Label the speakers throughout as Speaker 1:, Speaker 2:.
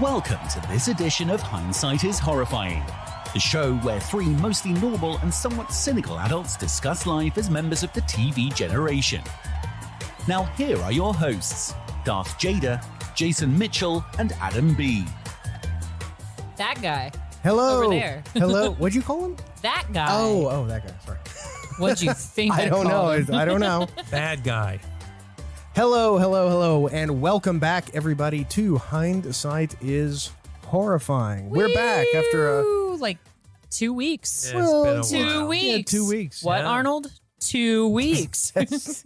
Speaker 1: Welcome to this edition of Hindsight is Horrifying, the show where three mostly normal and somewhat cynical adults discuss life as members of the TV generation. Now, here are your hosts Darth Jada, Jason Mitchell, and Adam B.
Speaker 2: That guy.
Speaker 3: Hello.
Speaker 2: Over there.
Speaker 3: Hello. What'd you call him?
Speaker 2: That guy.
Speaker 3: Oh, oh, that guy. Sorry.
Speaker 2: What'd you think?
Speaker 3: I don't know. uh,
Speaker 2: called
Speaker 3: I
Speaker 2: him?
Speaker 3: I don't know.
Speaker 4: Bad guy.
Speaker 3: Hello, hello, hello, and welcome back, everybody, to Hindsight is Horrifying. We're back after uh, a.
Speaker 2: Woo! like two weeks.
Speaker 4: Yeah, it's been a
Speaker 2: Two
Speaker 4: while.
Speaker 2: weeks.
Speaker 3: Yeah, two weeks,
Speaker 2: What,
Speaker 4: yeah.
Speaker 2: Arnold? Two weeks. that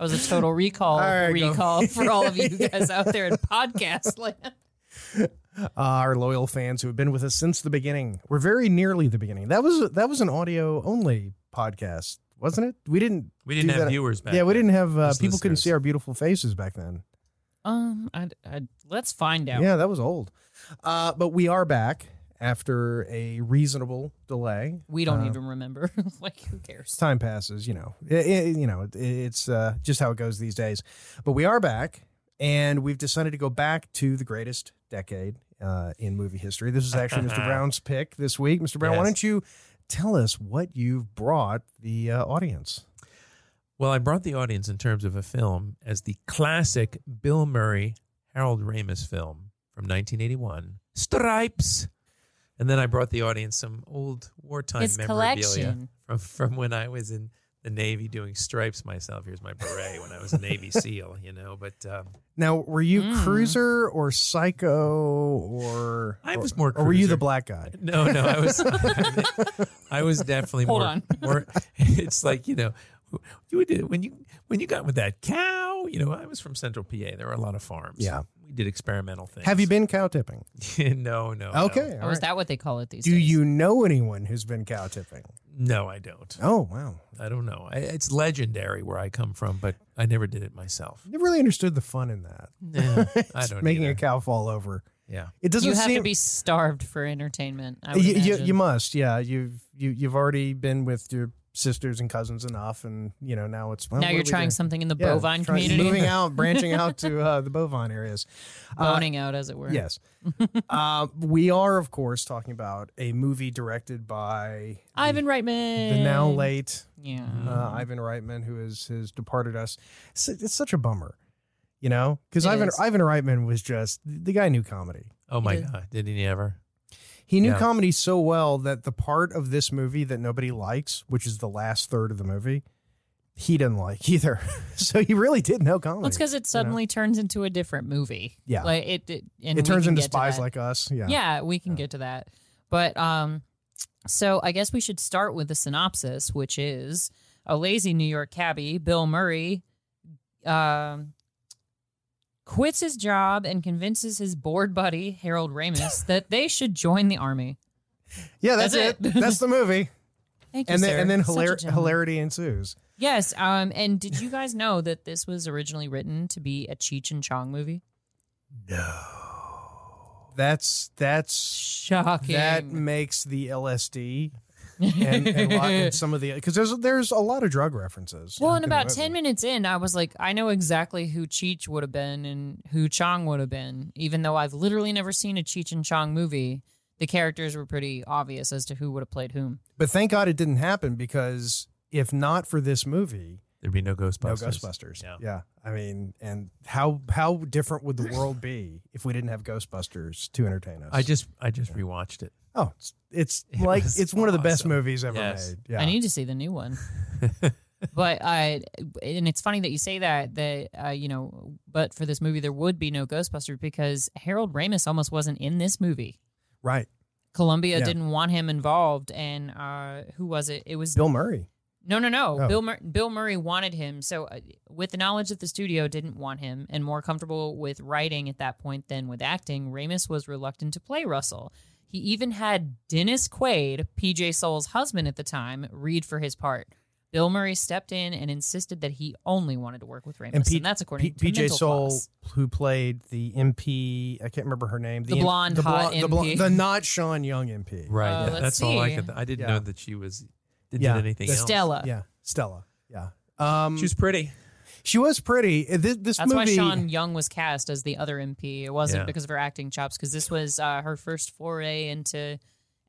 Speaker 2: was a total recall
Speaker 3: All right, go.
Speaker 2: recall for all of you guys out there in podcast land.
Speaker 3: our loyal fans who have been with us since the beginning. We're very nearly the beginning. That was that was an audio only podcast, wasn't it? We didn't
Speaker 4: We didn't
Speaker 3: do
Speaker 4: have
Speaker 3: that-
Speaker 4: viewers back.
Speaker 3: Yeah, we
Speaker 4: then.
Speaker 3: didn't have uh,
Speaker 4: Just
Speaker 3: people couldn't
Speaker 4: listeners.
Speaker 3: see our beautiful faces back then.
Speaker 2: Um, I, I, let's find out.
Speaker 3: Yeah, that was old. Uh, but we are back after a reasonable delay.
Speaker 2: We don't
Speaker 4: Uh-huh.
Speaker 2: even remember. like, who cares?
Speaker 3: time passes, you know, I- I- you know, it- it's uh, just how it goes these days. But we are back, and we've decided to go back to the greatest decade uh, in movie history. This is actually Mr. Brown's pick this week. Mr. Brown, why
Speaker 4: Yes.
Speaker 3: don't you tell us what you've brought the uh, audience?
Speaker 4: Well, I brought the audience in terms of a film as the classic Bill Murray, Harold Ramis film from 1981, Stripes. And then I brought the audience some old wartime
Speaker 2: His
Speaker 4: memorabilia
Speaker 2: collection.
Speaker 4: from from when I was in the Navy doing stripes myself. Here's my beret when I was a Navy SEAL, you know. But um,
Speaker 3: Now, were you
Speaker 2: Mm.
Speaker 3: Cruiser or Psycho or
Speaker 4: I was more
Speaker 3: or were you
Speaker 4: Cruiser.
Speaker 3: the black guy?
Speaker 4: No, no, I was, I was definitely
Speaker 2: Hold
Speaker 4: more,
Speaker 2: on.
Speaker 4: more. It's like you know, you would when you when you got with that cow. You know, I was from Central PA. There were a lot of farms.
Speaker 3: Yeah.
Speaker 4: we did experimental things.
Speaker 3: Have you been cow tipping?
Speaker 4: been? no, no. no.
Speaker 3: Okay,
Speaker 2: Or
Speaker 3: all
Speaker 2: is
Speaker 3: right.
Speaker 2: that what they call it these
Speaker 3: Do
Speaker 2: days?
Speaker 3: you know anyone who's been cow tipping?
Speaker 4: No, I don't.
Speaker 3: Oh wow,
Speaker 4: I don't know. I, it's legendary where I come from, but I never did it myself.
Speaker 3: never really understood the fun in that.
Speaker 4: Yeah, I
Speaker 3: It's
Speaker 4: don't.
Speaker 3: making
Speaker 4: either.
Speaker 3: a cow fall over.
Speaker 4: Yeah.
Speaker 3: It doesn't
Speaker 2: You have
Speaker 3: seem
Speaker 2: to be starved for entertainment. I would
Speaker 3: you, you,
Speaker 2: imagine.
Speaker 3: you must, yeah. You've you you've already been with your sisters and cousins enough, and you know now it's well,
Speaker 2: now
Speaker 3: what
Speaker 2: you're
Speaker 3: do we
Speaker 2: trying
Speaker 3: do?
Speaker 2: something in the
Speaker 3: Yeah,
Speaker 2: bovine
Speaker 3: trying-
Speaker 2: community,
Speaker 3: moving out, branching out to uh, the bovine areas. Uh,
Speaker 2: boning out, as it were.
Speaker 3: yes, uh, we are of course talking about a movie directed by
Speaker 2: Ivan Reitman.
Speaker 3: the now late
Speaker 2: Yeah.
Speaker 3: uh, Ivan Reitman, who has has departed us. It's, it's such a bummer, you know, because
Speaker 2: It
Speaker 3: Ivan
Speaker 2: is.
Speaker 3: Ivan Reitman was just the guy knew comedy.
Speaker 4: Oh my
Speaker 2: He did.
Speaker 4: god! Did he ever?
Speaker 3: He knew
Speaker 4: Yeah.
Speaker 3: comedy so well that the part of this movie that nobody likes, which is the last third of the movie, he didn't like either. so he really did know comedy.
Speaker 2: Well, it's because it suddenly turns into a different movie.
Speaker 3: Yeah.
Speaker 2: Like it, it, and
Speaker 3: it
Speaker 2: we
Speaker 3: turns
Speaker 2: can
Speaker 3: into
Speaker 2: get to
Speaker 3: spies
Speaker 2: that.
Speaker 3: like us. Yeah.
Speaker 2: Yeah, we can get to that. But um, so I guess we should start with the synopsis, which is a lazy New York cabbie, Bill Murray, um, quits his job and convinces his bored buddy Harold Ramis that they should join the army.
Speaker 3: Yeah, that's,
Speaker 2: That's
Speaker 3: it.
Speaker 2: it.
Speaker 3: that's the movie.
Speaker 2: Thank you,
Speaker 3: And then
Speaker 2: sir.
Speaker 3: and then
Speaker 2: Such a
Speaker 3: hilar-
Speaker 2: gentleman.
Speaker 3: hilarity ensues.
Speaker 2: Yes. Um. And did you guys know that this was originally written to be a Cheech and Chong movie?
Speaker 3: That's that's
Speaker 2: Shocking.
Speaker 3: that makes the LSD and, and, lo- and some of the because there's there's a lot of drug references.
Speaker 2: Well, and
Speaker 3: in the
Speaker 2: about
Speaker 3: movie.
Speaker 2: 10 minutes in, I was like, I know exactly who Cheech would have been and who Chong would have been, even though I've literally never seen a Cheech and Chong movie. The characters were pretty obvious as to who would have played whom.
Speaker 3: But thank God it didn't happen because if not for this movie,
Speaker 4: There'd be no Ghostbusters.
Speaker 3: No Ghostbusters. Yeah.
Speaker 4: Yeah.
Speaker 3: I mean, and how how different would the world be if we didn't have Ghostbusters to entertain us?
Speaker 4: I just I just rewatched it.
Speaker 3: oh, it's, it's
Speaker 4: It
Speaker 3: like
Speaker 4: was
Speaker 3: it's one of the best
Speaker 4: awesome.
Speaker 3: movies ever
Speaker 4: Yes.
Speaker 3: made. Yeah.
Speaker 2: I need to see the new one. but I, and it's funny that you say that, that, uh, you know, but for this movie, there would be no Ghostbusters because Harold Ramis almost wasn't in this movie.
Speaker 3: right.
Speaker 2: Columbia
Speaker 3: Yeah.
Speaker 2: didn't want him involved. And uh, who was it? It was
Speaker 3: Bill Murray.
Speaker 2: No, no, no.
Speaker 3: Oh.
Speaker 2: Bill Mur- Bill Murray wanted him. So, uh, with the knowledge that the studio didn't want him and more comfortable with writing at that point than with acting, Ramus was reluctant to play Russell. He even had Dennis Quaid, PJ Soul's husband at the time, read for his part. Bill Murray stepped in and insisted that he only wanted to work with Ramus, and,
Speaker 3: P-
Speaker 2: that's according
Speaker 3: P-
Speaker 2: to
Speaker 3: PJ
Speaker 2: mental
Speaker 3: Soul,
Speaker 2: flaws.
Speaker 3: who played the MP, I can't remember her name.
Speaker 2: The
Speaker 3: M-
Speaker 2: blonde
Speaker 3: the,
Speaker 2: hot
Speaker 3: the, blo-
Speaker 2: MP.
Speaker 3: the not Sean Young MP.
Speaker 4: Right.
Speaker 2: Uh,
Speaker 4: yeah,
Speaker 2: let's
Speaker 4: That's all I
Speaker 2: see.
Speaker 4: could. I didn't
Speaker 3: Yeah.
Speaker 4: know that she was. Did,
Speaker 3: Yeah.
Speaker 4: did anything else.
Speaker 2: Stella.
Speaker 3: Yeah, Stella. Yeah. Um,
Speaker 4: She was pretty.
Speaker 3: She was pretty. Uh, This, this
Speaker 2: That's why
Speaker 3: movie.
Speaker 2: Sean Young was cast as the other MP. It wasn't
Speaker 4: Yeah.
Speaker 2: because of her acting chops, because this was uh, her first foray into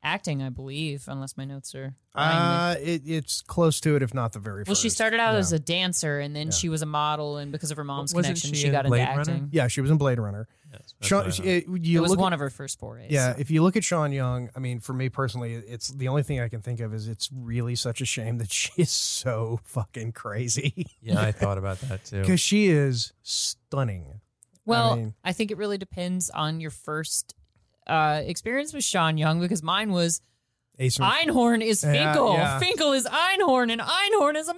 Speaker 2: acting, I believe, unless my notes are. lying me.
Speaker 3: uh, it, it's close to it, if not the very
Speaker 2: well,
Speaker 3: first.
Speaker 2: she started out
Speaker 3: yeah.
Speaker 2: as a dancer, and then
Speaker 3: Yeah.
Speaker 2: she was a model, and because of her mom's
Speaker 4: Wasn't
Speaker 2: connection,
Speaker 4: she
Speaker 2: she,
Speaker 4: in
Speaker 2: got into
Speaker 4: Blade Runner?
Speaker 2: acting.
Speaker 3: Yeah, she was in Blade Runner.
Speaker 4: Yes, that's what
Speaker 3: Sean,
Speaker 4: I
Speaker 3: she-
Speaker 4: thought.
Speaker 3: it, you
Speaker 2: it was
Speaker 3: look
Speaker 2: one
Speaker 3: at,
Speaker 2: of her first forays.
Speaker 3: Yeah, if you look at Sean Young, I mean, for me personally, it's the only thing I can think of is it's really such a shame that she is so fucking crazy
Speaker 4: yeah, I thought about that too.
Speaker 3: because she is stunning.
Speaker 2: Well, I,
Speaker 3: mean-
Speaker 2: think it really depends on your first uh, experience with Sean Young, because mine was
Speaker 3: Ace and-
Speaker 2: Einhorn is
Speaker 3: Yeah,
Speaker 2: Finkel,
Speaker 3: yeah.
Speaker 2: Finkel is Einhorn, and Einhorn is a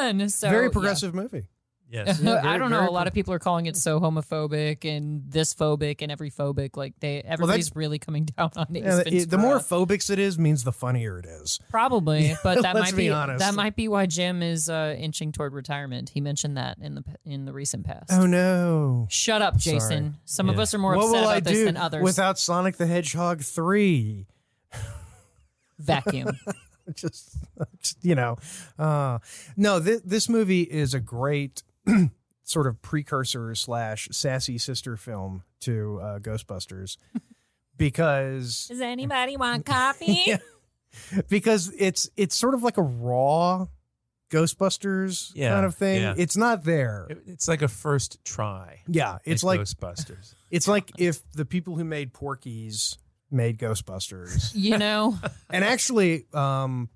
Speaker 2: man. So
Speaker 3: very
Speaker 2: yeah.
Speaker 3: progressive movie.
Speaker 4: Yes.
Speaker 3: Yeah,
Speaker 2: I
Speaker 3: very-
Speaker 2: don't know.
Speaker 3: very
Speaker 2: A lot of people are calling it so homophobic and this phobic and every phobic. Like they, everybody's really coming down on Ace
Speaker 3: Yeah, the-
Speaker 2: Ventura.
Speaker 3: the more phobics it is, means the funnier it is.
Speaker 2: probably, but that
Speaker 3: let's
Speaker 2: might
Speaker 3: be
Speaker 2: be,
Speaker 3: honest.
Speaker 2: that might be why Jim is uh, inching toward retirement. He mentioned that in the in the recent past.
Speaker 3: Oh no!
Speaker 2: Shut up,
Speaker 3: Sorry.
Speaker 2: Jason. Some of
Speaker 4: Yeah.
Speaker 2: us are more
Speaker 3: what
Speaker 2: upset
Speaker 3: will
Speaker 2: about
Speaker 3: I
Speaker 2: this
Speaker 3: do
Speaker 2: than others.
Speaker 3: without Sonic the Hedgehog three?
Speaker 2: Vacuum.
Speaker 3: just you know uh no th- this movie is a great sort of precursor slash sassy sister film to uh, ghostbusters because
Speaker 2: Does anybody want coffee?
Speaker 3: Yeah. because it's it's sort of like a raw ghostbusters
Speaker 4: Yeah,
Speaker 3: kind of thing
Speaker 4: yeah.
Speaker 3: it's not there
Speaker 4: It- it's like a first try.
Speaker 3: yeah it's like
Speaker 4: Ghostbusters.
Speaker 3: it's like if the people who made porkies made ghostbusters
Speaker 2: You know,
Speaker 3: And actually, um,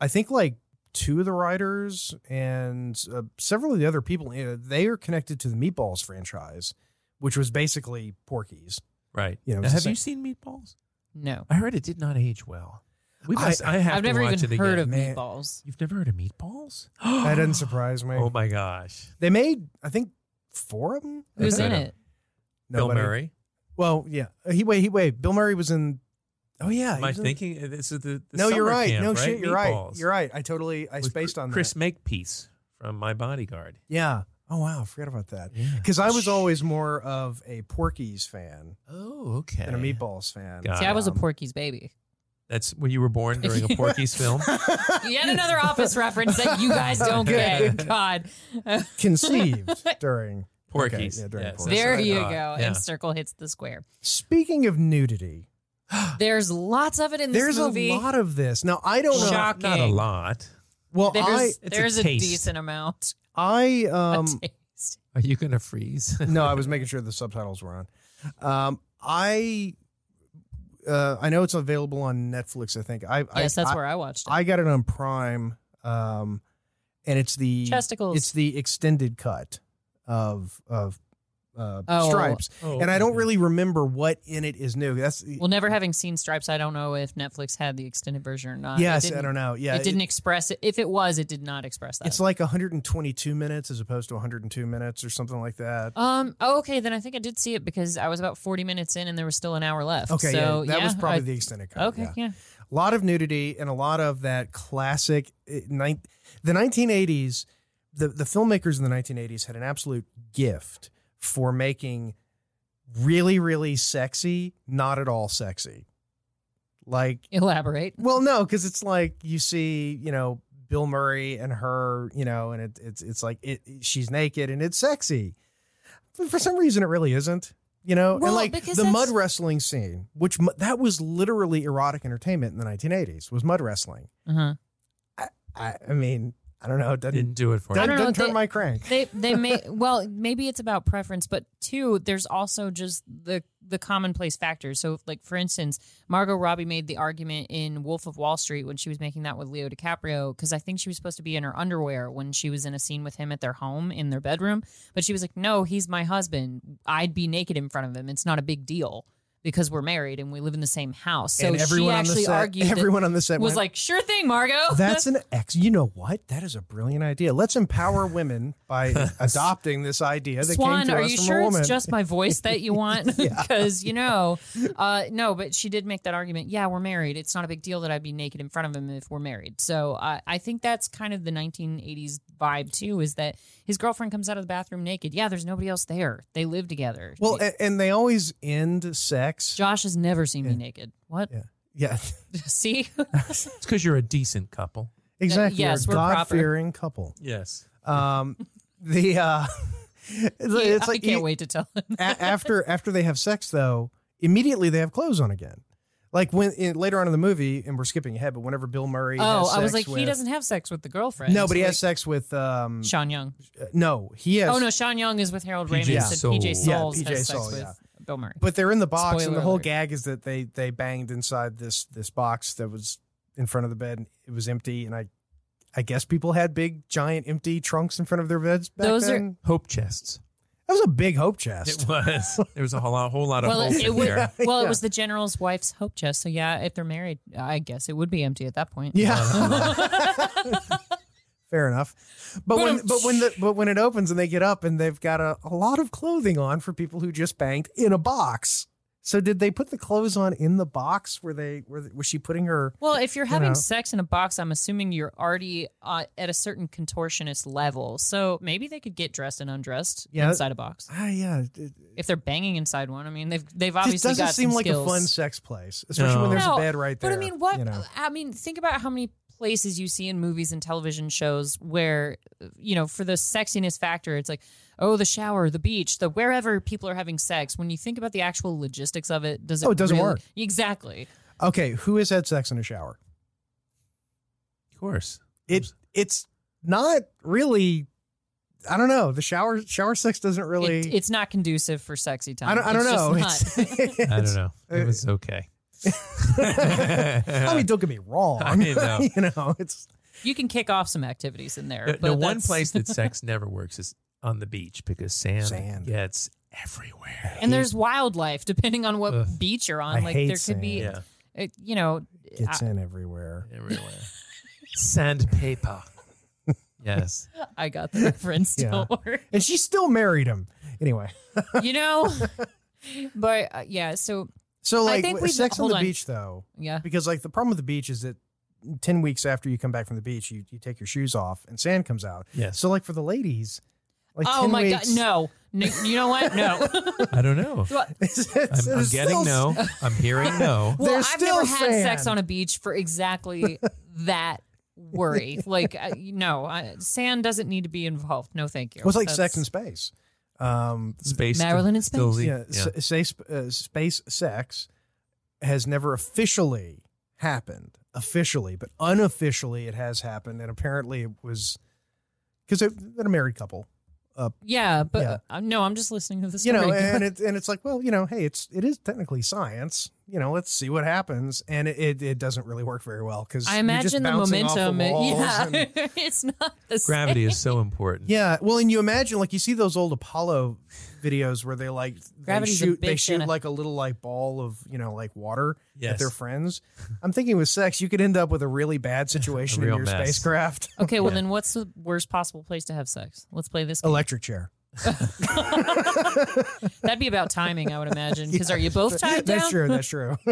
Speaker 3: I think like two of the writers and uh, several of the other people, you know, they are connected to the Meatballs franchise, which was basically Porky's.
Speaker 4: Right.
Speaker 3: You know,
Speaker 4: Now,
Speaker 3: it's
Speaker 4: have
Speaker 3: the
Speaker 4: you seen Meatballs?
Speaker 2: no.
Speaker 4: I heard it did not age well. We
Speaker 3: I-
Speaker 4: must, I, have
Speaker 2: I've
Speaker 4: to
Speaker 2: never
Speaker 4: watch
Speaker 2: even
Speaker 4: it again.
Speaker 2: heard of
Speaker 3: Man.
Speaker 2: meatballs.
Speaker 4: You've never heard of Meatballs?
Speaker 3: That doesn't surprise me.
Speaker 4: Oh my gosh.
Speaker 3: They made, I think, four of them.
Speaker 2: Who's
Speaker 4: That's
Speaker 2: in
Speaker 4: right.
Speaker 2: it?
Speaker 4: Bill
Speaker 3: Nobody-
Speaker 4: Murray.
Speaker 3: Well, yeah. Uh, He wait, he wait. Bill Murray was in. Oh yeah. he
Speaker 4: Am I
Speaker 3: was in-
Speaker 4: thinking? uh, This is the, the
Speaker 3: no, you're
Speaker 4: summer
Speaker 3: right.
Speaker 4: camp,
Speaker 3: no
Speaker 4: right?
Speaker 3: shit. You're
Speaker 4: Meatballs.
Speaker 3: right. You're right. I totally. I
Speaker 4: With
Speaker 3: spaced on
Speaker 4: Chris
Speaker 3: that.
Speaker 4: Makepeace from My Bodyguard.
Speaker 3: Yeah. Oh wow. Forgot about that.
Speaker 4: Yeah.
Speaker 3: Because I was always more of a Porky's fan
Speaker 4: Oh, okay.
Speaker 3: than a Meatballs fan.
Speaker 4: Got
Speaker 2: See, I was a
Speaker 3: Um,
Speaker 2: Porky's baby.
Speaker 4: That's where you were born during a Porky's film.
Speaker 2: Yet another office reference that you guys don't get. God.
Speaker 3: conceived during
Speaker 4: Porky's.
Speaker 3: Okay, yeah, during
Speaker 4: Yes,
Speaker 3: Porky's.
Speaker 2: There
Speaker 4: that's what I
Speaker 2: you
Speaker 4: thought.
Speaker 2: go.
Speaker 4: Yeah.
Speaker 2: And circle hits the square.
Speaker 3: Speaking of nudity,
Speaker 2: There's lots of it in this
Speaker 3: there's
Speaker 2: movie.
Speaker 3: a lot of this. Now I don't know.
Speaker 2: Shock.
Speaker 4: Not, not a
Speaker 2: Shocking.
Speaker 4: lot.
Speaker 3: Well, I
Speaker 2: There's,
Speaker 4: it's a
Speaker 2: there's a,
Speaker 4: taste.
Speaker 2: decent amount.
Speaker 3: I
Speaker 2: A
Speaker 3: um
Speaker 2: taste.
Speaker 4: Are you going to freeze?
Speaker 3: no, I was making sure the subtitles were on. Um I uh I know it's available on Netflix, I think. I
Speaker 2: Yes,
Speaker 3: I,
Speaker 2: that's
Speaker 3: I,
Speaker 2: where I watched it.
Speaker 3: I got it on Prime um and it's the
Speaker 2: Chesticles.
Speaker 3: it's the extended cut of of uh,
Speaker 2: Oh.
Speaker 3: stripes,
Speaker 4: Oh,
Speaker 3: and I don't
Speaker 4: okay.
Speaker 3: really remember what in it is new. That's
Speaker 2: well, never having seen Stripes, I don't know if Netflix had the extended version or not. It
Speaker 3: yes, I
Speaker 2: didn't-
Speaker 3: don't know. Yeah,
Speaker 2: it didn't express it. If it was, it did not express that.
Speaker 3: It's like 122 minutes as opposed to 102 minutes or something like that.
Speaker 2: um. Oh, okay. Then I think I did see it because I was about forty minutes in, and there was still an hour left.
Speaker 3: Okay,
Speaker 2: Oh, So,
Speaker 3: yeah, that was
Speaker 2: yeah,
Speaker 3: probably
Speaker 2: I-
Speaker 3: the extended cut.
Speaker 2: okay.
Speaker 3: yeah.
Speaker 2: Yeah.
Speaker 3: a lot of nudity and a lot of that classic. eh, nine- The 1980s, the the filmmakers in the 1980s had an absolute gift for making really, really sexy, not at all sexy. Like
Speaker 2: Elaborate.
Speaker 3: Well, no, because it's like you see, you know, Bill Murray and her, you know, and it, it's it's like it, she's naked and it's sexy. But for some reason, it really isn't. You know,
Speaker 2: Well,
Speaker 3: and like
Speaker 2: because
Speaker 3: the
Speaker 2: that's-
Speaker 3: mud wrestling scene, which mu- that was literally erotic entertainment in the 1980s, was mud wrestling.
Speaker 2: Uh-huh.
Speaker 3: I, I mean, I don't know, it doesn't,
Speaker 4: Didn't do it for
Speaker 2: I
Speaker 3: doesn't,
Speaker 4: me.
Speaker 2: don't know,
Speaker 3: doesn't turn
Speaker 2: they-
Speaker 3: my crank.
Speaker 2: They they may well maybe it's about preference, but two there's also just the the commonplace factors. So like for instance, Margot Robbie made the argument in Wolf of Wall Street when she was making that with Leo DiCaprio because I think she was supposed to be in her underwear when she was in a scene with him at their home in their bedroom, but she was like, "No, he's my husband. I'd be naked in front of him. It's not a big deal." Because we're married and we live in the same house, so
Speaker 3: and
Speaker 2: she
Speaker 3: everyone on the
Speaker 2: actually
Speaker 3: set,
Speaker 2: argued that-
Speaker 3: everyone on the set
Speaker 2: was
Speaker 3: went, "Oh,
Speaker 2: like, "Sure thing, Margot."
Speaker 3: That's an ex. You know what? That is a brilliant idea. Let's empower women by adopting this idea that
Speaker 2: Swan,
Speaker 3: came to
Speaker 2: are
Speaker 3: us
Speaker 2: you
Speaker 3: from
Speaker 2: sure
Speaker 3: a woman.
Speaker 2: it's just my voice that you want? Because you know, uh, no, but she did make that argument. Yeah, we're married. It's not a big deal that I'd be naked in front of him if we're married. So uh, I think that's kind of the 1980s vibe too. Is that his girlfriend comes out of the bathroom naked? Yeah, there's nobody else there. They live together.
Speaker 3: well, and, and they always end sex.
Speaker 2: Josh has never seen me naked. What?
Speaker 3: yeah, yeah,
Speaker 2: Uh, See,
Speaker 4: It's because you're a decent couple.
Speaker 3: exactly.
Speaker 2: yes,
Speaker 3: You're
Speaker 2: we're
Speaker 3: a
Speaker 2: proper.
Speaker 3: God-fearing couple.
Speaker 4: Yes.
Speaker 3: Um, the uh, it's, it's
Speaker 2: I
Speaker 3: like
Speaker 2: can't
Speaker 3: you-
Speaker 2: wait to tell him.
Speaker 3: a- after after they have sex though, immediately they have clothes on again. Like when in, later on in the movie, and we're skipping ahead, but whenever Bill Murray,
Speaker 2: Oh,
Speaker 3: has
Speaker 2: I was like,
Speaker 3: sex
Speaker 2: he
Speaker 3: with-
Speaker 2: doesn't have sex with the girlfriend.
Speaker 3: No, but he
Speaker 2: Like,
Speaker 3: has sex with um.
Speaker 2: Sean Young.
Speaker 3: No, he has.
Speaker 2: Oh no, Sean Young is with Harold
Speaker 4: PJ
Speaker 2: Ramis and
Speaker 4: Soul.
Speaker 2: PJ
Speaker 4: Yeah,
Speaker 2: Souls
Speaker 3: PJ
Speaker 2: has sex
Speaker 3: Soul,
Speaker 2: with
Speaker 3: yeah.
Speaker 2: Bill Murray.
Speaker 3: But they're in the box, and
Speaker 2: Spoiler
Speaker 3: the whole
Speaker 2: alert.
Speaker 3: gag is that they they banged inside this this box that was in front of the bed. And it was empty, and I I guess people had big, giant, empty trunks in front of their beds back
Speaker 2: Those are-
Speaker 3: then.
Speaker 4: Hope chests.
Speaker 3: that was a big hope chest.
Speaker 4: It was. There was a whole lot, whole lot of
Speaker 2: well,
Speaker 4: hope
Speaker 2: it, it
Speaker 4: in
Speaker 2: would,
Speaker 4: there.
Speaker 2: well,
Speaker 3: Yeah.
Speaker 2: it was the general's wife's hope chest. So yeah, if they're married, I guess it would be empty at that point.
Speaker 3: Yeah. Fair enough. But when but when the but when it opens and they get up and they've got a, a lot of clothing on for people who just banged in a box. So did they put the clothes on in the box? Were they were was she putting her
Speaker 2: Well, if you're having
Speaker 3: know.
Speaker 2: sex in a box, I'm assuming you're already uh, at a certain contortionist level. So maybe they could get dressed and undressed
Speaker 3: Yeah.
Speaker 2: inside a box.
Speaker 3: Ah yeah. It,
Speaker 2: If they're banging inside one, I mean, they've they've
Speaker 3: just
Speaker 2: obviously
Speaker 3: doesn't
Speaker 2: got
Speaker 3: seem
Speaker 2: some
Speaker 3: like
Speaker 2: skills.
Speaker 3: a fun sex place. Especially when
Speaker 4: No.
Speaker 3: there's
Speaker 2: No,
Speaker 3: a bed right there.
Speaker 2: But I mean, what?
Speaker 3: you know.
Speaker 2: I mean, think about how many places you see in movies and television shows where, you know, for the sexiness factor, it's like, oh, the shower, the beach, the wherever people are having sex. When you think about the actual logistics of it, does it?
Speaker 3: Oh, it doesn't
Speaker 2: really-
Speaker 3: work.
Speaker 2: Exactly.
Speaker 3: Okay, who has had sex in a shower?
Speaker 4: Of course.
Speaker 3: It it's not really I don't know. The shower shower sex doesn't really
Speaker 2: It- it's not conducive for sexy time.
Speaker 3: I don't I don't
Speaker 2: It's just
Speaker 3: know.
Speaker 2: not.
Speaker 3: It's-
Speaker 4: I don't know. It
Speaker 3: uh,
Speaker 4: was okay.
Speaker 3: I mean, don't get me wrong.
Speaker 4: I know.
Speaker 3: you know, it's
Speaker 2: you can kick off some activities in there.
Speaker 4: the,
Speaker 2: but
Speaker 4: the one
Speaker 2: that's-
Speaker 4: place that sex never works is on the beach because sand,
Speaker 3: Sand.
Speaker 4: gets everywhere.
Speaker 2: and there's wildlife depending on what
Speaker 4: Ugh.
Speaker 2: beach you're on.
Speaker 3: I
Speaker 2: like
Speaker 3: hate
Speaker 2: there could be,
Speaker 4: Yeah,
Speaker 2: it, you know,
Speaker 3: gets in everywhere.
Speaker 4: everywhere. Sandpaper. Yes.
Speaker 2: I got the reference.
Speaker 3: Yeah.
Speaker 2: Don't worry.
Speaker 3: And she still married him. Anyway,
Speaker 2: you know. but uh, yeah, so
Speaker 3: so like
Speaker 2: think
Speaker 3: w-
Speaker 2: we've-
Speaker 3: sex on
Speaker 2: hold
Speaker 3: the
Speaker 2: on.
Speaker 3: beach though,
Speaker 2: yeah,
Speaker 3: because like the problem with the beach is that ten weeks after you come back from the beach, you, you take your shoes off and sand comes out.
Speaker 4: Yes.
Speaker 3: So like for the ladies, like
Speaker 2: oh
Speaker 3: 10
Speaker 2: my
Speaker 3: weeks,
Speaker 2: god, no. no, you know what? No,
Speaker 4: I don't know.
Speaker 2: well,
Speaker 3: it's- it's-
Speaker 4: I'm, I'm
Speaker 3: it's
Speaker 4: getting
Speaker 3: still-
Speaker 4: no. I'm hearing no.
Speaker 2: well,
Speaker 3: There's
Speaker 2: I've never
Speaker 3: still
Speaker 2: had sex
Speaker 3: sand.
Speaker 2: on a beach for exactly that worry. Like, I, no, I, sand doesn't need to be involved. No, thank you.
Speaker 3: It was like sex in
Speaker 2: That's-
Speaker 3: space. Um,
Speaker 4: Space.
Speaker 2: Marilyn and
Speaker 4: still
Speaker 2: Space.
Speaker 4: the-
Speaker 3: yeah, s- Space, uh, space sex has never officially happened officially but unofficially it has happened and apparently it was because they're they're a married couple
Speaker 2: Yeah, but
Speaker 3: Yeah.
Speaker 2: Uh, no, I'm just listening to the
Speaker 3: you
Speaker 2: story.
Speaker 3: know and it, and it's like well you know hey it's it is technically science you know let's see what happens and it it, it doesn't really work very well because
Speaker 2: I imagine the momentum. uh, yeah,
Speaker 3: and,
Speaker 2: it's not the same.
Speaker 4: Gravity is so important.
Speaker 3: yeah well and you imagine like you see those old apollo videos where they like they
Speaker 2: Gravity's a
Speaker 3: shoot they
Speaker 2: bitch
Speaker 3: shoot
Speaker 2: and a-
Speaker 3: like a little like ball of you know like water
Speaker 4: Yes.
Speaker 3: at their friends. I'm thinking with sex, you could end up with a really bad situation
Speaker 4: A
Speaker 3: in
Speaker 4: real
Speaker 3: your
Speaker 4: mess.
Speaker 3: spacecraft.
Speaker 2: Okay, well then, what's the worst possible place to have sex? Let's play this. game.
Speaker 3: Electric chair.
Speaker 2: That'd be about timing, I would imagine. Because are you both tied
Speaker 3: That's
Speaker 2: down?
Speaker 3: true. That's true.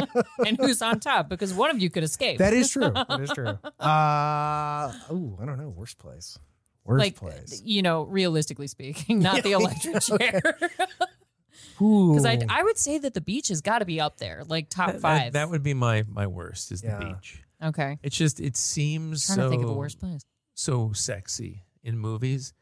Speaker 2: And who's on top? Because one of you could escape.
Speaker 3: that is true. That is true. Uh, oh, I don't know. Worst place. Worst
Speaker 2: like
Speaker 3: place.
Speaker 2: you know, realistically speaking, not the electric chair. Because uh, I, I would say that the beach has got to be up there, like top
Speaker 4: That-
Speaker 2: five.
Speaker 4: That, that would be my my worst is the
Speaker 3: Yeah.
Speaker 4: beach.
Speaker 2: okay,
Speaker 4: It's just it seems
Speaker 2: trying
Speaker 4: so
Speaker 2: to think of a worse place.
Speaker 4: so sexy in movies.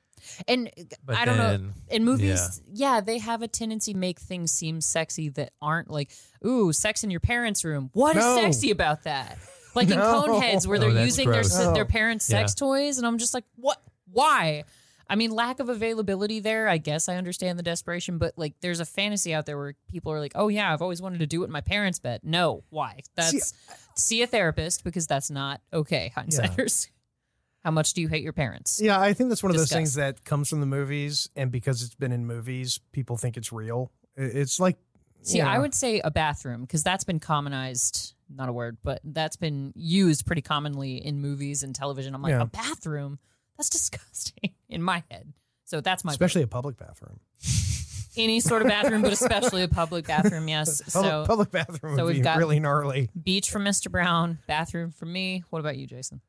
Speaker 2: And uh,
Speaker 4: But
Speaker 2: I don't know.
Speaker 4: then,
Speaker 2: In movies, yeah. they have a tendency to make things seem sexy that aren't like, ooh, sex in your parents' room. What is
Speaker 3: No.
Speaker 2: sexy about that? Like in
Speaker 3: No.
Speaker 2: Coneheads, where
Speaker 4: Oh,
Speaker 2: they're
Speaker 4: that's
Speaker 2: using their
Speaker 4: gross.
Speaker 2: their parents'
Speaker 4: Yeah.
Speaker 2: sex toys, and I'm just like, what? Why? I mean, lack of availability there. I guess I understand the desperation, but like, there's a fantasy out there where people are like, oh yeah, I've always wanted to do it in my parents' bed. No, why? That's see a therapist because that's not okay, hindsighters. How much do you hate your parents?
Speaker 3: Yeah, I think that's one of those
Speaker 2: Discuss.
Speaker 3: things that comes from the movies, and because it's been in movies, people think it's real. I- It's like,
Speaker 2: See,
Speaker 3: yeah.
Speaker 2: I would say a bathroom because that's been commonized, not a word, but that's been used pretty commonly in movies and television. I'm like,
Speaker 3: Yeah.
Speaker 2: a bathroom? That's disgusting in my head. So that's my
Speaker 3: especially a public bathroom.
Speaker 2: any sort of bathroom, but especially a public bathroom. Yes.
Speaker 3: Public,
Speaker 2: So
Speaker 3: public bathroom
Speaker 2: so
Speaker 3: would
Speaker 2: we've
Speaker 3: be
Speaker 2: got-
Speaker 3: really gnarly.
Speaker 2: beach for Mr. Brown, bathroom for me. What about you, Jason?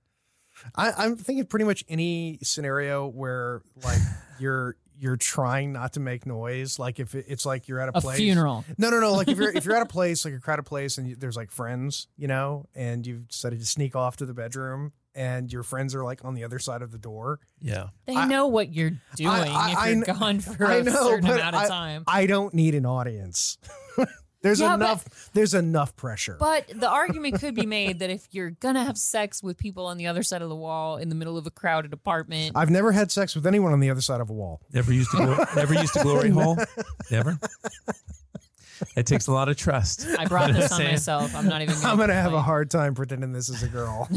Speaker 3: I, I'm thinking pretty much any scenario where like you're you're trying not to make noise. Like if it- it's like you're at a,
Speaker 2: A
Speaker 3: place.
Speaker 2: funeral.
Speaker 3: No, no, no. Like if you're if you're at a place like a crowded place and you, there's like friends, you know, and you've decided to sneak off to the bedroom and your friends are like on the other side of the door.
Speaker 4: Yeah.
Speaker 2: They
Speaker 3: I-
Speaker 2: know what you're doing
Speaker 3: I- I-
Speaker 2: if you're
Speaker 3: I kn-
Speaker 2: gone for
Speaker 3: I
Speaker 2: a
Speaker 3: know,
Speaker 2: certain
Speaker 3: but
Speaker 2: amount of time.
Speaker 3: I don't need an audience. there's
Speaker 2: Yeah, but-
Speaker 3: enough. there's enough pressure.
Speaker 2: But the argument could be made that if you're gonna have sex with people on the other side of the wall in the middle of a crowded apartment,
Speaker 3: I've never had sex with anyone on the other side of a wall.
Speaker 4: Never used to glo- never used a glory hole. Never. It takes a lot of trust.
Speaker 2: I brought
Speaker 4: I'm
Speaker 2: this on
Speaker 4: saying-
Speaker 2: myself. I'm not even. Gonna
Speaker 3: I'm gonna have a
Speaker 2: complain.
Speaker 3: hard time pretending this is a girl.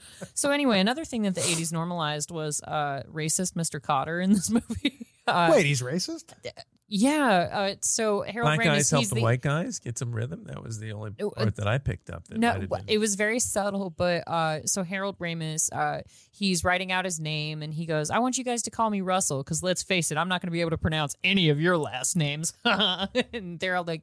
Speaker 2: so anyway, another thing that the '80s normalized was uh, racist Mr. Cotter in this movie. Uh,
Speaker 3: Wait, he's racist.
Speaker 2: yeah. Uh, so Harold
Speaker 4: Black
Speaker 2: Ramis,
Speaker 4: guys help
Speaker 2: he's
Speaker 4: the, white guys get some rhythm. That was the only
Speaker 2: Oh, uh,
Speaker 4: part that I picked up. That might
Speaker 2: No,
Speaker 4: have been-
Speaker 2: it was very subtle, but uh, so Harold Ramis, uh, he's writing out his name and he goes, I want you guys to call me Russell because let's face it, I'm not going to be able to pronounce any of your last names. and they're all like,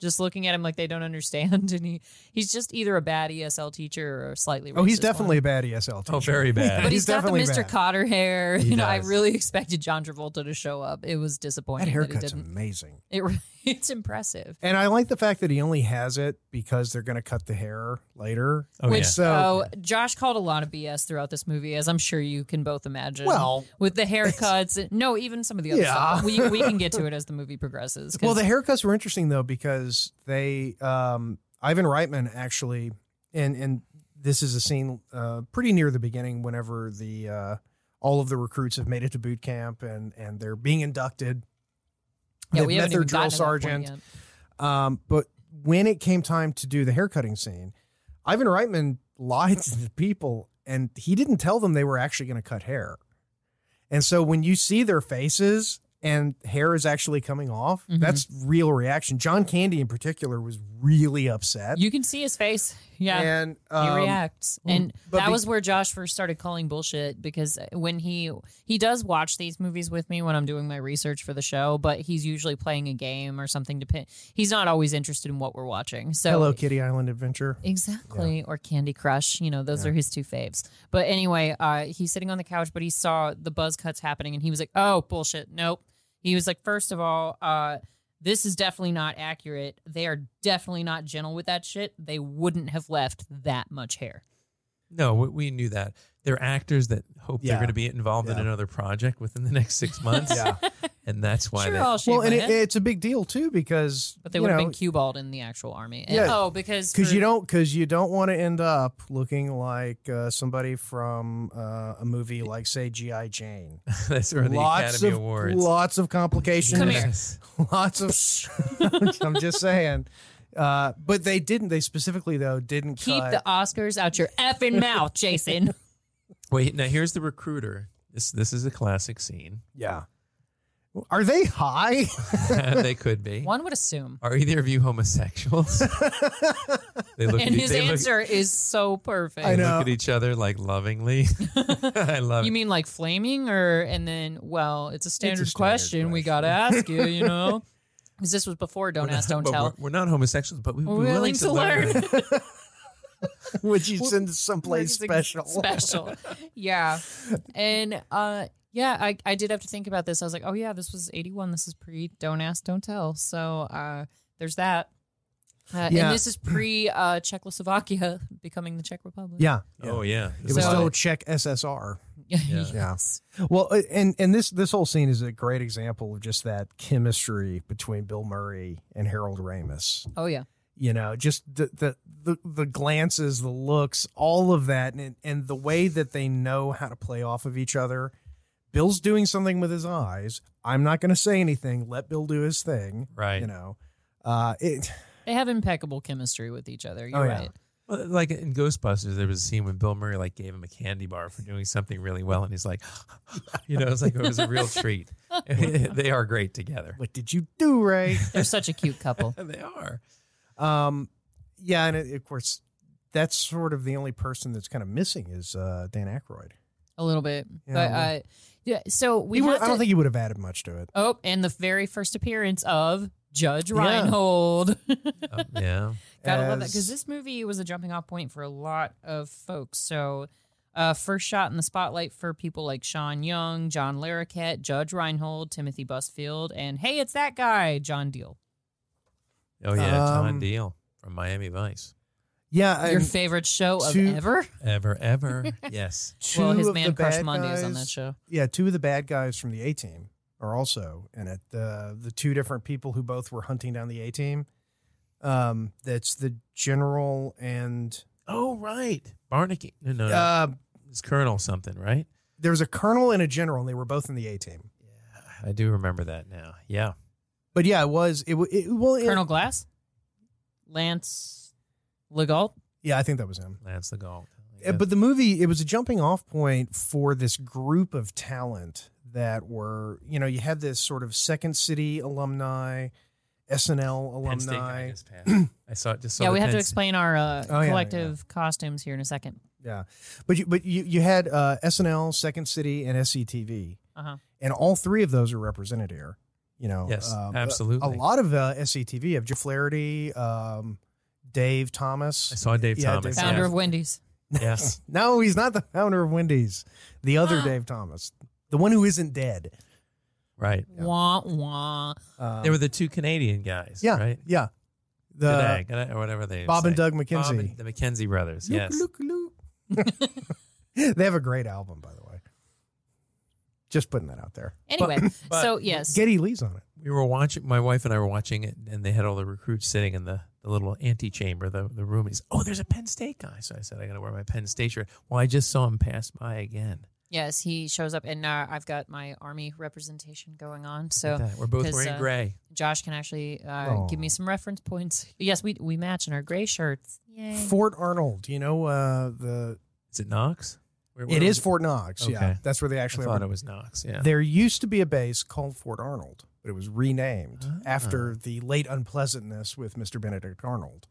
Speaker 2: just looking at him like they don't understand. And he, he's just either a bad ESL teacher or a slightly
Speaker 3: Oh, he's
Speaker 2: racist
Speaker 3: definitely
Speaker 2: one.
Speaker 3: a bad ESL teacher.
Speaker 4: oh, very bad.
Speaker 2: But
Speaker 3: he's
Speaker 2: he's got the
Speaker 3: definitely
Speaker 2: Mr.
Speaker 3: bad.
Speaker 2: Cotter hair.
Speaker 4: He
Speaker 2: you know, I
Speaker 4: does.
Speaker 2: really expected John Travolta to show up. It was disappointing
Speaker 3: That
Speaker 2: that, he
Speaker 3: haircut's
Speaker 2: didn't.
Speaker 3: amazing.
Speaker 2: It, re- it's impressive.
Speaker 3: And I like the fact that he only has it because they're gonna cut the hair later.
Speaker 4: oh, yeah.
Speaker 2: Which
Speaker 3: So-
Speaker 2: oh, Josh called a lot of BS throughout this movie, as I'm sure you can both imagine.
Speaker 3: Well-
Speaker 2: with the haircuts, and- no, even some of the other
Speaker 3: Yeah.
Speaker 2: stuff. We we can get to it as the movie progresses. 'cause-
Speaker 3: Well, the haircuts were interesting though because they um, Ivan Reitman actually, and and this is a scene uh, pretty near the beginning whenever the uh, all of the recruits have made it to boot camp and and they're being inducted.
Speaker 2: yeah,
Speaker 3: They've
Speaker 2: we
Speaker 3: met
Speaker 2: haven't
Speaker 3: their
Speaker 2: even
Speaker 3: drill
Speaker 2: gotten to that point
Speaker 3: sergeant.
Speaker 2: yet.
Speaker 3: Um, but when it came time to do the haircutting scene, Ivan Reitman lied to the people and he didn't tell them they were actually going to cut hair. And so when you see their faces and hair is actually coming off,
Speaker 2: Mhm.
Speaker 3: that's real reaction. John Candy in particular was really upset.
Speaker 2: You can see his face. Yeah.
Speaker 3: And
Speaker 2: he
Speaker 3: um,
Speaker 2: reacts, and
Speaker 3: but
Speaker 2: that
Speaker 3: be-
Speaker 2: was where Josh first started calling bullshit because when he he does watch these movies with me when I'm doing my research for the show, but he's usually playing a game or something. Depend, he's not always interested in what we're watching. So
Speaker 3: um, Hello Kitty Island Adventure.
Speaker 2: Exactly. Or Candy Crush. You know, those are his two faves. But anyway, uh, he's sitting on the couch, but he saw the buzz cuts happening and he was like, oh, bullshit. Nope. He was like, first of all, uh, this is definitely not accurate. They are definitely not gentle with that shit. They wouldn't have left that much hair.
Speaker 4: No, we, we knew that. They're actors that hope
Speaker 3: Yeah.
Speaker 4: they're going to be involved in
Speaker 3: Yeah.
Speaker 4: another project within the next six months.
Speaker 3: Yeah.
Speaker 4: And that's why
Speaker 2: sure,
Speaker 4: they,
Speaker 2: I'll shave
Speaker 3: well, and
Speaker 2: my
Speaker 3: it,
Speaker 2: head.
Speaker 3: it's a big deal too because
Speaker 2: but they
Speaker 3: you
Speaker 2: would have
Speaker 3: know,
Speaker 2: been cue balled in the actual army. And-
Speaker 3: Yeah.
Speaker 2: Oh, because
Speaker 3: because
Speaker 2: for-
Speaker 3: you don't because you don't want to end up looking like uh, somebody from uh, a movie like say GI Jane.
Speaker 4: that's where the
Speaker 3: lots
Speaker 4: Academy
Speaker 3: of
Speaker 4: Awards.
Speaker 3: lots of complications.
Speaker 2: Come here.
Speaker 3: Lots of. I'm just saying, uh, but they didn't. They specifically though didn't
Speaker 2: keep
Speaker 3: cut.
Speaker 2: the Oscars out your effing mouth, Jason.
Speaker 4: Wait, now here's the recruiter. This this is a classic scene.
Speaker 3: yeah. Are they high?
Speaker 4: they could be.
Speaker 2: One would assume.
Speaker 4: Are either of you homosexuals? they look
Speaker 2: And
Speaker 4: at, e,
Speaker 2: his
Speaker 4: they look-
Speaker 2: answer is so perfect.
Speaker 3: I
Speaker 4: they
Speaker 3: know.
Speaker 4: look at each other like lovingly. I love
Speaker 2: You
Speaker 4: it.
Speaker 2: mean like flaming or and then well, it's a standard,
Speaker 3: standard
Speaker 2: question, we gotta ask you, you know? Because this was before Don't Ask, Don't
Speaker 4: But
Speaker 2: Tell.
Speaker 4: We're, we're not homosexuals, but we
Speaker 2: We're
Speaker 4: would be willing to, learn.
Speaker 3: Would you send us someplace
Speaker 2: Something
Speaker 3: special?
Speaker 2: Special. Yeah. And uh yeah, I, I did have to think about this. I was like, oh yeah, this was eighty one, this is pre Don't Ask, Don't Tell. So uh there's that. Uh,
Speaker 3: Yeah.
Speaker 2: And this is pre uh, Czechoslovakia becoming the Czech Republic.
Speaker 3: Yeah.
Speaker 4: Oh yeah,
Speaker 3: It was
Speaker 2: So-
Speaker 3: still Czech SSR. Yeah.
Speaker 2: yes.
Speaker 3: Well, uh, and and this this whole scene is a great example of just that chemistry between Bill Murray and Harold Ramis.
Speaker 2: Oh yeah.
Speaker 3: you know just the the the, the glances the looks all of that and and the way that they know how to play off of each other bill's doing something with his eyes i'm not going to say anything let bill do his thing
Speaker 4: right.
Speaker 3: you know uh it
Speaker 2: They have impeccable chemistry with each other. You're
Speaker 3: Oh, yeah.
Speaker 2: right.
Speaker 4: Well, like in Ghostbusters, there was a scene when Bill Murray like gave him a candy bar for doing something really well, and he's like, you know, it's like it was a real treat. they are great together.
Speaker 3: what did you do ray
Speaker 2: They're such a cute couple.
Speaker 4: They are.
Speaker 3: um yeah and it, of course that's sort of the only person that's kind of missing is uh dan Aykroyd.
Speaker 2: A little bit,
Speaker 3: Yeah,
Speaker 2: but
Speaker 3: a little.
Speaker 2: uh, yeah. So we
Speaker 3: He would-
Speaker 2: have
Speaker 3: i don't
Speaker 2: to-
Speaker 3: think he would have added much to it
Speaker 2: Oh, and the very first appearance of Judge
Speaker 3: Yeah.
Speaker 2: Reinhold.
Speaker 4: Um, yeah.
Speaker 2: Gotta love that
Speaker 3: As-
Speaker 2: because this movie was a jumping off point for a lot of folks. So, uh, first shot in the spotlight for people like Sean Young, John Larroquette, Judge Reinhold, Timothy Busfield, and hey, it's that guy, John Deal.
Speaker 4: Oh yeah, John
Speaker 3: Um,
Speaker 4: Deal from Miami Vice.
Speaker 3: Yeah,
Speaker 2: Your
Speaker 3: and
Speaker 2: favorite show of
Speaker 3: two-
Speaker 2: ever?
Speaker 4: Ever, ever. yes.
Speaker 3: two
Speaker 2: Well, his
Speaker 3: of
Speaker 2: man
Speaker 3: the
Speaker 2: crush
Speaker 3: bad
Speaker 2: Monday is on
Speaker 3: guys-
Speaker 2: that show.
Speaker 3: Yeah, two of the bad guys from the A team are also in it. The the two different people who both were hunting down the A team. Um, that's the general and
Speaker 4: Oh, right. Barnicky. No, no, no.
Speaker 3: uh,
Speaker 4: it's Colonel something, right?
Speaker 3: there was a colonel and a general, and they were both in the A team.
Speaker 4: I do remember that now. Yeah.
Speaker 3: But yeah, it was it. wa- it well, it-
Speaker 2: Colonel Glass? Lance Legault?
Speaker 3: Yeah, I think that was him.
Speaker 4: Lance Legault.
Speaker 3: Uh, But the movie, it was a jumping off point for this group of talent that were, you know, you had this sort of Second City alumni, SNL
Speaker 4: Penn State
Speaker 3: alumni.
Speaker 4: guy just passed. I saw it. Just saw
Speaker 2: yeah,
Speaker 4: the
Speaker 2: we have
Speaker 4: Penn
Speaker 2: to
Speaker 4: State-
Speaker 2: explain our uh,
Speaker 3: Oh, yeah, yeah,
Speaker 2: collective costumes here in a second.
Speaker 3: Yeah, but you but you you had uh, SNL, Second City, and SCTV,
Speaker 2: Uh-huh.
Speaker 3: and all three of those are represented here. You know,
Speaker 4: Yes,
Speaker 3: um, a-
Speaker 4: absolutely.
Speaker 3: A, lot of uh, SCTV have Jeff Flaherty, um, Dave Thomas.
Speaker 4: I saw Dave
Speaker 3: Yeah, Dave
Speaker 4: Thomas.
Speaker 3: Thomas.
Speaker 2: Founder
Speaker 4: yes.
Speaker 2: of Wendy's.
Speaker 4: yes.
Speaker 3: No, he's not the founder of Wendy's. The other Dave Thomas, the one who isn't dead.
Speaker 4: Right.
Speaker 2: Wah, wah.
Speaker 3: Um,
Speaker 4: They were the two Canadian guys.
Speaker 3: yeah,
Speaker 4: Right.
Speaker 3: yeah.
Speaker 4: G'day,
Speaker 3: The
Speaker 4: g'day, or whatever they
Speaker 3: Bob and
Speaker 4: say.
Speaker 3: Doug
Speaker 4: Bob
Speaker 3: McKenzie.
Speaker 4: and the McKenzie brothers. yes.
Speaker 3: Look, look, look. they have a great album, by the way. Just putting that out there.
Speaker 2: Anyway,
Speaker 4: but-
Speaker 2: so yes.
Speaker 3: Getty Lee's on it.
Speaker 4: We were watching. My wife and I were watching it, and they had all the recruits sitting in the, the little antechamber, the the room. He's, oh, there's a Penn State guy. So I said, I got to wear my Penn State shirt. Well, I just saw him pass by again.
Speaker 2: yes, he shows up, and uh, I've got my army representation going on.
Speaker 4: Look
Speaker 2: So
Speaker 4: at that. we're both
Speaker 2: 'cause,
Speaker 4: wearing
Speaker 2: uh,
Speaker 4: gray.
Speaker 2: Josh can actually uh, give me
Speaker 3: Aw.
Speaker 2: some reference points. Yes, we we match in our gray shirts. Yay.
Speaker 3: Fort Arnold. You know uh, the
Speaker 4: Is it Knox? Where- where
Speaker 3: it
Speaker 4: was
Speaker 3: is Fort Knox. Yeah,
Speaker 4: Okay.
Speaker 3: that's where they
Speaker 4: I
Speaker 3: actually.
Speaker 4: thought
Speaker 3: are.
Speaker 4: it was Knox. Yeah.
Speaker 3: There used to be a base called Fort Arnold, but it was renamed
Speaker 4: Ah.
Speaker 3: after the late unpleasantness with Mr. Benedict Arnold,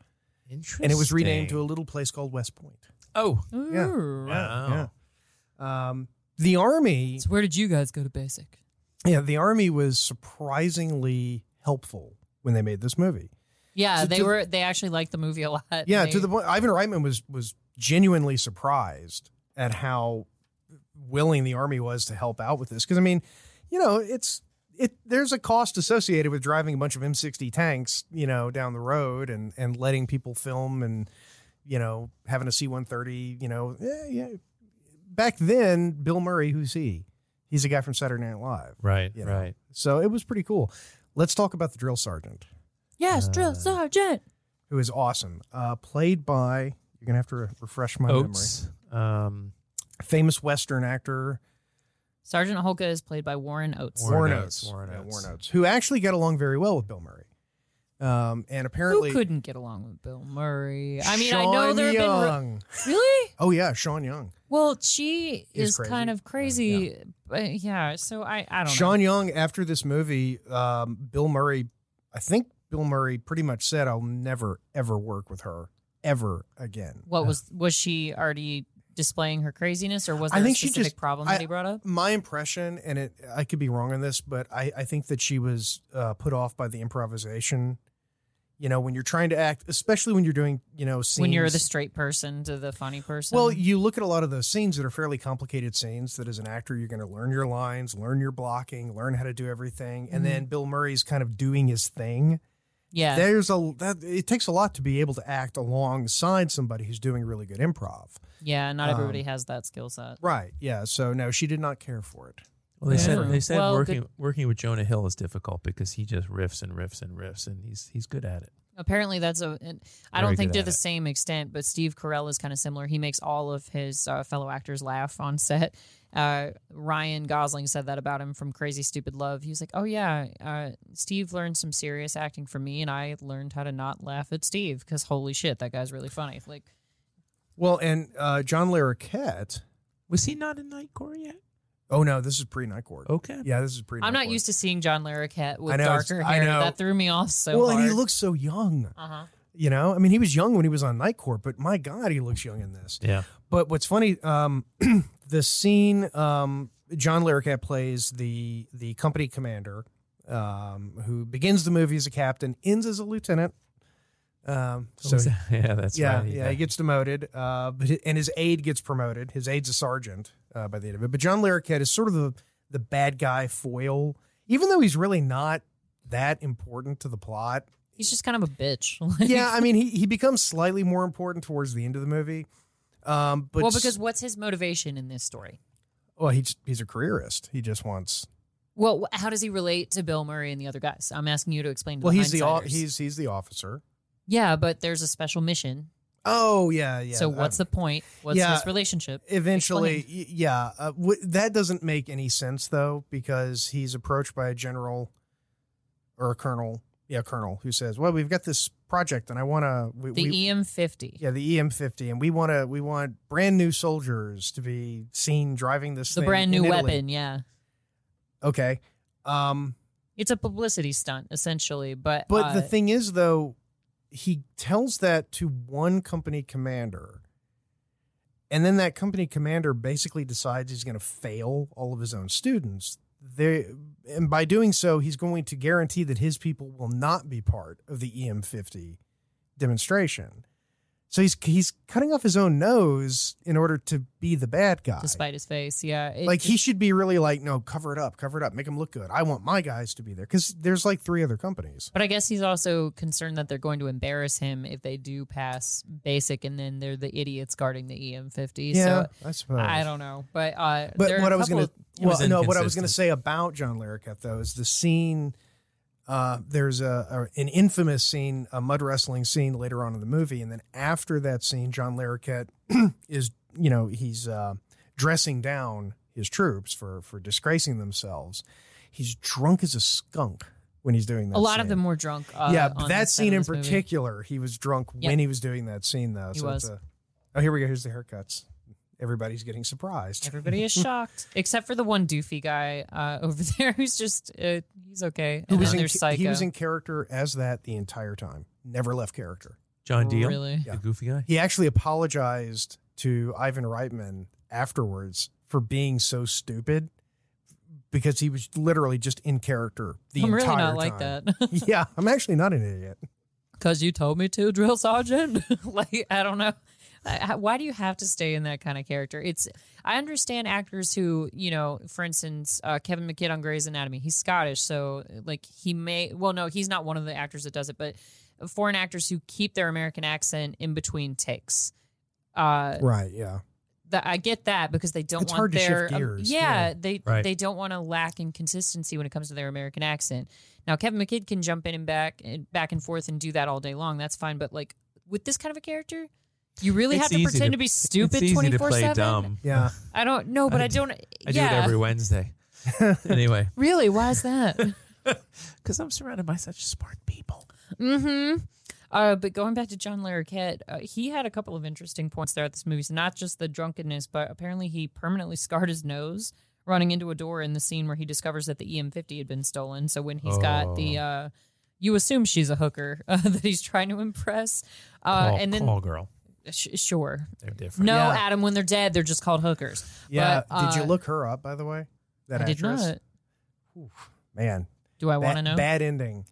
Speaker 4: Interesting.
Speaker 3: and it was renamed to a little place called West Point.
Speaker 4: Oh.
Speaker 3: Yeah.
Speaker 2: Ooh.
Speaker 4: Wow.
Speaker 3: Yeah. Um, the army,
Speaker 2: So where did you guys go to basic?
Speaker 3: yeah, the army was surprisingly helpful when they made this movie.
Speaker 2: Yeah,
Speaker 3: To-
Speaker 2: they
Speaker 3: to-
Speaker 2: were. They actually liked the movie a lot.
Speaker 3: Yeah,
Speaker 2: They-
Speaker 3: to the point Ivan Reitman was was genuinely surprised at how willing the army was to help out with this. Because I mean, you know, it's it there's a cost associated with driving a bunch of M60 tanks, you know, down the road and and letting people film and you know having a C-130. You know, yeah, yeah. Back then, Bill Murray, who's he? He's a guy from Saturday Night Live.
Speaker 4: Right.
Speaker 3: You know.
Speaker 4: Right.
Speaker 3: So it was pretty cool. Let's talk about the drill sergeant
Speaker 2: yes,
Speaker 3: Uh.
Speaker 2: drill sergeant.
Speaker 3: who is awesome, uh, played by you're gonna have to re- refresh my
Speaker 4: Oates. Um,
Speaker 3: memory. Famous Western actor
Speaker 2: Sergeant Holka is played by Warren Oates.
Speaker 4: Warren
Speaker 3: Warren
Speaker 4: Oates,
Speaker 3: Oates.
Speaker 4: Warren
Speaker 3: Yeah,
Speaker 4: Oates.
Speaker 3: Warren Oates, who actually got along very well with Bill Murray, um, and apparently
Speaker 2: Who couldn't get along with Bill Murray? I mean, I know
Speaker 3: Sean
Speaker 2: there have been re-
Speaker 3: Young.
Speaker 2: really.
Speaker 3: Oh yeah, Sean Young.
Speaker 2: Well, she
Speaker 3: Is
Speaker 2: is
Speaker 3: crazy.
Speaker 2: kind of
Speaker 3: Yeah.
Speaker 2: crazy. But yeah, so I I don't know.
Speaker 3: Sean Young. After this movie, um, Bill Murray, I think Bill Murray pretty much said, "I'll never ever work with her ever again."
Speaker 2: What was was she already displaying her craziness, or was
Speaker 3: I
Speaker 2: there a
Speaker 3: think she
Speaker 2: specific
Speaker 3: just-
Speaker 2: problem
Speaker 3: I-
Speaker 2: that he brought up?
Speaker 3: my impression, and it I could be wrong on this, but I, I think that she was uh, put off by the improvisation. You know, when you're trying to act, especially when you're doing, you know, scenes.
Speaker 2: When you're the straight person to the funny person.
Speaker 3: well, you look at a lot of those scenes that are fairly complicated scenes. That as an actor, you're going to learn your lines, learn your blocking, learn how to do everything, and then Bill Murray's kind of doing his thing.
Speaker 2: Mm-hmm. yeah.
Speaker 3: There's a that it takes a lot to be able to act alongside somebody who's doing really good improv.
Speaker 2: Yeah, not
Speaker 3: Um,
Speaker 2: everybody has that skill set.
Speaker 3: Right? Yeah. So no, she did not care for it.
Speaker 4: Well, they
Speaker 2: Yeah.
Speaker 4: said they said
Speaker 2: Well,
Speaker 4: working working with Jonah Hill is difficult because he just riffs and riffs and riffs, and he's he's good at it.
Speaker 2: Apparently, that's a. and I
Speaker 4: Very
Speaker 2: don't think to
Speaker 4: good at
Speaker 2: the
Speaker 4: it.
Speaker 2: same extent, but Steve Carell is kind of similar. He makes all of his uh, fellow actors laugh on set. Uh, Ryan Gosling said that about him from Crazy Stupid Love. He was like, "Oh yeah, uh, Steve learned some serious acting from me, and I learned how to not laugh at Steve because holy shit, that guy's really funny." Like,
Speaker 3: Well, and uh, John Larroquette.
Speaker 4: Was he not in Night Court yet?
Speaker 3: Oh no, this is pre Night Court.
Speaker 4: Okay.
Speaker 3: Oh, Yeah, this is pre.
Speaker 2: I'm not used to seeing John Larroquette with
Speaker 3: I know, it's-
Speaker 2: darker
Speaker 3: I
Speaker 2: hair.
Speaker 3: know.
Speaker 2: That threw me off so
Speaker 3: well,
Speaker 2: hard.
Speaker 3: and he looks so young.
Speaker 2: uh-huh.
Speaker 3: You know, I mean, he was young when he was on Night Court, but my God, he looks young in this.
Speaker 4: Yeah.
Speaker 3: But what's funny, um, the scene um, John Larroquette plays the the company commander um, who begins the movie as a captain, ends as a lieutenant. Um, so
Speaker 4: So, yeah, that's
Speaker 3: yeah,
Speaker 4: right.
Speaker 3: yeah, he gets demoted, uh, but hi- and his aide gets promoted. His aide's a sergeant uh, by the end of it. But John Larroquette is sort of the the bad guy foil, even though he's really not that important to the plot.
Speaker 2: He's just kind of a bitch.
Speaker 3: yeah, I mean, he, he becomes slightly more important towards the end of the movie. Um, but
Speaker 2: well, because what's his motivation in this story?
Speaker 3: well, he, just- he's a careerist. He just wants.
Speaker 2: Well, wh- how does he relate to Bill Murray and the other guys? I'm asking you to explain. To
Speaker 3: Well,
Speaker 2: the
Speaker 3: he's the o-
Speaker 2: hindsighters.
Speaker 3: he's he's the officer.
Speaker 2: yeah, but there's a special mission.
Speaker 3: Oh yeah, yeah.
Speaker 2: so what's
Speaker 3: the
Speaker 2: the point? What's
Speaker 3: yeah.
Speaker 2: his relationship?
Speaker 3: eventually y- yeah uh, w- that doesn't make any sense though because he's approached by a general or a colonel yeah colonel who says well we've got this project and i want to we,
Speaker 2: The E
Speaker 3: we-
Speaker 2: EM50.
Speaker 3: yeah the em50 and we want to we want brand new soldiers to be seen driving this
Speaker 2: the
Speaker 3: thing
Speaker 2: brand
Speaker 3: in
Speaker 2: new
Speaker 3: Italy."
Speaker 2: weapon. Yeah,
Speaker 3: okay um
Speaker 2: it's a publicity stunt essentially. But
Speaker 3: but
Speaker 2: uh,
Speaker 3: the thing is though he tells that to one company commander and then that company commander basically decides he's going to fail all of his own students they, and by doing so he's going to guarantee that his people will not be part of the em50 demonstration so he's he's cutting off his own nose in order to be the bad guy
Speaker 2: despite his face, yeah, it-
Speaker 3: like he should be really like no cover it up cover it up make him look good i want my guys to be there because there's like three other companies
Speaker 2: But I guess he's also concerned that they're going to embarrass him if they do pass basic, and then they're the idiots guarding the EM50.
Speaker 3: yeah
Speaker 2: So
Speaker 3: i suppose
Speaker 2: I don't know, but uh,
Speaker 3: But
Speaker 2: there are
Speaker 3: what
Speaker 2: a
Speaker 3: I was
Speaker 2: couple
Speaker 3: gonna,
Speaker 2: of-
Speaker 3: well,
Speaker 4: was
Speaker 3: no, what I was gonna
Speaker 4: inconsistent.
Speaker 3: say about John Larroquette though is the scene. Uh, there's a, a an infamous scene, a mud wrestling scene later on in the movie, and then after that scene, John Larroquette is, you know, he's uh, dressing down his troops for for disgracing themselves. He's drunk as a skunk when he's doing that.
Speaker 2: a lot of
Speaker 3: scene.
Speaker 2: them were drunk. Uh,
Speaker 3: yeah,
Speaker 2: on
Speaker 3: but
Speaker 2: the set
Speaker 3: that
Speaker 2: of
Speaker 3: scene in
Speaker 2: this movie.
Speaker 3: particular, he was drunk
Speaker 2: Yeah.
Speaker 3: when he was doing that scene though.
Speaker 2: He
Speaker 3: it's
Speaker 2: was.
Speaker 3: a- oh, here we go. Here's the haircuts. Everybody's getting surprised.
Speaker 2: Everybody is shocked except for the one doofy guy uh, over there who's just uh, he's okay.
Speaker 3: Who
Speaker 2: and
Speaker 3: was
Speaker 2: then
Speaker 3: in,
Speaker 2: there's psycho.
Speaker 3: he was in character as that the entire time. Never left character.
Speaker 4: John Deal,
Speaker 2: Really?
Speaker 3: Yeah.
Speaker 4: the goofy guy.
Speaker 3: He actually apologized to Ivan Reitman afterwards for being so stupid because he was literally just in character the
Speaker 2: I'm
Speaker 3: entire
Speaker 2: really
Speaker 3: time.
Speaker 2: not like that
Speaker 3: yeah, I'm actually not an idiot.
Speaker 2: because you told me to, drill sergeant. like I don't know. I- I- Why do you have to stay in that kind of character? It's I understand actors who you know, for instance, uh, Kevin McKidd on Grey's Anatomy. He's Scottish, so like he may. Well, no, he's not one of the actors that does it, but foreign actors who keep their American accent in between takes. Uh,
Speaker 3: Right, yeah.
Speaker 2: that I get that because they don't
Speaker 3: It's
Speaker 2: want
Speaker 3: hard to
Speaker 2: their
Speaker 3: shift
Speaker 2: um,
Speaker 3: gears,
Speaker 2: yeah,
Speaker 3: yeah.
Speaker 2: they
Speaker 4: Right.
Speaker 2: they don't want to lack in consistency when it comes to their American accent. Now Kevin McKidd can jump in and back and back and forth and do that all day long. That's fine, but like with this kind of a character, you really
Speaker 4: It's
Speaker 2: have to
Speaker 4: easy
Speaker 2: pretend to, be
Speaker 4: it's
Speaker 2: stupid
Speaker 4: easy
Speaker 2: twenty
Speaker 4: to
Speaker 2: four
Speaker 4: play
Speaker 2: seven.
Speaker 4: dumb.
Speaker 3: Yeah.
Speaker 2: I don't know, but I,
Speaker 4: I
Speaker 2: don't.
Speaker 4: I do
Speaker 2: yeah,
Speaker 4: it every Wednesday. anyway,
Speaker 2: really. Why is that?
Speaker 4: because I'm surrounded by such smart people.
Speaker 2: hmm Uh, but going back to John Larroquette, uh, he had a couple of interesting points there at this movie. So not just the drunkenness, but apparently he permanently scarred his nose running into a door in the scene where he discovers that the EM50 had been stolen. So when he's got the,
Speaker 4: Oh.
Speaker 2: uh, you assume she's a hooker uh, that he's trying to impress, uh,
Speaker 4: call,
Speaker 2: and then
Speaker 4: call girl.
Speaker 2: sh- sure,
Speaker 4: They're different.
Speaker 2: no,
Speaker 3: Yeah.
Speaker 2: Adam, when they're dead, they're just called hookers.
Speaker 3: Yeah.
Speaker 2: But,
Speaker 3: did you
Speaker 2: uh,
Speaker 3: look her up, by the way? That
Speaker 2: I did
Speaker 3: actress?
Speaker 2: not.
Speaker 3: Man.
Speaker 2: Do I
Speaker 3: ba-
Speaker 2: want to know?
Speaker 3: Bad ending.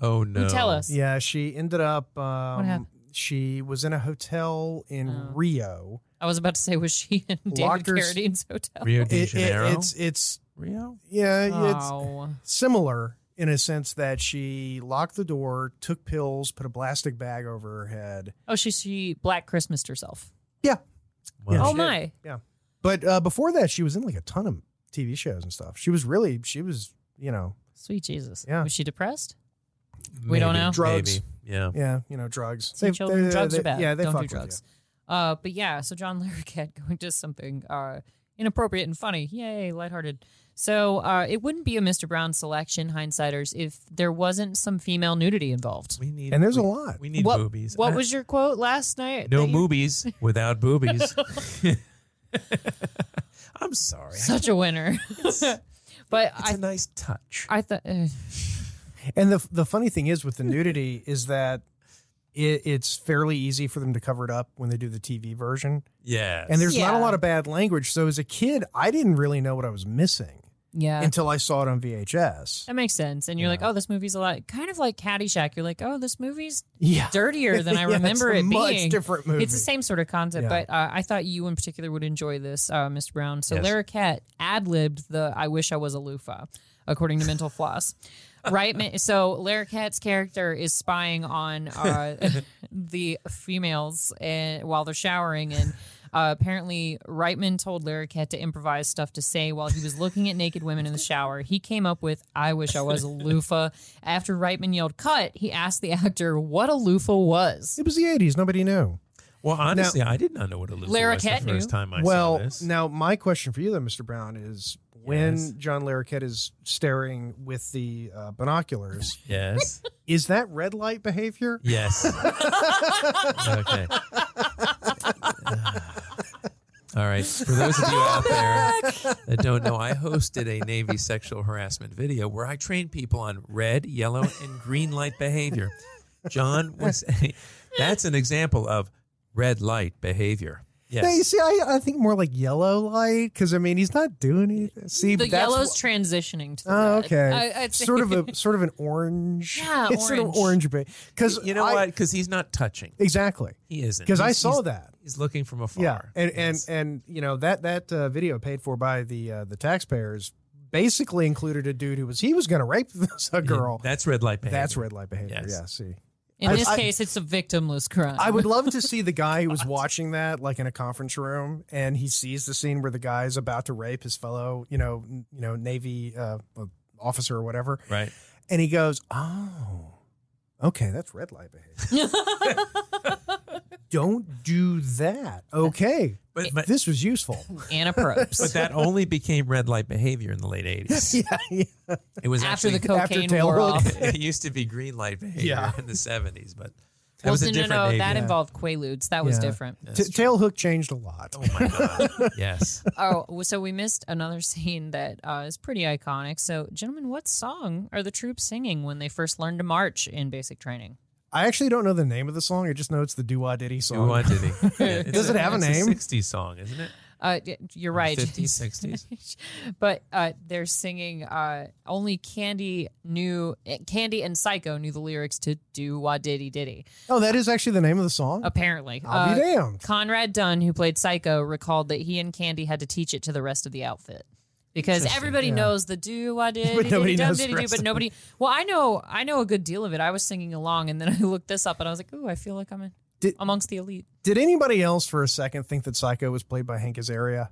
Speaker 4: Oh no.
Speaker 2: You tell us.
Speaker 3: Yeah, she ended up um,
Speaker 2: happened?
Speaker 3: she was in a hotel in
Speaker 2: Oh.
Speaker 3: Rio.
Speaker 2: I was about to say, was she in David
Speaker 3: Locked her-
Speaker 2: Carradine's hotel?
Speaker 4: Rio de
Speaker 3: It- it-
Speaker 4: Janeiro.
Speaker 3: it's it's
Speaker 4: Rio.
Speaker 3: yeah, it's
Speaker 2: Oh,
Speaker 3: similar in a sense that she locked the door, took pills, put a plastic bag over her head.
Speaker 2: oh, she she Black Christmas herself.
Speaker 3: Yeah,
Speaker 2: Oh
Speaker 3: she did.
Speaker 2: my.
Speaker 3: But uh, before that, she was in like a ton of TV shows and stuff. She was really, she was, you know,
Speaker 2: Sweet Jesus.
Speaker 3: Yeah.
Speaker 2: Was she depressed? we don't know.
Speaker 3: Drugs.
Speaker 4: Maybe. Yeah.
Speaker 3: yeah, you know, drugs.
Speaker 2: See, children, drugs
Speaker 3: they-
Speaker 2: are bad.
Speaker 3: Yeah, they
Speaker 2: Don't
Speaker 3: fuck
Speaker 2: do
Speaker 3: with
Speaker 2: drugs. Uh, but yeah, so John Larroquette going to something uh, inappropriate and funny. Yay, lighthearted. So uh, it wouldn't be a Mr. Brown selection, hindsighters, if there wasn't some female nudity involved.
Speaker 4: We need.
Speaker 3: And there's a
Speaker 4: we-
Speaker 3: lot.
Speaker 4: We need
Speaker 2: what,
Speaker 4: boobies.
Speaker 2: What
Speaker 4: I-
Speaker 2: was your quote last night?
Speaker 4: no
Speaker 2: that you-
Speaker 4: movies without boobies? I'm sorry.
Speaker 2: Such a winner. but
Speaker 4: It's a
Speaker 2: I,
Speaker 4: nice touch.
Speaker 2: I thought. Uh,
Speaker 3: you. And the the funny thing is with
Speaker 2: Hmm.
Speaker 3: the nudity is that it, it's fairly easy for them to cover it up when they do the TV version.
Speaker 4: yeah.
Speaker 3: And there's not a
Speaker 2: Yeah.
Speaker 3: lot of bad language. So as a kid, I didn't really know what I was missing.
Speaker 2: Yeah.
Speaker 3: until I saw it on VHS.
Speaker 2: that makes sense. And you're
Speaker 3: Yeah.
Speaker 2: like, oh, this movie's a lot. Kind of like Caddyshack. You're like, oh, this movie's
Speaker 3: Yeah,
Speaker 2: dirtier than I
Speaker 3: Yeah,
Speaker 2: remember
Speaker 3: it's
Speaker 2: it
Speaker 3: a much
Speaker 2: being.
Speaker 3: different movie.
Speaker 2: It's the same sort of concept,
Speaker 3: Yeah.
Speaker 2: but uh, I thought you in particular would enjoy this, uh, Mr. Brown. So
Speaker 4: Yes.
Speaker 2: Lara Cat ad libbed the I Wish I Was a Loofah, according to Mental Floss. right? Ma- So Lara Cat's character is spying on uh, the females uh, while they're showering and. Uh, apparently, Reitman told Lara Cat to improvise stuff to say while he was looking at naked women in the shower. He came up with, I wish I was a loofah. After Reitman yelled, cut, he asked the actor what a loofah was.
Speaker 3: It was the '80s. Nobody knew.
Speaker 4: Well, honestly, I did not know what a loser
Speaker 2: Lara
Speaker 4: was the
Speaker 2: Cat
Speaker 4: first
Speaker 2: knew.
Speaker 4: time I
Speaker 3: well,
Speaker 4: saw this.
Speaker 3: now my question for you, then, Mr. Brown, is when
Speaker 4: Yes.
Speaker 3: John Larroquette is staring with the uh, binoculars,
Speaker 4: Yes.
Speaker 3: is that red light behavior?
Speaker 4: Yes. okay. All right. For those of you out there that don't know, I hosted a Navy sexual harassment video where I trained people on red, yellow, and green light behavior. John was that's an example of red light behavior.
Speaker 3: Yeah, you
Speaker 4: Yes.
Speaker 3: see, I, I think more like yellow light because I mean he's not doing anything. See,
Speaker 2: the
Speaker 3: but that's
Speaker 2: yellow's
Speaker 3: wh-
Speaker 2: transitioning to the
Speaker 3: oh,
Speaker 2: red.
Speaker 3: okay.
Speaker 2: I- I'd say-
Speaker 3: sort of a sort of an orange.
Speaker 2: Yeah,
Speaker 3: it's sort of
Speaker 2: orange.
Speaker 3: orange because
Speaker 4: You know
Speaker 3: I,
Speaker 4: what? Because he's not touching.
Speaker 3: Exactly,
Speaker 4: He isn't.
Speaker 3: because I
Speaker 4: He's-
Speaker 3: saw
Speaker 4: he's-
Speaker 3: that.
Speaker 4: He's looking from afar.
Speaker 3: Yeah, and and
Speaker 4: Yes.
Speaker 3: and you know that that uh, video paid for by the uh, the taxpayers basically included a dude who was he was going to rape this a girl.
Speaker 4: That's red light behavior.
Speaker 3: That's red light behavior.
Speaker 4: Yes.
Speaker 3: Yeah, see.
Speaker 2: In
Speaker 3: I-
Speaker 2: this
Speaker 3: I-
Speaker 2: case, it's a victimless crime.
Speaker 3: I would love to see the guy who was watching that like in a conference room and he sees the scene where the guy's about to rape his fellow, you know, n- you know, navy uh, officer or whatever
Speaker 4: Right.
Speaker 3: and he goes, "Oh. Okay, that's red light behavior." Don't do that. Okay.
Speaker 4: But, but
Speaker 3: This was useful.
Speaker 2: Anna Probst.
Speaker 4: But that only became red light behavior in the late 80s.
Speaker 3: yeah, yeah.
Speaker 4: It was
Speaker 2: after
Speaker 4: actually,
Speaker 2: the cocaine
Speaker 3: Taylor
Speaker 2: wore
Speaker 3: Hood.
Speaker 2: off.
Speaker 4: it used to be green light behavior
Speaker 3: Yeah.
Speaker 4: in the 70s, but that
Speaker 2: Well,
Speaker 4: was a
Speaker 2: no, no,
Speaker 4: different
Speaker 2: no.
Speaker 4: Navy.
Speaker 2: That
Speaker 3: Yeah.
Speaker 2: involved Quaaludes. That was
Speaker 3: Yeah.
Speaker 2: different.
Speaker 3: T- Tailhook changed a lot.
Speaker 4: Oh my god. yes.
Speaker 2: Oh, well, so we missed another scene that uh, is pretty iconic. So, gentlemen, what song are the troops singing when they first learn to march in basic training?
Speaker 3: I actually don't know the name of the song. I just know it's the Doo Wah Diddy
Speaker 4: We
Speaker 3: song.
Speaker 4: wanted it. Yeah, it's
Speaker 3: Does it have a
Speaker 4: it's
Speaker 3: name?
Speaker 4: 60s song, isn't it?
Speaker 2: Uh, y- you're right.
Speaker 4: 50s, 60s.
Speaker 2: but uh, they're singing uh, only Candy knew Candy and Psycho knew the lyrics to "Do Wah Diddy Diddy."
Speaker 3: Oh, that is actually the name of the song.
Speaker 2: Apparently,
Speaker 3: I'll be
Speaker 2: Uh,
Speaker 3: damned.
Speaker 2: Conrad Dunn, who played Psycho, recalled that he and Candy had to teach it to the rest of the outfit because
Speaker 4: Interesting,
Speaker 2: everybody
Speaker 3: yeah.
Speaker 2: knows the do I did
Speaker 3: But nobody knows the
Speaker 2: did do,
Speaker 3: rest
Speaker 2: but
Speaker 3: of
Speaker 2: nobody. Well, I know I know a good deal of it. I was singing along, and then I looked this up, and I was like, "Ooh, I feel like I'm in,
Speaker 3: Did-
Speaker 2: amongst the elite."
Speaker 3: Did anybody else for a second think that Psycho was played by Hank Azaria?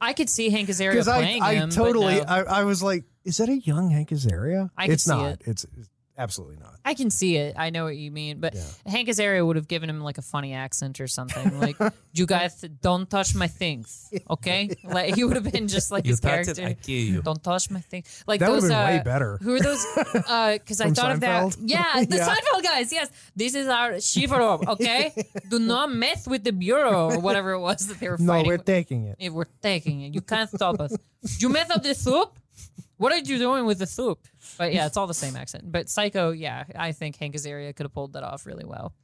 Speaker 2: I could see Hank Azaria
Speaker 3: Because I,
Speaker 2: playing
Speaker 3: I
Speaker 2: him. but
Speaker 3: totally,
Speaker 2: no. I,
Speaker 3: I, I was like, is that a young Hank Azaria?
Speaker 2: I could
Speaker 3: it's
Speaker 2: see
Speaker 3: not.
Speaker 2: it.
Speaker 3: It's, it's absolutely not.
Speaker 2: can see it. I know what you mean, but Hank Azaria would have given him like a funny accent or something, like "You guys don't touch my things," okay? Like he would have been just like
Speaker 4: You
Speaker 2: his
Speaker 4: thought
Speaker 2: character.
Speaker 4: it, I kill you.
Speaker 2: Don't touch my thing. Like
Speaker 3: That
Speaker 2: those
Speaker 3: would've been
Speaker 2: uh,
Speaker 3: way better.
Speaker 2: Who are those? Because I
Speaker 3: From
Speaker 2: thought of that.
Speaker 3: Seinfeld?
Speaker 2: Yeah, the
Speaker 3: Yeah.
Speaker 2: Seinfeld guys. Yes, this is our chivalry. Okay, do not mess with the bureau or whatever it was that they were
Speaker 3: No,
Speaker 2: fighting.
Speaker 3: we're
Speaker 2: with.
Speaker 3: taking it.
Speaker 2: if we're taking it, you can't stop us. You mess up the soup. What are you doing with the soup? But yeah, it's all the same accent. But Psycho, yeah, I think Hank Azaria could have pulled that off really well.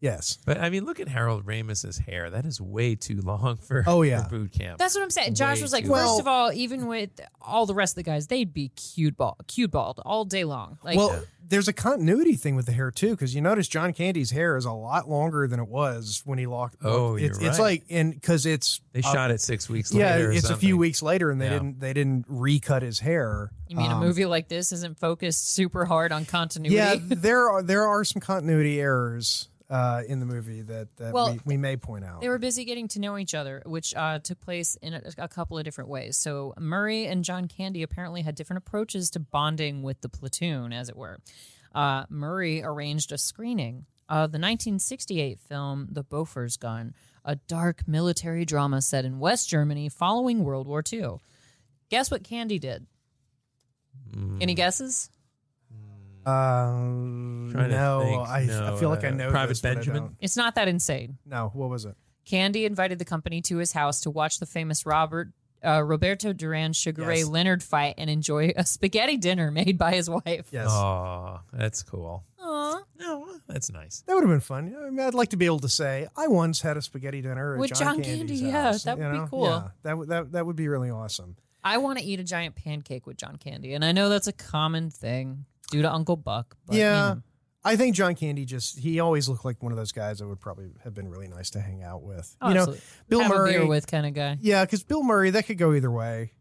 Speaker 3: Yes.
Speaker 4: But I mean, look at Harold Ramis's hair. That is way too long for,
Speaker 3: Oh,
Speaker 4: for
Speaker 3: yeah.
Speaker 4: boot camp.
Speaker 2: That's what I'm saying. Josh
Speaker 4: Way
Speaker 2: was like,
Speaker 4: too
Speaker 2: first
Speaker 3: long.
Speaker 2: of all, even with all the rest of the guys, they'd be cute ball, cute balled all day long. Like,
Speaker 3: well, there's a continuity thing with the hair too, because you notice John Candy's hair is a lot longer than it was when he locked.
Speaker 4: Oh, you're
Speaker 3: it's, it's
Speaker 4: right.
Speaker 3: like, and because it's
Speaker 4: they
Speaker 3: uh,
Speaker 4: shot it six weeks
Speaker 3: yeah,
Speaker 4: later. or
Speaker 3: it's a few
Speaker 4: something.
Speaker 3: weeks later, and they
Speaker 4: Yeah.
Speaker 3: didn't they didn't recut his hair.
Speaker 2: You mean
Speaker 3: Um,
Speaker 2: a movie like this isn't focused super hard on continuity?
Speaker 3: Yeah, there are there are some continuity errors uh, in the movie that, that
Speaker 2: Well,
Speaker 3: we, we may point out.
Speaker 2: they were busy getting to know each other, which uh, took place in a, a couple of different ways. So Murray and John Candy apparently had different approaches to bonding with the platoon, as it were. Uh, Murray arranged a screening of the 1968 film *The Beaufort's Gun*, a dark military drama set in West Germany following World War II. Guess what Candy did?
Speaker 3: Hmm.
Speaker 2: Any guesses?
Speaker 3: Um,
Speaker 4: Trying to
Speaker 3: no,
Speaker 4: think.
Speaker 3: I,
Speaker 4: No,
Speaker 3: I feel like I
Speaker 4: uh,
Speaker 3: know
Speaker 4: Private
Speaker 3: this, but I
Speaker 4: Benjamin?
Speaker 3: don't.
Speaker 2: It's not that insane.
Speaker 3: No, what was it?
Speaker 2: Candy invited the company to his house to watch the famous Robert uh, Roberto Duran Sugar Ray
Speaker 3: Yes.
Speaker 2: Leonard fight and enjoy a spaghetti dinner made by his wife.
Speaker 3: Yes,
Speaker 4: Oh, that's cool.
Speaker 2: Aw.
Speaker 4: No, that's nice.
Speaker 3: that would have been fun. I mean, I'd like to be able to say I once had a spaghetti dinner at
Speaker 2: With John
Speaker 3: Candy's
Speaker 2: Candy, yeah,
Speaker 3: house,"
Speaker 2: that
Speaker 3: you
Speaker 2: would be
Speaker 3: know?
Speaker 2: cool.
Speaker 3: Yeah, that would that that would be really awesome.
Speaker 2: I want to eat a giant pancake with John Candy, and I know that's a common thing due to Uncle Buck. But, you
Speaker 3: Yeah.
Speaker 2: know.
Speaker 3: I think John Candy just he always looked like one of those guys that would probably have been really nice to hang out with.
Speaker 2: Oh,
Speaker 3: you know,
Speaker 2: absolutely.
Speaker 3: Bill
Speaker 2: Have a
Speaker 3: Murray
Speaker 2: beer with kind of guy.
Speaker 3: Yeah, because Bill Murray, that could go either way.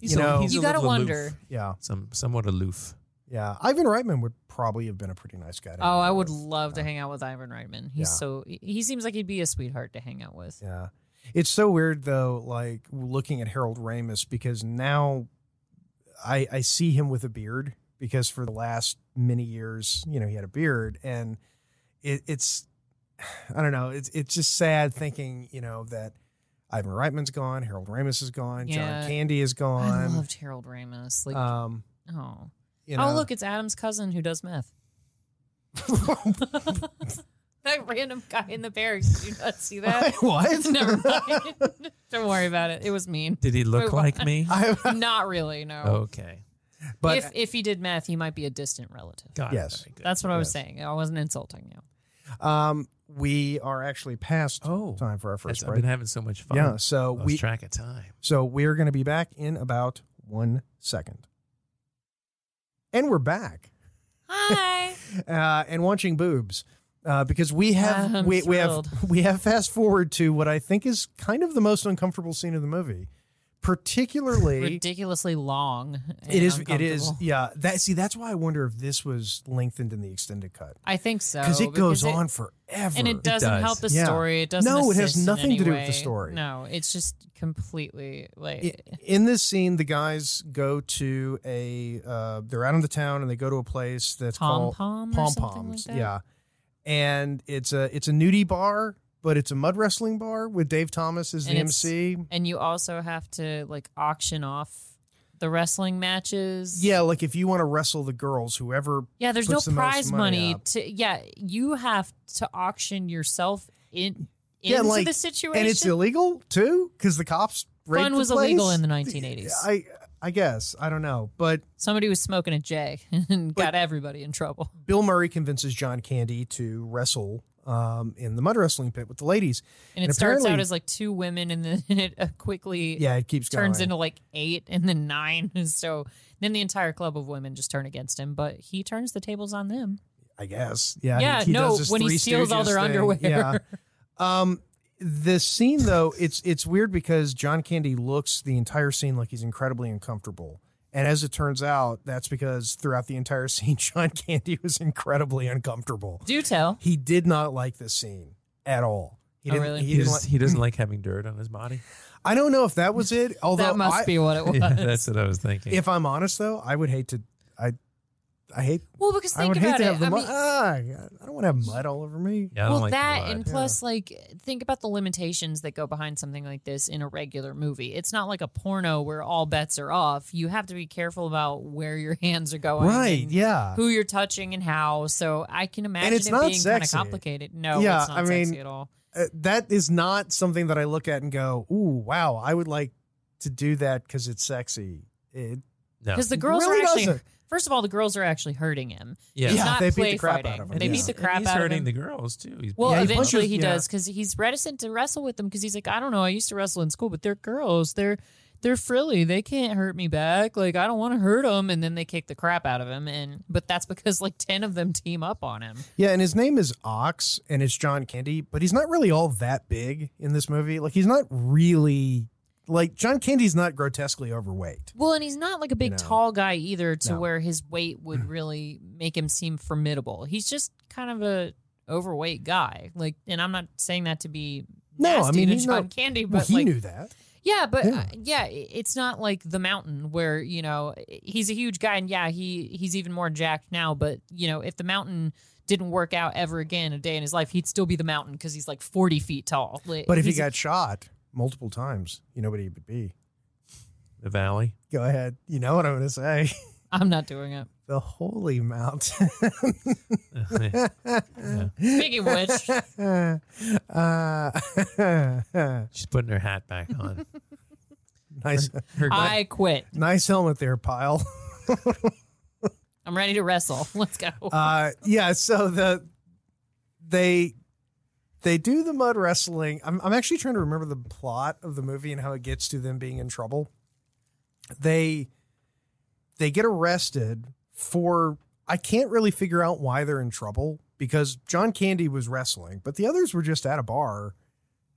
Speaker 4: He's
Speaker 3: You
Speaker 4: a-
Speaker 3: know-
Speaker 4: he's
Speaker 2: You
Speaker 4: a
Speaker 2: gotta
Speaker 4: little aloof.
Speaker 2: wonder.
Speaker 3: Yeah,
Speaker 4: Some somewhat aloof.
Speaker 3: yeah. Ivan Reitman would probably have been a pretty nice guy. To
Speaker 2: Oh,
Speaker 3: hang
Speaker 2: I
Speaker 3: out
Speaker 2: would
Speaker 3: with.
Speaker 2: love to
Speaker 3: Yeah.
Speaker 2: hang out with Ivan Reitman. He's
Speaker 3: Yeah.
Speaker 2: so he- he seems like he'd be a sweetheart to hang out with.
Speaker 3: Yeah, it's so weird though. Like looking at Harold Ramis because now I I see him with a beard because for the last many years, you know, he had a beard, and it, it's I don't know. It's it's just sad thinking, you know, that Ivan Reitman's gone, Harold Ramis is gone,
Speaker 2: Yeah.
Speaker 3: John Candy is
Speaker 2: I
Speaker 3: gone.
Speaker 2: loved Harold Ramis. Like,
Speaker 3: Um,
Speaker 2: oh,
Speaker 3: you know,
Speaker 2: oh, look, it's Adam's cousin who does meth. that random guy in the barracks. Did you not see that?
Speaker 3: what?
Speaker 2: Never mind. Don't worry about it. It was mean.
Speaker 4: Did he look
Speaker 2: Wait, what?
Speaker 4: like me?
Speaker 3: I,
Speaker 2: Not really. No.
Speaker 4: Oh, Okay.
Speaker 3: but
Speaker 2: if if he did meth, he might be a distant relative.
Speaker 4: Got
Speaker 3: Yes.
Speaker 4: It. Very good.
Speaker 2: That's what I was
Speaker 3: Yes.
Speaker 2: saying. I wasn't insulting you.
Speaker 3: um, we are actually past
Speaker 4: Oh,
Speaker 3: time for our
Speaker 4: that's-
Speaker 3: first
Speaker 4: I've been
Speaker 3: break.
Speaker 4: having so much fun.
Speaker 3: Yeah, so
Speaker 4: Lost
Speaker 3: we
Speaker 4: track of time.
Speaker 3: so we're going to be back in about one second, and we're back
Speaker 2: Hi.
Speaker 3: uh, and watching boobs. Uh, because we have
Speaker 2: I'm
Speaker 3: we, we have
Speaker 2: thrilled.
Speaker 3: we have fast forward to what I think is kind of the most uncomfortable scene of the movie, particularly
Speaker 2: Ridiculously long. and
Speaker 3: it is it is
Speaker 2: uncomfortable.
Speaker 3: yeah that see that's why I wonder if this was lengthened in the extended cut
Speaker 2: I think so.
Speaker 3: because it goes
Speaker 2: because it-
Speaker 3: on forever
Speaker 2: and it doesn't
Speaker 4: does.
Speaker 2: help the
Speaker 3: Yeah.
Speaker 2: story. It doesn't.
Speaker 3: No, it
Speaker 2: assist
Speaker 3: has
Speaker 2: in
Speaker 3: nothing
Speaker 2: any
Speaker 3: to do with the
Speaker 2: way.
Speaker 3: story.
Speaker 2: No, it's just completely like
Speaker 3: I- in this scene, the guys go to a uh, they're out in the town and they go to a place that's
Speaker 2: pom
Speaker 3: called
Speaker 2: pom
Speaker 3: Pom
Speaker 2: pom
Speaker 3: Poms. yeah, and it's a it's a nudie bar, but it's a mud wrestling bar with Dave Thomas as the
Speaker 2: And it's-
Speaker 3: MC.
Speaker 2: And you also have to like auction off the wrestling matches.
Speaker 3: Yeah, like if you want to wrestle the girls, whoever.
Speaker 2: Yeah, there's
Speaker 3: puts
Speaker 2: no
Speaker 3: the most
Speaker 2: prize
Speaker 3: money
Speaker 2: money,
Speaker 3: up.
Speaker 2: to yeah, you have to auction yourself in
Speaker 3: Yeah,
Speaker 2: into
Speaker 3: like-
Speaker 2: the situation.
Speaker 3: And it's illegal too, because the cops. raped
Speaker 2: Fun
Speaker 3: the
Speaker 2: was illegal
Speaker 3: place?
Speaker 2: in the 1980s.
Speaker 3: I I guess I don't know, but
Speaker 2: Somebody was smoking a J and got everybody in trouble.
Speaker 3: Bill Murray convinces John Candy to wrestle um, in the mud wrestling pit with the ladies.
Speaker 2: And it
Speaker 3: And
Speaker 2: starts out
Speaker 3: apparently-
Speaker 2: as like two women and then it uh, quickly
Speaker 3: Yeah, it keeps
Speaker 2: turns
Speaker 3: going.
Speaker 2: into like eight and then nine. And so then the entire club of women just turn against him, but he turns the tables on them.
Speaker 3: I guess. Yeah.
Speaker 2: Yeah,
Speaker 3: he- he
Speaker 2: no,
Speaker 3: does this
Speaker 2: when he
Speaker 3: Three
Speaker 2: steals all
Speaker 3: Stooges
Speaker 2: their
Speaker 3: thing.
Speaker 2: underwear.
Speaker 3: Yeah. Um, the scene though, it's it's weird because John Candy looks the entire scene like he's incredibly uncomfortable. And as it turns out, that's because throughout the entire scene, John Candy was incredibly uncomfortable.
Speaker 2: Do tell.
Speaker 3: He did not like this scene at all. He
Speaker 2: Oh,
Speaker 3: didn't,
Speaker 2: really?
Speaker 3: he
Speaker 4: He,
Speaker 3: didn't
Speaker 4: just,
Speaker 3: like-
Speaker 4: he doesn't like having dirt on his body.
Speaker 3: I don't know if that was it. Although
Speaker 2: that must
Speaker 3: I-
Speaker 2: be what it was.
Speaker 4: yeah, that's what I was thinking.
Speaker 3: If I'm honest though, I would hate to. I, I hate.
Speaker 2: well, because
Speaker 3: I
Speaker 2: think
Speaker 3: would hate
Speaker 2: about
Speaker 3: to
Speaker 2: it.
Speaker 3: have the
Speaker 2: I
Speaker 3: mud.
Speaker 2: mean,
Speaker 3: ah, I don't want to have mud all over me.
Speaker 4: yeah, I don't
Speaker 2: well,
Speaker 4: like the
Speaker 2: that
Speaker 4: mud.
Speaker 2: and plus, like, think about the limitations that go behind something like this in a regular movie. It's not like a porno where all bets are off. You have to be careful about where your hands are going,
Speaker 3: Right.
Speaker 2: and
Speaker 3: Yeah.
Speaker 2: Who you're touching and how. So I can imagine
Speaker 3: it's
Speaker 2: it
Speaker 3: not
Speaker 2: being kind of
Speaker 3: sexy.
Speaker 2: complicated. No,
Speaker 3: Yeah,
Speaker 2: it's not
Speaker 3: I mean,
Speaker 2: sexy at all.
Speaker 3: Uh, that is not something that I look at and go, "Ooh, wow, I would like to do that because it's sexy." It,
Speaker 4: no.
Speaker 2: Because the girls
Speaker 3: really
Speaker 2: are actually.
Speaker 3: doesn't.
Speaker 2: First of all, the girls are actually hurting him.
Speaker 4: yeah,
Speaker 2: He's
Speaker 3: Yeah,
Speaker 2: not
Speaker 3: they beat the
Speaker 2: play
Speaker 3: crap out
Speaker 2: fighting.
Speaker 3: of him,
Speaker 2: They
Speaker 3: yeah.
Speaker 2: beat the
Speaker 4: And
Speaker 2: crap
Speaker 4: he's
Speaker 2: out of
Speaker 4: hurting
Speaker 2: him.
Speaker 4: the girls too. He's
Speaker 2: Well,
Speaker 3: Yeah, he punches-
Speaker 2: eventually he
Speaker 3: yeah.
Speaker 2: does because he's reticent to wrestle with them because he's like, I don't know. I used to wrestle in school, but they're girls. They're they're frilly. They can't hurt me back. Like I don't want to hurt them. And then they kick the crap out of him. And but that's because like ten of them team up on him.
Speaker 3: yeah, and his name is Ox, and it's John Candy, but he's not really all that big in this movie. Like, he's not really like John Candy's not grotesquely overweight.
Speaker 2: Well, and he's not like a big
Speaker 3: know.
Speaker 2: tall guy either, to
Speaker 3: No.
Speaker 2: where his weight would really make him seem formidable. He's just kind of a overweight guy. Like, and I'm not saying that to be
Speaker 3: No, I
Speaker 2: nasty
Speaker 3: mean,
Speaker 2: to
Speaker 3: he's
Speaker 2: John
Speaker 3: not-
Speaker 2: Candy, but
Speaker 3: Well, he
Speaker 2: like
Speaker 3: knew that.
Speaker 2: Yeah, but
Speaker 3: Yeah.
Speaker 2: yeah. yeah, i- it's not like the mountain where you know he's a huge guy, and yeah, he he's even more jacked now. But you know, if the mountain didn't work out ever again a day in his life, he'd still be the mountain because he's like forty feet tall. Like,
Speaker 3: But if he
Speaker 2: he's-
Speaker 3: got shot multiple times, you know what he would be.
Speaker 4: the valley.
Speaker 3: Go ahead. You know what I'm going to say.
Speaker 2: I'm not doing it.
Speaker 3: The Holy Mountain.
Speaker 2: Speaking of which,
Speaker 3: uh,
Speaker 4: She's putting her hat back on.
Speaker 3: nice,
Speaker 4: Her gla-
Speaker 2: I quit.
Speaker 3: nice helmet there, pile.
Speaker 2: I'm ready to wrestle. Let's go.
Speaker 3: uh yeah so the they they do the mud wrestling I'm, I'm actually trying to remember the plot of the movie and how it gets to them being in trouble they they get arrested for I can't really figure out why they're in trouble because John Candy was wrestling, but the others were just at a bar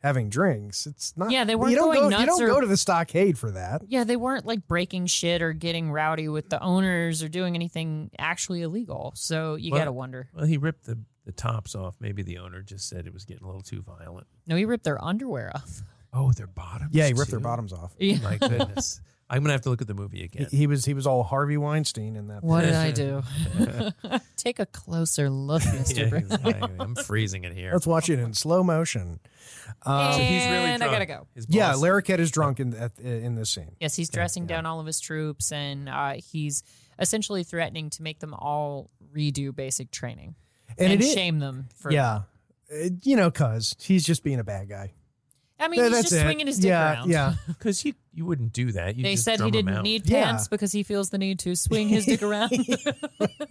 Speaker 3: having drinks. It's not
Speaker 2: Yeah, they
Speaker 3: you
Speaker 2: weren't
Speaker 3: don't
Speaker 2: going
Speaker 3: go, You
Speaker 2: nuts
Speaker 3: don't
Speaker 2: or-
Speaker 3: go to the stockade for that.
Speaker 2: Yeah, they weren't like breaking shit or getting rowdy with the owners or doing anything actually illegal. So you
Speaker 4: Well-
Speaker 2: gotta wonder.
Speaker 4: Well, he ripped the, the tops off. Maybe the owner just said it was getting a little too violent.
Speaker 2: No, he ripped their underwear off.
Speaker 4: Oh, their bottoms.
Speaker 3: Yeah, he ripped their
Speaker 4: too?
Speaker 3: bottoms off.
Speaker 4: Oh, My goodness. I'm gonna have to look at the movie again.
Speaker 3: He, he was he was all Harvey Weinstein in that.
Speaker 2: What did I do? Take a closer look, Mister.
Speaker 4: Yeah, exactly. I'm freezing it here.
Speaker 3: Let's watch it in slow motion.
Speaker 4: So
Speaker 3: Um,
Speaker 4: he's really
Speaker 2: And I
Speaker 4: drunk.
Speaker 2: gotta go.
Speaker 4: His
Speaker 3: yeah,
Speaker 4: boss-
Speaker 3: Larroquette is drunk in at, uh, in this scene.
Speaker 2: Yes, he's dressing down all of his troops, and uh, he's essentially threatening to make them all redo basic training
Speaker 3: And, it is
Speaker 2: shame them for.
Speaker 3: yeah, Uh, you know, cause he's just being a bad guy.
Speaker 2: I mean,
Speaker 3: Yeah,
Speaker 2: he's
Speaker 3: that's
Speaker 2: just
Speaker 3: it.
Speaker 2: swinging his dick
Speaker 3: yeah,
Speaker 2: around.
Speaker 3: Yeah,
Speaker 4: Because you you wouldn't do that. You
Speaker 2: They
Speaker 4: just
Speaker 2: said
Speaker 4: drum
Speaker 2: he
Speaker 4: 'em
Speaker 2: didn't
Speaker 4: out.
Speaker 2: need
Speaker 3: Yeah.
Speaker 2: pants because he feels the need to swing his dick around.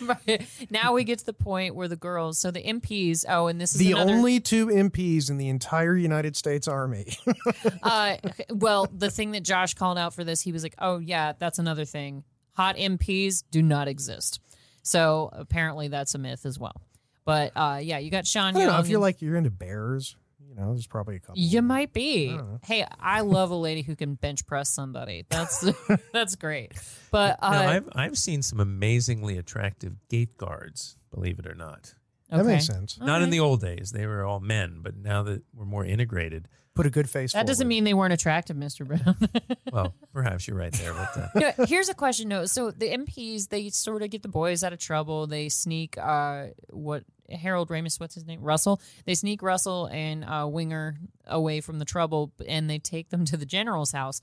Speaker 2: But now we get to the point where the girls, so the MPs, oh, and this is
Speaker 3: the
Speaker 2: another,
Speaker 3: only two MPs in the entire United States Army.
Speaker 2: uh, well, the thing that Josh called out for this, he was like, "Oh yeah, that's another thing. Hot MPs do not exist." So apparently, that's a myth as well. But uh, yeah, you got Sean.
Speaker 3: I don't know
Speaker 2: Young
Speaker 3: if you're
Speaker 2: and-
Speaker 3: like you're into bears. You know, there's probably a couple.
Speaker 2: you might be. hey, I love a lady who can bench press somebody. That's that's great. But uh,
Speaker 4: Now, I've I've seen some amazingly attractive gate guards. Believe it or not.
Speaker 3: That
Speaker 2: okay.
Speaker 3: makes sense.
Speaker 4: Not in
Speaker 2: right.
Speaker 4: the old days; they were all men. But now that we're more integrated,
Speaker 3: Put a good face.
Speaker 2: That doesn't
Speaker 3: forward.
Speaker 2: mean they weren't attractive, Mr. Brown.
Speaker 4: well, perhaps you're right there with that.
Speaker 2: no, here's a question though. So the MPs, they sort of get the boys out of trouble. They sneak uh what Harold Ramis, what's his name? Russell. They sneak Russell and uh, Winger away from the trouble and they take them to the general's house.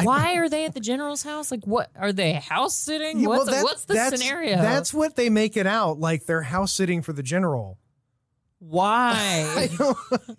Speaker 2: Why are they at the general's house? Like what are they house sitting?
Speaker 3: Yeah, well,
Speaker 2: what's,
Speaker 3: that-
Speaker 2: what's the
Speaker 3: that's-
Speaker 2: scenario?
Speaker 3: That's what they make it out like. They're house sitting for the general.
Speaker 2: why.
Speaker 4: Well,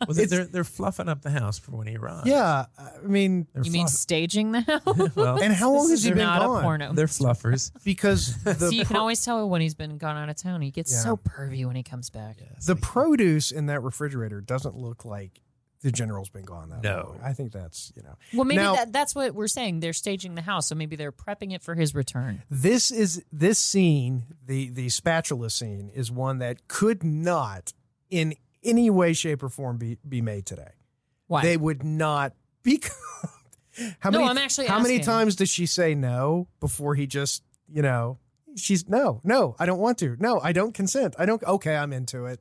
Speaker 4: they- they're they're fluffing up the house for when he arrives.
Speaker 3: Yeah, I mean,
Speaker 4: They're
Speaker 2: You mean
Speaker 4: fluff-
Speaker 2: staging the house?
Speaker 4: well,
Speaker 3: and how long has he
Speaker 2: They're
Speaker 3: been
Speaker 2: not
Speaker 3: gone?
Speaker 2: a porno.
Speaker 4: they're fluffers.
Speaker 3: Because the
Speaker 2: so you can
Speaker 3: pro-
Speaker 2: always tell when he's been gone out of town. He gets
Speaker 3: Yeah.
Speaker 2: so pervy when he comes back.
Speaker 3: the produce in that refrigerator doesn't look like the general's been gone that
Speaker 4: No.
Speaker 3: long. I think that's you know.
Speaker 2: Well, maybe
Speaker 3: Now-
Speaker 2: that, that's what we're saying. They're staging the house, so maybe they're prepping it for his return.
Speaker 3: This is this scene, the the spatula scene, is one that could not, in any way, shape, or form, be be made today.
Speaker 2: Why?
Speaker 3: They would not be. how
Speaker 2: No,
Speaker 3: many?
Speaker 2: I'm actually
Speaker 3: how many
Speaker 2: asking.
Speaker 3: times does she say no before he just you know? She's no, no. I don't want to. No, I don't consent. I don't. Okay, I'm into it.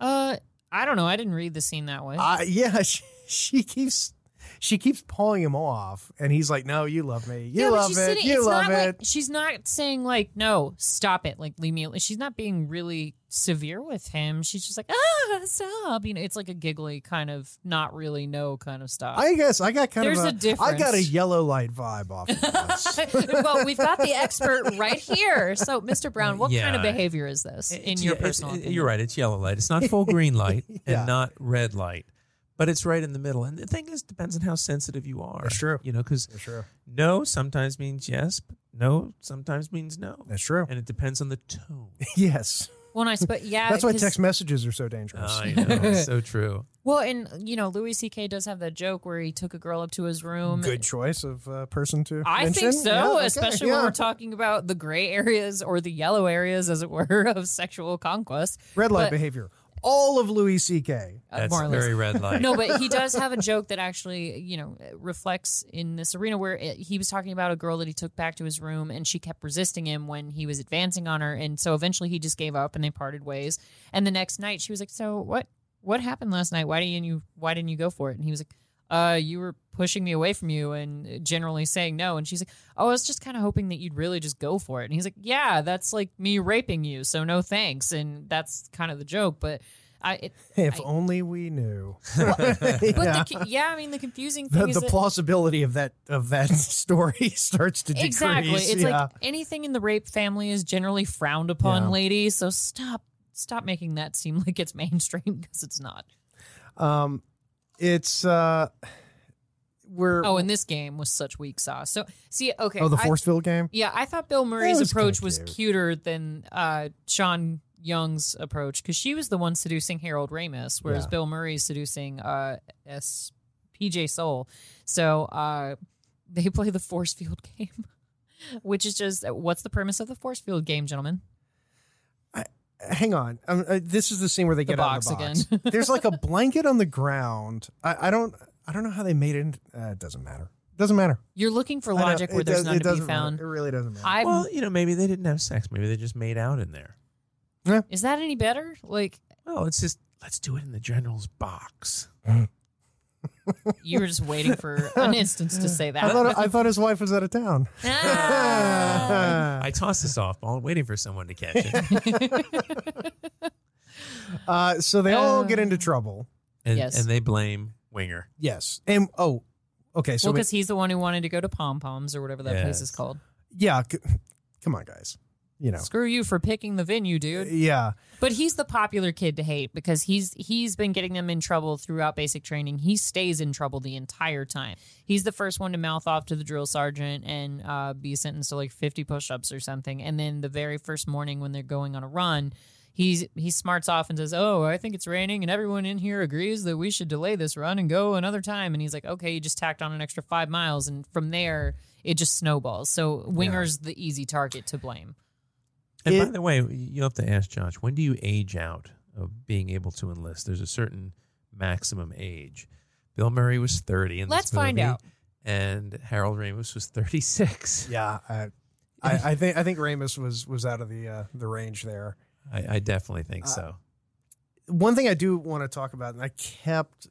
Speaker 2: uh, I don't know. I didn't read the scene that way.
Speaker 3: Uh, yeah, she, she keeps she keeps pawing him off, and he's like, "No, you love me. You
Speaker 2: Yeah, but
Speaker 3: love it.
Speaker 2: she's sitting-
Speaker 3: you
Speaker 2: it's
Speaker 3: love
Speaker 2: not like-
Speaker 3: it."
Speaker 2: she's not saying like, "No, stop it, like leave me." alone." She's not being really severe with him. She's just like, "Ah, stop!" You know, it's like a giggly kind of not really no kind of stop.
Speaker 3: I guess I got kind
Speaker 2: There's
Speaker 3: of
Speaker 2: a
Speaker 3: I got a
Speaker 2: difference.
Speaker 3: yellow light vibe off of this.
Speaker 2: well, we've got the expert right here. So, Mr. Brown, what kind of
Speaker 4: Yeah.
Speaker 2: behavior is this in
Speaker 4: It's-
Speaker 2: your
Speaker 4: yeah, it's-
Speaker 2: personal?
Speaker 4: it-
Speaker 2: opinion?
Speaker 4: You're right. It's yellow light. It's not full green light
Speaker 3: Yeah.
Speaker 4: and not red light, but it's right in the middle. And the thing is, depends on how sensitive you are.
Speaker 3: That's true.
Speaker 4: You know, because
Speaker 3: That's true.
Speaker 4: no sometimes means yes, but no sometimes means no,
Speaker 3: That's true.
Speaker 4: and it depends on the tone.
Speaker 3: yes,
Speaker 2: Well, and I Oh, sp- yeah,
Speaker 3: that's why
Speaker 2: 'cause-
Speaker 3: text messages are so dangerous.
Speaker 4: I know. It's so true.
Speaker 2: Well, and you know, Louis C.K. does have that joke where he took a girl up to his room.
Speaker 3: Good choice of uh, person to.
Speaker 2: I
Speaker 3: mention.
Speaker 2: think so,
Speaker 3: Yeah, okay,
Speaker 2: especially
Speaker 3: yeah.
Speaker 2: when we're talking about the gray areas or the yellow areas, as it were, of sexual conquest.
Speaker 3: red light
Speaker 2: but-
Speaker 3: behavior. All of Louis C.K.
Speaker 2: uh,
Speaker 4: That's
Speaker 2: more or less.
Speaker 4: very red light.
Speaker 2: no, but he does have a joke that actually, you know, reflects in this arena where it, he was talking about a girl that he took back to his room and she kept resisting him when he was advancing on her. And so eventually he just gave up and they parted ways. And the next night she was like, So what what happened last night? Why didn't you why didn't you go for it? And he was like, uh, you were pushing me away from you and generally saying no. And she's like, Oh, I was just kind of hoping that you'd really just go for it. And he's like, Yeah, that's like me raping you. So no thanks. And that's kind of the joke. But I, it,
Speaker 3: If
Speaker 2: I-
Speaker 3: only we knew.
Speaker 2: but
Speaker 3: Yeah.
Speaker 2: yeah. The, cu- yeah, I mean the confusing thing
Speaker 3: the,
Speaker 2: is
Speaker 3: the
Speaker 2: that-
Speaker 3: plausibility of that of that story starts to decrease.
Speaker 2: exactly. It's
Speaker 3: yeah.
Speaker 2: like anything in the rape family is generally frowned upon,
Speaker 3: Yeah.
Speaker 2: ladies. So stop, stop making that seem like it's mainstream because it's not.
Speaker 3: um, it's uh, we're
Speaker 2: Oh, and this game was such weak sauce. So see, okay,
Speaker 3: oh the
Speaker 2: I-
Speaker 3: Forcefield game.
Speaker 2: yeah, I thought Bill
Speaker 3: That
Speaker 2: Murray's
Speaker 3: was kinda
Speaker 2: approach was
Speaker 3: cute.
Speaker 2: cuter than uh, Sean Young's approach because she was the one seducing Harold Ramis, whereas
Speaker 3: Yeah.
Speaker 2: Bill Murray's seducing uh, S. PJ Soul. So uh, they play the force field game, which is just what's the premise of the force field game, gentlemen?
Speaker 3: Hang on. Um, uh, this is the scene where they
Speaker 2: The
Speaker 3: get out of the
Speaker 2: box
Speaker 3: box.
Speaker 2: again.
Speaker 3: There's like a blanket on the ground. I, I don't. I don't know how they made it. in- Uh, it doesn't matter. Doesn't matter.
Speaker 2: You're looking for
Speaker 3: I don't-
Speaker 2: logic where
Speaker 3: it
Speaker 2: there's
Speaker 3: does-
Speaker 2: none
Speaker 3: it
Speaker 2: to be
Speaker 3: doesn't matter.
Speaker 2: found.
Speaker 3: It really doesn't matter.
Speaker 2: I
Speaker 4: well, you know, maybe they didn't have sex. Maybe they just made out in there.
Speaker 2: is that any better? Like
Speaker 4: Well, it's just let's do it in the general's box.
Speaker 2: you were just waiting for an instance to say that.
Speaker 3: I thought I thought his wife was out of town.
Speaker 2: Ah.
Speaker 4: I tossed the softball, waiting for someone to catch it.
Speaker 3: Uh, so they all get into trouble.
Speaker 4: And,
Speaker 2: Yes.
Speaker 4: and they blame Winger.
Speaker 3: Yes. And oh, okay. So
Speaker 2: well,
Speaker 3: we-
Speaker 2: because he's the one who wanted to go to Pom Poms or whatever that place is
Speaker 4: Yes.
Speaker 2: called.
Speaker 3: yeah, c- come on, guys. You know.
Speaker 2: Screw you for picking the venue, dude.
Speaker 3: Yeah.
Speaker 2: But he's the popular kid to hate because he's he's been getting them in trouble throughout basic training. He stays in trouble the entire time. He's the first one to mouth off to the drill sergeant and uh, be sentenced to like fifty push-ups or something. And then the very first morning when they're going on a run, he's he smarts off and says, "Oh, I think it's raining, and everyone in here agrees that we should delay this run and go another time." And he's like, "Okay, you just tacked on an extra five miles, and from there it just snowballs." So Winger's the easy target to blame.
Speaker 4: And by
Speaker 3: It-
Speaker 4: the way, you have to ask Josh, when do you age out of being able to enlist? There's a certain maximum age. Bill Murray was 30 in this
Speaker 2: Let's find
Speaker 4: movie,
Speaker 2: out.
Speaker 4: And Harold Ramis was 36.
Speaker 3: Yeah. I, I, I think I think Ramus was was out of the uh, the range there.
Speaker 4: I, I definitely
Speaker 3: Uh,
Speaker 4: think so.
Speaker 3: One thing I do want to talk about, and I kept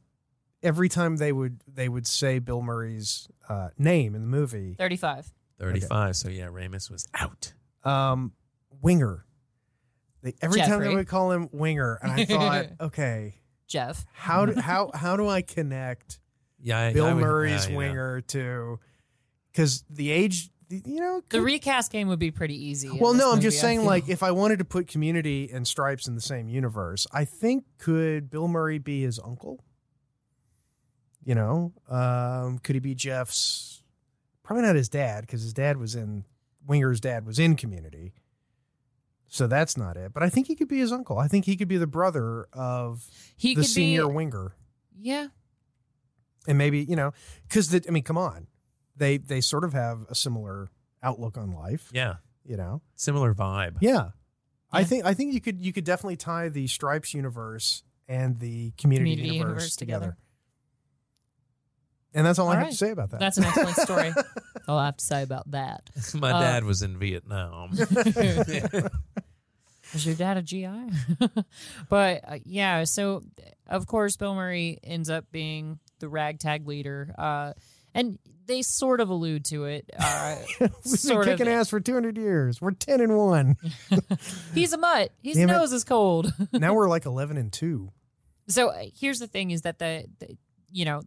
Speaker 3: every time they would they would say Bill Murray's uh, name in the movie.
Speaker 2: Thirty-five.
Speaker 4: 35. So yeah, Ramis was out.
Speaker 3: um, Winger. They, every time they
Speaker 2: Jeffrey.
Speaker 3: would call him Winger, and I thought, okay,
Speaker 2: Jeff.
Speaker 3: how do, how how do I connect
Speaker 4: Yeah, I-
Speaker 3: Bill
Speaker 4: I would-
Speaker 3: Murray's
Speaker 4: yeah, you know.
Speaker 3: Winger to? Because the age, you know.
Speaker 2: The
Speaker 3: could-
Speaker 2: recast game would be pretty easy. in
Speaker 3: well,
Speaker 2: this
Speaker 3: no, I'm
Speaker 2: movie,
Speaker 3: just
Speaker 2: I
Speaker 3: saying,
Speaker 2: feel.
Speaker 3: like, if I wanted to put Community and Stripes in the same universe, I think could Bill Murray be his uncle? You know, um, could he be Jeff's? Probably not his dad because his dad was in Winger's dad was in Community, so that's not it. But I think he could be his uncle. I think he could be the brother of
Speaker 2: he
Speaker 3: the
Speaker 2: could
Speaker 3: senior
Speaker 2: be,
Speaker 3: Winger,
Speaker 2: yeah,
Speaker 3: and maybe you know, because I mean, come on, they they sort of have a similar outlook on life.
Speaker 4: Yeah,
Speaker 3: You know,
Speaker 4: similar vibe.
Speaker 3: yeah. I
Speaker 2: Yeah.
Speaker 3: think I think you could you could definitely tie the Stripes universe and the community,
Speaker 2: Community
Speaker 3: universe,
Speaker 2: universe
Speaker 3: together.
Speaker 2: together.
Speaker 3: And that's all,
Speaker 2: All
Speaker 3: I
Speaker 2: right.
Speaker 3: have to say about that.
Speaker 2: that's an excellent story. All I have to say about that.
Speaker 4: My
Speaker 2: Uh,
Speaker 4: dad was in Vietnam.
Speaker 2: Is your dad a GI? but uh, yeah, so of course Bill Murray ends up being the ragtag leader, uh, and they sort of allude to it. Uh,
Speaker 3: We've been
Speaker 2: sort of.
Speaker 3: kicking ass for 200 years. We're 10 and 1.
Speaker 2: He's a mutt. His
Speaker 3: Damn it.
Speaker 2: nose is cold.
Speaker 3: now we're like 11 and 2.
Speaker 2: So uh, here's the thing: is that the, the you know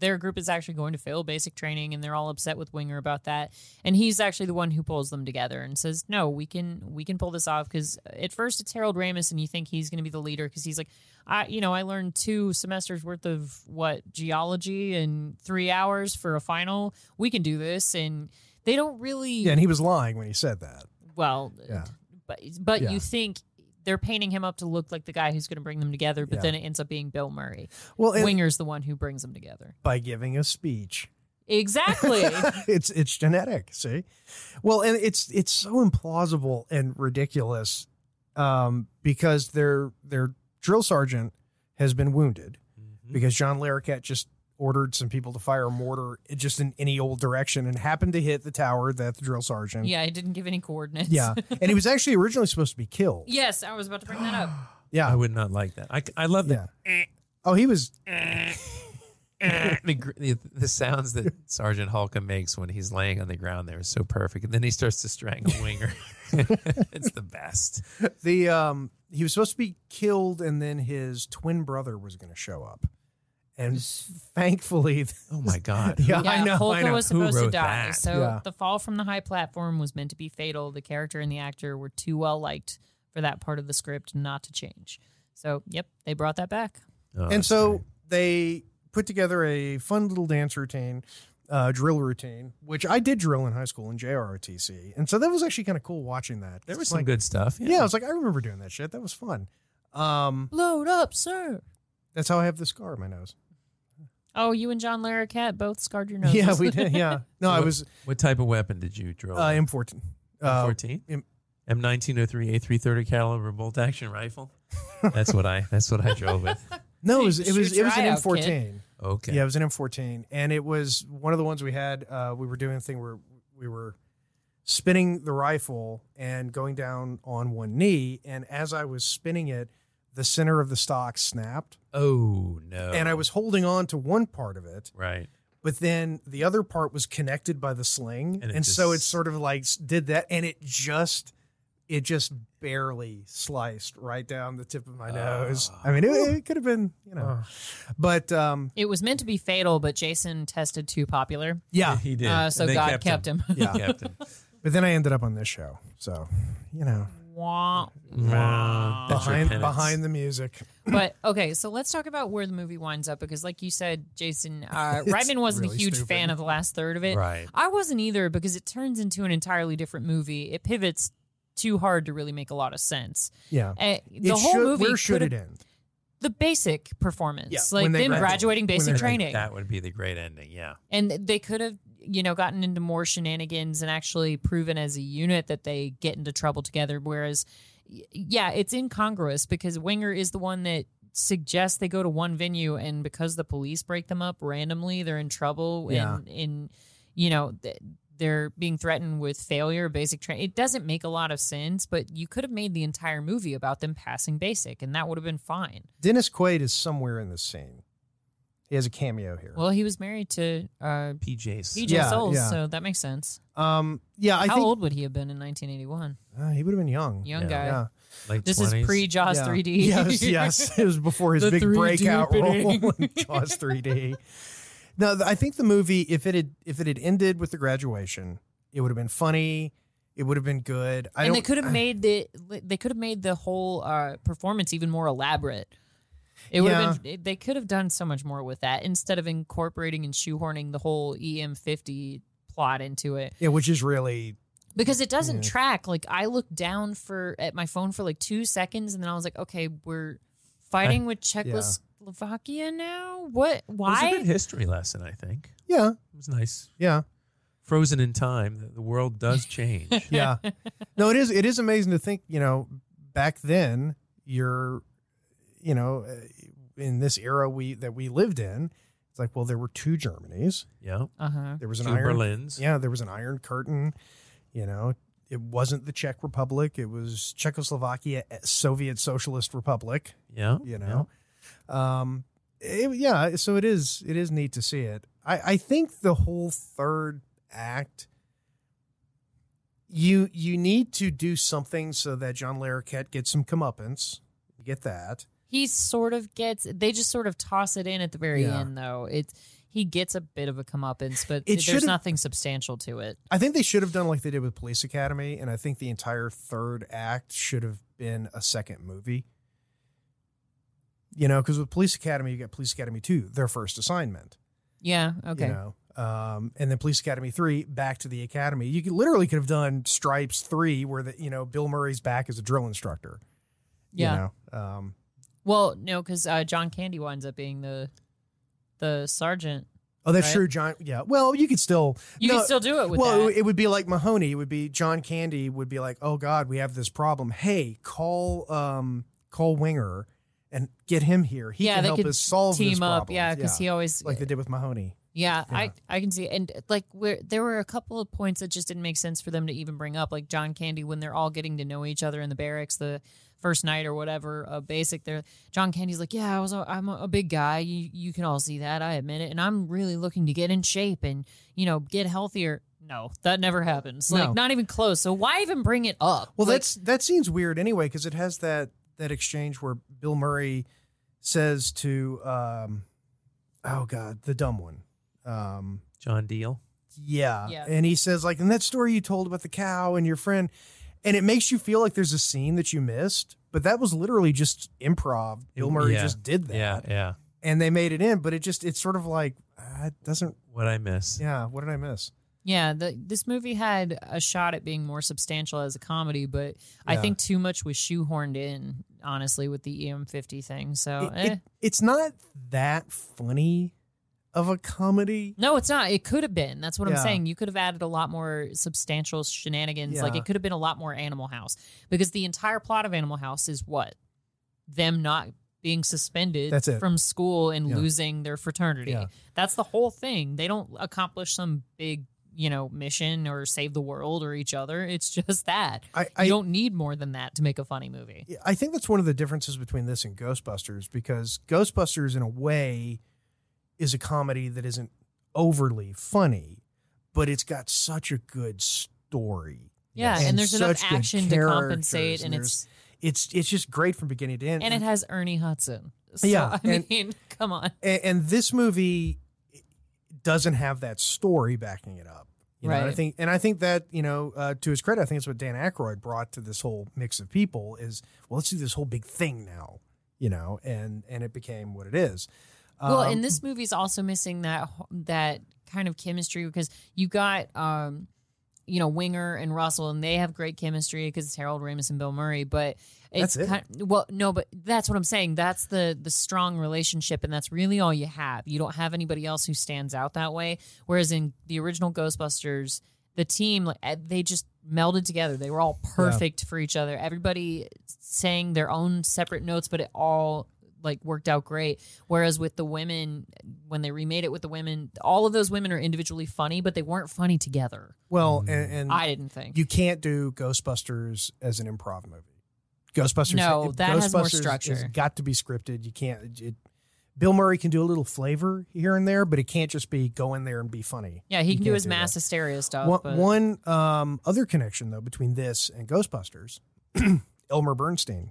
Speaker 2: their group is actually going to fail basic training, and they're all upset with Winger about that. And he's actually the one who pulls them together and says, "No, we can we can pull this off." Because at first it's Harold Ramis, and you think he's going to be the leader because he's like, "I you know I learned two semesters worth of what geology in three hours for a final. We can do this." And they don't really
Speaker 3: Yeah, and he was lying when he said that.
Speaker 2: well
Speaker 3: Yeah.
Speaker 2: but but
Speaker 3: Yeah.
Speaker 2: you think they're painting him up to look like the guy who's going to bring them together but
Speaker 3: Yeah.
Speaker 2: then it ends up being bill murray
Speaker 3: Well, and
Speaker 2: winger's the one who brings them together
Speaker 3: by giving a speech.
Speaker 2: exactly
Speaker 3: it's it's genetic, see? Well, and it's it's so implausible and ridiculous um, because their their drill sergeant has been wounded.
Speaker 4: Mm-hmm.
Speaker 3: because John Larroquette just ordered some people to fire a mortar just in any old direction and happened to hit the tower that the drill sergeant.
Speaker 2: yeah i didn't give any coordinates
Speaker 3: Yeah. and he was actually originally supposed to be killed.
Speaker 2: yes i was about to bring that up
Speaker 4: I
Speaker 3: Yeah.
Speaker 4: would not like that. I, I love
Speaker 3: Yeah.
Speaker 4: the,
Speaker 3: Oh, he was.
Speaker 4: the, gr- the the sounds that Sergeant Hulka makes when he's laying on the ground there is so perfect. And then he starts to strangle Winger. it's the best.
Speaker 3: the um he was supposed to be killed and then his twin brother was going to show up. And thankfully,
Speaker 4: Oh my God.
Speaker 3: yeah, I
Speaker 2: Yeah,
Speaker 3: know.
Speaker 2: Holka
Speaker 3: I know.
Speaker 2: was
Speaker 4: Who
Speaker 2: supposed to
Speaker 4: wrote
Speaker 2: die.
Speaker 4: that?
Speaker 2: So
Speaker 3: Yeah.
Speaker 2: the fall from the high platform was meant to be fatal. The character and the actor were too well liked for that part of the script not to change. So, yep, they brought that back.
Speaker 4: Oh,
Speaker 3: and
Speaker 4: that's
Speaker 3: so
Speaker 4: great.
Speaker 3: they put together a fun little dance routine, uh, drill routine, which I did drill in high school in JROTC. And so that was actually kind of cool watching that.
Speaker 4: there was
Speaker 3: It's
Speaker 4: some
Speaker 3: like-
Speaker 4: good stuff.
Speaker 3: Yeah. I was like, I remember doing that shit. That was fun. Um,
Speaker 2: Load up, sir.
Speaker 3: that's how I have the scar on my nose.
Speaker 2: Oh, you and John Larroquette both scarred your noses.
Speaker 3: Yeah, we did. Yeah. No, I
Speaker 4: What-
Speaker 3: was
Speaker 4: What type of weapon did you drill?
Speaker 3: uh, M14. Uh,
Speaker 4: M14?
Speaker 3: M-
Speaker 4: M1903 A330 caliber bolt action rifle. That's what I that's what I drove with.
Speaker 3: no, it was
Speaker 2: Shoot
Speaker 3: it was it
Speaker 2: your
Speaker 3: was an
Speaker 2: eye out,
Speaker 3: M14.
Speaker 4: Okay.
Speaker 3: Yeah, it was an M14, and it was one of the ones we had. Uh, we were doing a thing where we were spinning the rifle and going down on one knee, and as I was spinning it, the center of the stock snapped,
Speaker 4: Oh no.
Speaker 3: and I was holding on to one part of it,
Speaker 4: right.
Speaker 3: but then the other part was connected by the sling,
Speaker 4: And
Speaker 3: and,
Speaker 4: it
Speaker 3: so it
Speaker 4: just-
Speaker 3: sort of like s- did that, and it just. It just barely sliced right down the tip of my nose.
Speaker 4: Ah.
Speaker 3: I mean, it, it could have been, you know, but um,
Speaker 2: It was meant to be fatal, but Jason tested too popular.
Speaker 3: yeah,
Speaker 4: He did.
Speaker 2: Uh, so
Speaker 4: And they
Speaker 2: God kept him.
Speaker 3: Yeah.
Speaker 4: He kept him.
Speaker 3: But then I ended up on this show. So, you know,
Speaker 2: Wah.
Speaker 4: Wow. That's your
Speaker 3: behind,
Speaker 4: penance.
Speaker 3: behind the music.
Speaker 2: But okay, so let's talk about where the movie winds up because, like you said, Jason uh, Reitman wasn't
Speaker 3: really
Speaker 2: a huge
Speaker 3: stupid.
Speaker 2: fan of the last third of it.
Speaker 4: Right.
Speaker 2: I wasn't either because it turns into an entirely different movie. It pivots too hard to really make a lot of sense.
Speaker 3: Yeah.
Speaker 2: Uh, the
Speaker 3: It
Speaker 2: whole
Speaker 3: should-
Speaker 2: movie
Speaker 3: Where should
Speaker 2: could've-
Speaker 3: it end?
Speaker 2: the basic performance,
Speaker 3: Yeah,
Speaker 2: like
Speaker 3: when they
Speaker 2: them
Speaker 3: graduate.
Speaker 2: graduating
Speaker 3: When
Speaker 2: basic
Speaker 3: they-
Speaker 2: training,
Speaker 4: That would be the great ending. Yeah.
Speaker 2: and they could have you know gotten into more shenanigans and actually proven as a unit that they get into trouble together. Whereas, y- yeah, it's incongruous because Winger is the one that suggests they go to one venue, and because the police break them up randomly, they're in trouble.
Speaker 3: Yeah.
Speaker 2: And in you know. Th- they're being threatened with failure, basic training. It doesn't make a lot of sense, but you could have made the entire movie about them passing basic, and that would have been fine.
Speaker 3: Dennis Quaid is somewhere in this scene. He has a cameo here.
Speaker 2: Well, he was married to uh,
Speaker 4: PJ's.
Speaker 2: PJ
Speaker 3: Yeah,
Speaker 2: Souls,
Speaker 3: yeah.
Speaker 2: so that makes sense.
Speaker 3: um, yeah, I
Speaker 2: How
Speaker 3: think
Speaker 2: old would he have been in 1981?
Speaker 3: uh, he would have been young.
Speaker 2: Young
Speaker 4: Yeah.
Speaker 2: guy.
Speaker 3: Yeah.
Speaker 4: Like
Speaker 2: This
Speaker 4: 20s.
Speaker 2: is pre Jaws
Speaker 3: Yeah.
Speaker 2: 3D.
Speaker 3: Yes, yes. It was before his
Speaker 2: The
Speaker 3: big
Speaker 2: 3D
Speaker 3: breakout role
Speaker 2: bidding.
Speaker 3: in Jaws 3D. No, th- I think the movie, if it had if it had ended with the graduation, it would have been funny. It would have been good. I
Speaker 2: and they
Speaker 3: don't-
Speaker 2: could have made the they could have made the whole uh, performance even more elaborate. It would have been they could have done so much more with that instead of incorporating and shoehorning the whole EM50 plot into it.
Speaker 3: Yeah, which is really
Speaker 2: because it doesn't
Speaker 3: Yeah.
Speaker 2: track like i looked down for at my phone for like two seconds and then i was like okay we're fighting with czechoslovakia now what
Speaker 4: It was a
Speaker 2: why
Speaker 4: good history lesson, I think.
Speaker 3: yeah,
Speaker 4: It was nice.
Speaker 3: yeah.
Speaker 4: Frozen in time, the- the world does change.
Speaker 3: yeah no it is it is amazing to think you know back then you're you know uh, in this era we that we lived in it's like well there were two germanys
Speaker 4: yeah.
Speaker 2: uh-huh
Speaker 3: there was an
Speaker 4: Two
Speaker 3: iron
Speaker 4: Berlins.
Speaker 3: yeah there was an iron curtain you know it wasn't the czech republic it was czechoslovakia eh, soviet socialist republic
Speaker 4: Yeah.
Speaker 3: you know um it- yeah so it is it is neat to see it i i think the whole third act you you need to do something so that john larroquette gets some comeuppance get that
Speaker 2: he sort of gets they just sort of toss it in at the very
Speaker 3: Yeah.
Speaker 2: end though it's he gets a bit of a comeuppance, but there's
Speaker 3: should've-
Speaker 2: nothing substantial to it.
Speaker 3: i think they should have done like they did with police academy and i think the entire third act should have been a second movie you know because with police academy you get police academy 2 their first assignment
Speaker 2: Yeah.
Speaker 3: you
Speaker 2: Okay.
Speaker 3: know. Um, and then Police Academy three, back to the academy. You could, literally could have done Stripes three, where the you know Bill Murray's back as a drill instructor. you
Speaker 2: yeah.
Speaker 3: know. Um,
Speaker 2: Well, no, because uh, John Candy winds up being the the sergeant.
Speaker 3: oh, that's
Speaker 2: Right.
Speaker 3: true, John. Yeah. Well, you could still.
Speaker 2: You
Speaker 3: no,
Speaker 2: can still do it with
Speaker 3: well,
Speaker 2: that.
Speaker 3: it would be like Mahoney. It would be John Candy. Would be like, oh God, we have this problem. Hey, call um call Winger and get him here. He
Speaker 2: yeah,
Speaker 3: can
Speaker 2: they
Speaker 3: help
Speaker 2: could
Speaker 3: us solve
Speaker 2: team
Speaker 3: this
Speaker 2: up.
Speaker 3: problem.
Speaker 2: Yeah, because he always
Speaker 3: like they did with Mahoney.
Speaker 2: Yeah,
Speaker 3: Yeah.
Speaker 2: I I can see, and like where there were a couple of points that just didn't make sense for them to even bring up, like John Candy when they're all getting to know each other in the barracks the first night or whatever. Uh, basic, there, John Candy's like, yeah, I was, a, I'm a, a big guy. You you can all see that. I admit it, and I'm really looking to get in shape and you know get healthier. No, that never happens. Like
Speaker 3: No.
Speaker 2: not even close. So why even bring it up?
Speaker 3: Well,
Speaker 2: Like,
Speaker 3: that's that seems weird anyway because it has that that exchange where Bill Murray says to, um, "Oh God, the dumb one." Um,
Speaker 4: John Deal.
Speaker 3: yeah.
Speaker 2: Yeah.
Speaker 3: and he says like, "And that story you told about the cow and your friend," and it makes you feel like there's a scene that you missed, but that was literally just improv. Bill Murray
Speaker 4: Mm, yeah.
Speaker 3: just did that,
Speaker 4: Yeah. Yeah.
Speaker 3: and they made it in, but it just it's sort of like uh, it doesn't.
Speaker 4: What I miss.
Speaker 3: Yeah, what did I miss?
Speaker 2: Yeah, the, this movie had a shot at being more substantial as a comedy, but I
Speaker 3: Yeah.
Speaker 2: think too much was shoehorned in, E Oh, honestly, with the EM50 thing. So,
Speaker 3: It-
Speaker 2: eh.
Speaker 3: it- it's not that funny of a comedy.
Speaker 2: No, it's not. It could have been. That's what
Speaker 3: Yeah.
Speaker 2: I'm saying. You could have added a lot more substantial shenanigans. Like
Speaker 3: Yeah.
Speaker 2: it could have been a lot more Animal House because the entire plot of Animal House is what them not being suspended
Speaker 3: That's it.
Speaker 2: from school and
Speaker 3: Yeah.
Speaker 2: losing their fraternity.
Speaker 3: Yeah.
Speaker 2: That's the whole thing. They don't accomplish some big, you know, mission or save the world or each other. It's just that.
Speaker 3: I,
Speaker 2: You
Speaker 3: I,
Speaker 2: don't need more than that to make a funny movie.
Speaker 3: I think that's one of the differences between this and Ghostbusters because Ghostbusters, in a way, is a comedy that isn't overly funny, but it's got such a good story.
Speaker 2: Yeah,
Speaker 3: Yes.
Speaker 2: and,
Speaker 3: And
Speaker 2: there's enough
Speaker 3: such good
Speaker 2: action to
Speaker 3: characters,
Speaker 2: compensate,
Speaker 3: and
Speaker 2: and it's
Speaker 3: It's it's just great from beginning to end.
Speaker 2: and it has Ernie Hudson. So,
Speaker 3: Yeah,
Speaker 2: I mean,
Speaker 3: and-
Speaker 2: come on.
Speaker 3: and, and this movie doesn't have that story backing it up. You know, and I
Speaker 2: Right.
Speaker 3: think, and I think that you know, uh, to his credit, I think it's what Dan Aykroyd brought to this whole mix of people is, well, let's do this whole big thing now, you know, and and it became what it is.
Speaker 2: Well,
Speaker 3: Um,
Speaker 2: and this movie's also missing that that kind of chemistry because you got um you know Winger and Russell and they have great chemistry because it's Harold Ramis and Bill Murray, but it's
Speaker 3: That's it.
Speaker 2: kind well no, but that's what I'm saying. That's the the strong relationship and that's really all you have. You don't have anybody else who stands out that way whereas in the original Ghostbusters the team like eh, they just melded together. They were all perfect for each other. Everybody sang their own separate notes, but it all like worked out great. Whereas with the women, when they remade it with the women, all of those women are individually funny, but they weren't funny together.
Speaker 3: well, and, and
Speaker 2: I didn't think.
Speaker 3: you can't do Ghostbusters as an improv movie. Ghostbusters,
Speaker 2: No, that has more
Speaker 3: Ghostbusters has
Speaker 2: structure.
Speaker 3: got to be scripted. You can't. It, Bill Murray can do a little flavor here and there, but it can't just be go in there and be funny.
Speaker 2: yeah, he
Speaker 3: You
Speaker 2: can do
Speaker 3: can't
Speaker 2: his
Speaker 3: that.
Speaker 2: mass hysteria stuff.
Speaker 3: One,
Speaker 2: but
Speaker 3: one um, other connection though between this and Ghostbusters, Elmer Bernstein,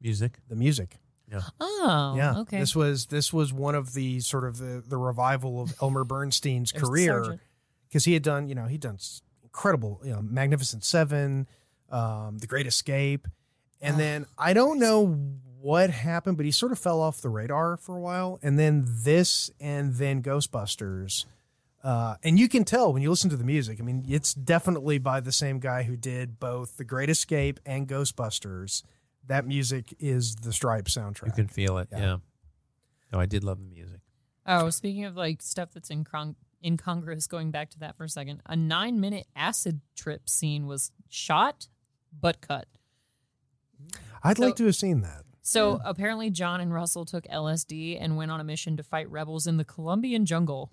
Speaker 4: Music.
Speaker 3: the music.
Speaker 2: oh,
Speaker 3: yeah,
Speaker 2: okay.
Speaker 3: This was this was one of the sort of the, the revival of Elmer Bernstein's
Speaker 2: There's the
Speaker 3: career
Speaker 2: sergeant.
Speaker 3: because he had done you know he'd done s- incredible you know Magnificent Seven, um, The Great Escape, and
Speaker 2: Ah,
Speaker 3: then I don't know what happened, but he sort of fell off the radar for a while, and then this and then Ghostbusters. Uh, and you can tell when you listen to the music. I mean, it's definitely by the same guy who did both The Great Escape and Ghostbusters. That music is the Stripes soundtrack.
Speaker 4: You can feel it.
Speaker 3: Yeah.
Speaker 4: Yeah. No, I did love the music.
Speaker 2: Oh, speaking of like stuff that's incong- incongruous, going back to that for a second, a nine minute acid trip scene was shot but cut.
Speaker 3: I'd
Speaker 2: So-
Speaker 3: like to have seen that.
Speaker 2: So apparently, John and Russell took LSD and went on a mission to fight rebels in the Colombian jungle.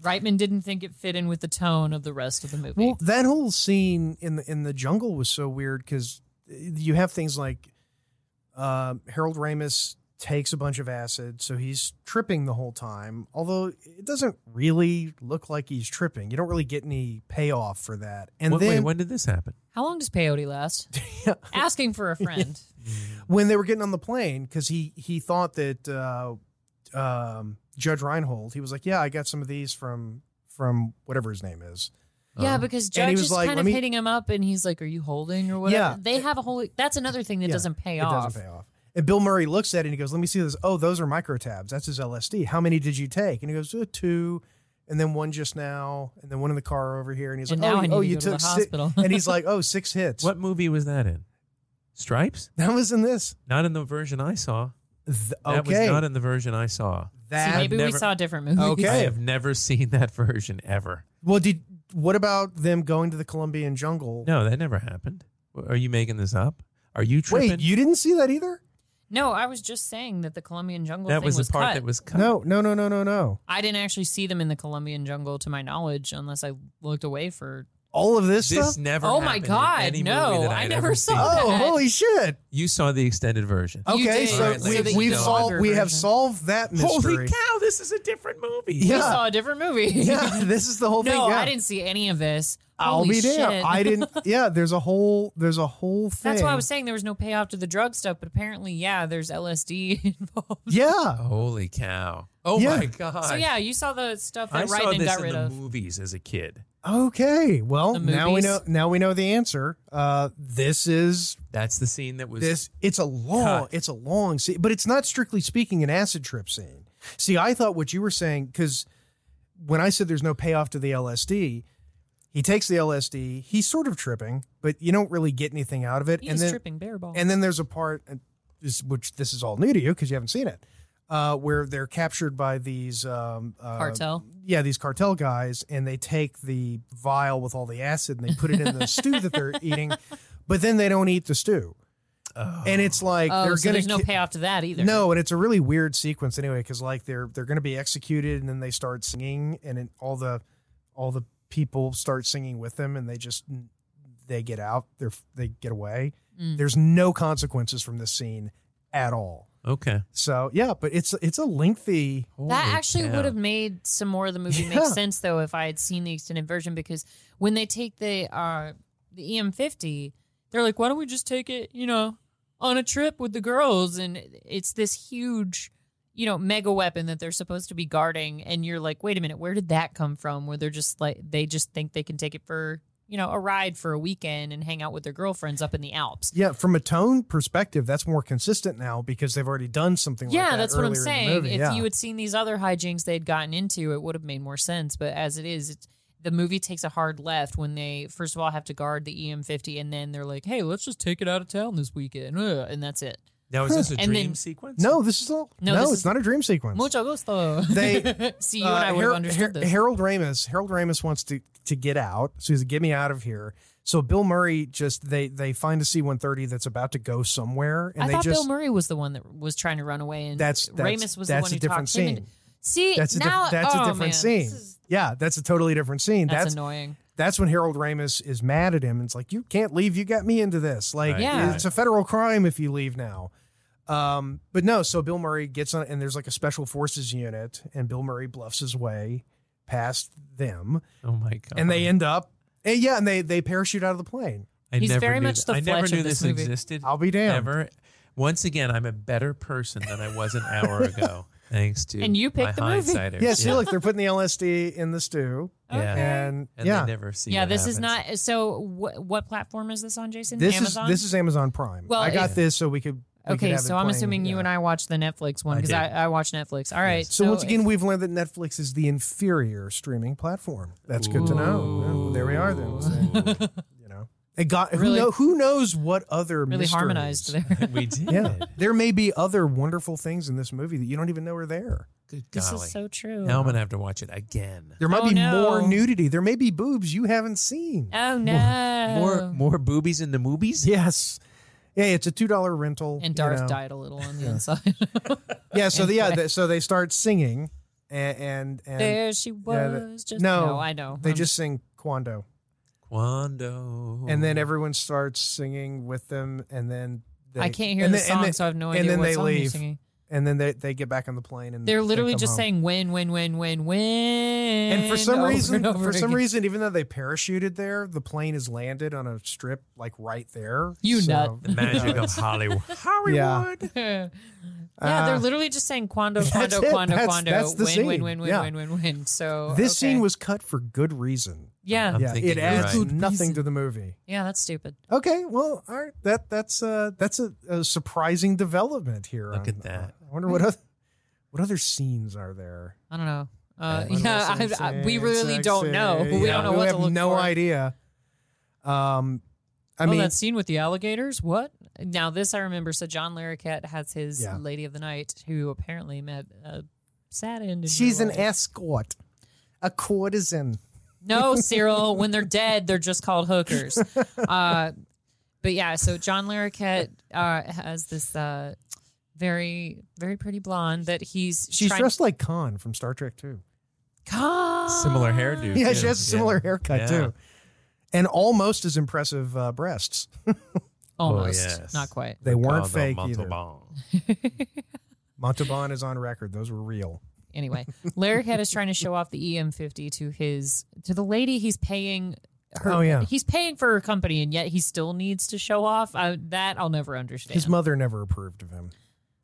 Speaker 2: Reitman didn't think it fit in with the tone of the rest of the movie.
Speaker 3: Well, that whole scene in the in the jungle was so weird because you have things like um Harold Ramis takes a bunch of acid, so he's tripping the whole time. Although it doesn't really look like he's tripping. You don't really get any payoff for that. And
Speaker 4: Wait,
Speaker 3: then
Speaker 4: wait, when did this happen?
Speaker 2: How long does peyote last? Asking for a friend.
Speaker 3: when they were getting on the plane, because he he thought that uh, um, Judge Reinhold, he was like, "Yeah, I got some of these from from whatever his name is."
Speaker 2: yeah,
Speaker 4: Uh-huh.
Speaker 2: because
Speaker 3: Um, And
Speaker 2: Judge
Speaker 3: he was
Speaker 2: is
Speaker 3: like,
Speaker 2: kind
Speaker 3: "Let
Speaker 2: of
Speaker 3: me-"
Speaker 2: hitting him up, and he's like, "Are you holding or whatever?"
Speaker 3: Yeah.
Speaker 2: They have a whole. That's another thing that
Speaker 3: Yeah,
Speaker 2: doesn't pay
Speaker 3: it
Speaker 2: off.
Speaker 3: doesn't pay off. And Bill Murray looks at it and he goes, "Let me see this. Oh, those are micro tabs. That's his LSD. How many did you take?" And he goes, uh, two, and then one just now, and then one in the car over here." And he's
Speaker 2: And
Speaker 3: like,
Speaker 2: now
Speaker 3: "Oh,
Speaker 2: I
Speaker 3: you-
Speaker 2: need
Speaker 3: oh,
Speaker 2: to
Speaker 3: you
Speaker 2: go to the
Speaker 3: took si-"
Speaker 2: hospital.
Speaker 3: and he's like, "Oh, six hits."
Speaker 4: What movie was that in? Stripes?
Speaker 3: That was in this.
Speaker 4: Not in the version I saw.
Speaker 3: Th-
Speaker 4: That
Speaker 3: okay.
Speaker 4: was not in the version I saw.
Speaker 2: See,
Speaker 3: that.
Speaker 2: maybe we
Speaker 4: never-
Speaker 2: saw different movies.
Speaker 3: Okay.
Speaker 4: I have never seen that version ever.
Speaker 3: well, did what about them going to the Colombian jungle?
Speaker 4: No, that never happened. Are you making this up? Are you tripping?
Speaker 3: Wait, you didn't see that either?
Speaker 2: No, I was just saying that the Colombian jungle
Speaker 4: that
Speaker 2: thing
Speaker 4: was the part
Speaker 2: cut.
Speaker 4: that was cut.
Speaker 3: No, no, no, no, no, no.
Speaker 2: I didn't actually see them in the Colombian jungle, to my knowledge, unless I looked away for.
Speaker 3: All of this,
Speaker 4: this
Speaker 3: stuff.
Speaker 4: never.
Speaker 2: Oh my
Speaker 4: happened in
Speaker 2: God,
Speaker 4: any
Speaker 2: no,
Speaker 4: movie that
Speaker 2: I
Speaker 4: I'd
Speaker 2: never
Speaker 4: ever
Speaker 2: saw
Speaker 4: seen.
Speaker 2: that.
Speaker 3: Oh,
Speaker 2: bad.
Speaker 3: holy shit!
Speaker 4: You saw the extended version.
Speaker 2: You
Speaker 3: Okay,
Speaker 2: did.
Speaker 3: so
Speaker 4: Alright,
Speaker 3: we,
Speaker 4: ladies and
Speaker 3: we've
Speaker 4: gentlemen.
Speaker 3: solved, we have
Speaker 2: Version.
Speaker 3: solved that mystery.
Speaker 4: Holy cow! This is a different movie.
Speaker 3: Yeah.
Speaker 2: We saw a different movie.
Speaker 3: Yeah, this is the whole thing.
Speaker 2: no,
Speaker 3: yeah.
Speaker 2: I didn't see any of this.
Speaker 3: I'll
Speaker 2: Holy
Speaker 3: be
Speaker 2: shit.
Speaker 3: damned. I didn't. Yeah, there's a whole there's a whole thing.
Speaker 2: That's why I was saying there was no payoff to the drug stuff, but apparently, yeah, there's LSD involved.
Speaker 3: Yeah,
Speaker 4: Holy cow! Oh
Speaker 3: Yeah.
Speaker 4: my god!
Speaker 2: So yeah, you saw the stuff
Speaker 4: I
Speaker 2: that
Speaker 4: saw
Speaker 2: Ryden
Speaker 4: this
Speaker 2: got
Speaker 4: in
Speaker 2: rid
Speaker 4: the
Speaker 2: of.
Speaker 4: movies as a kid.
Speaker 3: Okay. Well,
Speaker 2: The
Speaker 3: now we
Speaker 2: movies.
Speaker 3: know. Now we know the answer. Uh, this is
Speaker 4: That's the scene that was.
Speaker 3: this. It's a long.
Speaker 4: Cut.
Speaker 3: It's a long scene, but it's not strictly speaking an acid trip scene. See, I thought what you were saying because when I said there's no payoff to the LSD, he takes the LSD. He's sort of tripping, but you don't really get anything out of it.
Speaker 2: He
Speaker 3: and
Speaker 2: was
Speaker 3: then
Speaker 2: tripping bear ball.
Speaker 3: and then there's a part, and this, which this is all new to you because you haven't seen it. uh, where they're captured by these um, uh,
Speaker 2: Cartel?
Speaker 3: Yeah, these cartel guys, and they take the vial with all the acid and they put it in the stew that they're eating, but then they don't eat the stew, and it's like
Speaker 2: Oh,
Speaker 3: they're
Speaker 2: so
Speaker 3: gonna
Speaker 2: there's no
Speaker 3: ki-
Speaker 2: payoff to that either.
Speaker 3: No, and it's a really weird sequence anyway, because like they're they're going to be executed, and then they start singing, and then all the all the people start singing with them, and they just they get out, they are they get away.
Speaker 2: Mm.
Speaker 3: There's no consequences from this scene at all.
Speaker 4: Okay.
Speaker 3: So yeah, but it's it's a lengthy.
Speaker 2: That
Speaker 4: Holy
Speaker 2: actually
Speaker 4: cow.
Speaker 2: would have made some more of the movie
Speaker 3: Yeah.
Speaker 2: make sense though if I had seen the extended version because when they take the uh the EM50, they're like, why don't we just take it, you know, on a trip with the girls? And it's this huge, you know, mega weapon that they're supposed to be guarding, and you're like, wait a minute, where did that come from? Where they're just like they just think they can take it for you know a ride for a weekend and hang out with their girlfriends up in the Alps.
Speaker 3: Yeah, from a tone perspective, that's more consistent now because they've already done something. like
Speaker 2: yeah,
Speaker 3: that
Speaker 2: that's what I'm
Speaker 3: earlier in the
Speaker 2: saying.
Speaker 3: movie,
Speaker 2: If
Speaker 3: yeah.
Speaker 2: you had seen these other hijinks they'd gotten into, it would have made more sense. But as it is, it's, the movie takes a hard left when they first of all have to guard the EM50, and then they're like, "Hey, let's just take it out of town this weekend," Ugh, and that's it.
Speaker 4: Now is this a
Speaker 2: And
Speaker 4: dream
Speaker 2: then-
Speaker 4: sequence?
Speaker 3: no, this is all
Speaker 2: No,
Speaker 3: no,
Speaker 2: this
Speaker 3: it's
Speaker 2: is-
Speaker 3: not a dream sequence.
Speaker 2: Mucho gusto.
Speaker 3: They- uh,
Speaker 2: see you and I would have
Speaker 3: Har-
Speaker 2: understood
Speaker 3: Har-
Speaker 2: this.
Speaker 3: Harold Ramis. Harold Ramis wants to to get out, so he's like, "Get me out of here." So Bill Murray just they they find a C one thirty that's about to go somewhere, and
Speaker 2: I
Speaker 3: they
Speaker 2: thought
Speaker 3: just
Speaker 2: Bill Murray was the one that was trying to run away, and
Speaker 3: that's, that's
Speaker 2: Ramus was the
Speaker 3: that's
Speaker 2: one
Speaker 3: a
Speaker 2: who
Speaker 3: different
Speaker 2: talked
Speaker 3: scene.
Speaker 2: him. Into, see
Speaker 3: that's a diff-
Speaker 2: now,
Speaker 3: that's a
Speaker 2: oh,
Speaker 3: different
Speaker 2: man, this
Speaker 3: scene.
Speaker 2: is-
Speaker 3: yeah, that's a totally different scene.
Speaker 2: that's,
Speaker 3: That's
Speaker 2: annoying.
Speaker 3: that's, when Harold Ramis is mad at him. And it's like you can't leave. You got me into this. Like
Speaker 4: Right,
Speaker 2: Yeah.
Speaker 3: it's a federal crime if you leave now. Um, but no, so Bill Murray gets on, and there's like a special forces unit, and Bill Murray bluffs his way past them.
Speaker 4: Oh my god.
Speaker 3: and they end up and yeah and they they parachute out of the plane
Speaker 4: I
Speaker 2: He's
Speaker 4: never
Speaker 2: very
Speaker 4: knew
Speaker 2: much
Speaker 4: th-
Speaker 2: the
Speaker 4: I never
Speaker 2: Fletch of
Speaker 4: knew
Speaker 2: this
Speaker 4: this,
Speaker 2: movie.
Speaker 4: existed.
Speaker 3: i'll be damned
Speaker 4: Ever. Once again, I'm a better person than I was an hour ago, thanks to
Speaker 2: And you
Speaker 4: my
Speaker 2: picked the movie.
Speaker 4: hindsighters.
Speaker 3: yeah see look they're putting the lsd in the stew
Speaker 4: Yeah.
Speaker 2: Okay.
Speaker 3: and,
Speaker 4: and
Speaker 3: yeah
Speaker 4: they never see.
Speaker 2: yeah,
Speaker 4: what
Speaker 2: this is
Speaker 4: happens.
Speaker 2: not. So, wh- what platform is this on, Jason?
Speaker 3: this
Speaker 2: Amazon?
Speaker 3: is this is amazon prime
Speaker 2: Well,
Speaker 3: i got
Speaker 2: if-
Speaker 3: this so we could we could
Speaker 2: Okay,
Speaker 3: have
Speaker 2: so
Speaker 3: it
Speaker 2: I'm
Speaker 3: playing,
Speaker 2: assuming you
Speaker 3: yeah.
Speaker 2: and I watched the Netflix one
Speaker 4: I
Speaker 2: because
Speaker 4: did.
Speaker 2: I, I, watch Netflix. All right.
Speaker 3: so, once again we've learned that netflix is the inferior streaming platform that's good to know
Speaker 4: Ooh.
Speaker 3: Yeah, there we are then So, you know it got
Speaker 2: Really-
Speaker 3: who, know, who knows what other
Speaker 2: really
Speaker 3: mysteries.
Speaker 2: harmonized there.
Speaker 4: we did.
Speaker 3: yeah there may be other wonderful things in this movie that you don't even know are there
Speaker 4: Good
Speaker 2: this
Speaker 4: golly.
Speaker 2: is so true.
Speaker 4: now I'm gonna have to watch it again.
Speaker 3: there might
Speaker 2: Oh,
Speaker 3: be
Speaker 2: no.
Speaker 3: more nudity there may be boobs you haven't seen
Speaker 2: oh no.
Speaker 4: More more boobies in the movies.
Speaker 3: Yes. Yeah, it's a two dollar rental.
Speaker 2: and
Speaker 3: you
Speaker 2: Darth
Speaker 3: know.
Speaker 2: died a little on the inside.
Speaker 3: Yeah, so the, yeah, the, so they start singing, and and, and
Speaker 2: there she was.
Speaker 3: yeah, the-
Speaker 2: just
Speaker 3: no,
Speaker 2: I know.
Speaker 3: they
Speaker 2: I'm-
Speaker 3: just sing Quando,
Speaker 4: Quando.
Speaker 3: and then everyone starts singing with them, and then they,
Speaker 2: I can't hear
Speaker 3: and
Speaker 2: the
Speaker 3: then-
Speaker 2: song,
Speaker 3: and then-
Speaker 2: so I have no
Speaker 3: and
Speaker 2: idea
Speaker 3: then
Speaker 2: what
Speaker 3: they
Speaker 2: song you're
Speaker 3: leave.
Speaker 2: singing.
Speaker 3: And then they, they get back on the plane, and
Speaker 2: They're
Speaker 3: they
Speaker 2: literally
Speaker 3: come
Speaker 2: just
Speaker 3: home.
Speaker 2: saying win, win, win, win, win.
Speaker 3: And for some
Speaker 2: over
Speaker 3: reason,
Speaker 2: and over
Speaker 3: for some
Speaker 2: again.
Speaker 3: reason, even though they parachuted there, the plane is landed on a strip like right there.
Speaker 2: You
Speaker 3: so,
Speaker 2: nut.
Speaker 4: the magic of Hollywood. Hollywood.
Speaker 3: Yeah.
Speaker 2: yeah, they're
Speaker 3: Uh,
Speaker 2: literally just saying quando,
Speaker 3: that's
Speaker 2: quando,
Speaker 3: it.
Speaker 2: quando,
Speaker 3: That's-
Speaker 2: quando,
Speaker 3: that's the
Speaker 2: win, win,
Speaker 3: scene.
Speaker 2: win, win,
Speaker 3: Yeah.
Speaker 2: win, win, win. So
Speaker 3: This
Speaker 2: okay.
Speaker 3: scene was cut for good reason.
Speaker 2: yeah,
Speaker 4: I'm
Speaker 3: yeah,
Speaker 4: thinking
Speaker 3: it
Speaker 4: you're
Speaker 3: adds
Speaker 4: right.
Speaker 3: nothing to the movie.
Speaker 2: yeah, that's stupid.
Speaker 3: Okay, well, all right. That that's uh that's a, a surprising development here.
Speaker 4: Look
Speaker 3: on-
Speaker 4: at that.
Speaker 3: I wonder what other what other scenes are there.
Speaker 2: I don't know. Uh,
Speaker 3: What
Speaker 2: yeah,
Speaker 3: else
Speaker 2: I, I,
Speaker 3: is
Speaker 2: we really
Speaker 3: sexy?
Speaker 2: don't know. We
Speaker 3: Yeah,
Speaker 2: don't know
Speaker 3: we
Speaker 2: what
Speaker 3: have
Speaker 2: to look
Speaker 3: no
Speaker 2: for.
Speaker 3: idea. Um, I
Speaker 2: oh,
Speaker 3: mean,
Speaker 2: that scene with the alligators. What? Now this I remember. So John Larroquette has his
Speaker 3: Yeah.
Speaker 2: lady of the night, who apparently met a sad end. in
Speaker 3: she's
Speaker 2: real
Speaker 3: an
Speaker 2: life.
Speaker 3: escort, a courtesan.
Speaker 2: No, Cyril. when they're dead, they're just called hookers. Uh, but yeah, so John Larroquette uh, has this uh, very, very pretty blonde that he's
Speaker 3: She's
Speaker 2: trying-
Speaker 3: dressed like Khan from Star Trek too.
Speaker 2: God.
Speaker 4: Similar hairdo.
Speaker 3: Yeah,
Speaker 4: too.
Speaker 3: she has a similar
Speaker 4: Yeah.
Speaker 3: haircut
Speaker 4: Yeah.
Speaker 3: too, and almost as impressive uh, breasts.
Speaker 2: Almost,
Speaker 4: Oh, yes.
Speaker 2: not quite.
Speaker 3: They weren't
Speaker 4: Ricardo
Speaker 3: fake either.
Speaker 4: Montalban.
Speaker 3: Montalban is on record; those were real.
Speaker 2: Anyway, Larroquette is trying to show off the EM50 to his to the lady he's paying. Her,
Speaker 3: Oh, yeah.
Speaker 2: he's paying for her company, and yet he still needs to show off. I, that I'll never understand.
Speaker 3: His mother never approved of him.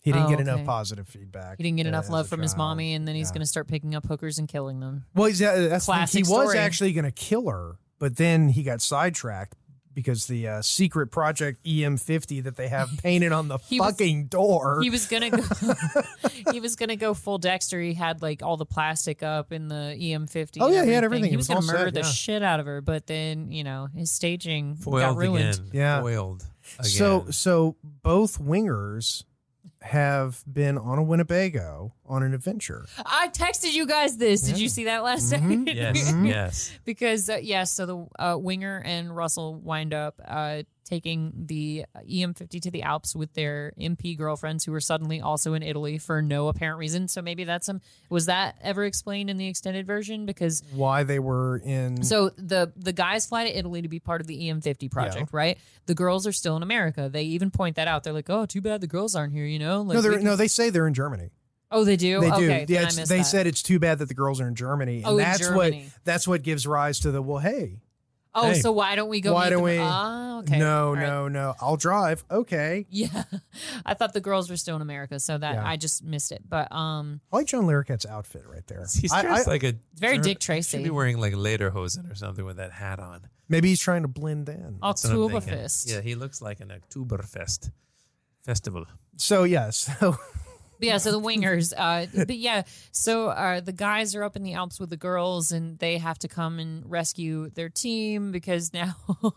Speaker 3: He didn't
Speaker 2: Oh,
Speaker 3: get enough
Speaker 2: okay.
Speaker 3: positive feedback.
Speaker 2: he didn't get enough
Speaker 3: as
Speaker 2: love
Speaker 3: a
Speaker 2: from his
Speaker 3: child.
Speaker 2: mommy, and then he's
Speaker 3: Yeah.
Speaker 2: going to start picking up hookers and killing them.
Speaker 3: Well, he's, uh, that's the thing.
Speaker 2: Classic
Speaker 3: He was
Speaker 2: story.
Speaker 3: actually going to kill her, but then he got sidetracked because the uh, secret project EM50 that they have painted on the
Speaker 2: He was-
Speaker 3: fucking door.
Speaker 2: He was gonna go. he was gonna go full Dexter. He had like all the plastic up in the EM50.
Speaker 3: Oh,
Speaker 2: and
Speaker 3: yeah, he had everything.
Speaker 2: He
Speaker 3: It
Speaker 2: was,
Speaker 3: was all
Speaker 2: gonna murder
Speaker 3: set,
Speaker 2: the
Speaker 3: yeah.
Speaker 2: shit out of her, but then you know his staging
Speaker 4: Foiled
Speaker 2: got ruined.
Speaker 4: again.
Speaker 3: Yeah.
Speaker 4: Foiled again.
Speaker 3: So, so both wingers have been on a Winnebago on an adventure.
Speaker 2: I texted you guys this. Did you see that last
Speaker 3: Mhm.
Speaker 2: night?
Speaker 4: Yes, yes.
Speaker 2: because uh, yeah, so the uh, Winger and Russell wind up uh, taking the EM50 to the Alps with their MP girlfriends, who were suddenly also in Italy for no apparent reason. So maybe that's some. Was that ever explained in the extended version? Because
Speaker 3: Why they were in
Speaker 2: so the the guys fly to Italy to be part of the EM50 project, right? The girls are still in America. They even point that out. They're like, "Oh, too bad the girls aren't here," you know. Like,
Speaker 3: no,
Speaker 2: we
Speaker 3: they're,
Speaker 2: can-
Speaker 3: no, they say they're in Germany.
Speaker 2: oh, they do.
Speaker 3: They
Speaker 2: okay,
Speaker 3: do.
Speaker 2: then I
Speaker 3: yeah, it's-
Speaker 2: missed
Speaker 3: they
Speaker 2: that.
Speaker 3: said it's too bad that the girls are in Germany, and
Speaker 2: Oh, in
Speaker 3: that's
Speaker 2: Germany.
Speaker 3: what that's what gives rise to the well. Hey,
Speaker 2: Oh,
Speaker 4: Hey.
Speaker 2: so why don't we go?
Speaker 3: Why
Speaker 2: meet
Speaker 3: don't
Speaker 2: them?
Speaker 3: we-
Speaker 2: Ah, okay.
Speaker 3: no,
Speaker 2: All right.
Speaker 3: no, no, I'll drive. Okay,
Speaker 2: Yeah, I thought the girls were still in America, so that
Speaker 3: Yeah.
Speaker 2: I just missed it. But um,
Speaker 3: I like John Larroquette's outfit right there.
Speaker 4: He's
Speaker 3: I-
Speaker 4: dressed
Speaker 3: I-
Speaker 4: like a.
Speaker 2: it's very
Speaker 4: Ger-
Speaker 2: Dick Tracy.
Speaker 4: Should be wearing like lederhosen or something with that hat on.
Speaker 3: maybe he's trying to blend in.
Speaker 4: That's what I'm thinking.
Speaker 2: Oktoberfest.
Speaker 4: Yeah, he looks like an Oktoberfest festival.
Speaker 3: So yes, so
Speaker 2: But yeah, so the wingers. Uh, but yeah, so uh, the guys are up in the Alps with the girls, and they have to come and rescue their team because now,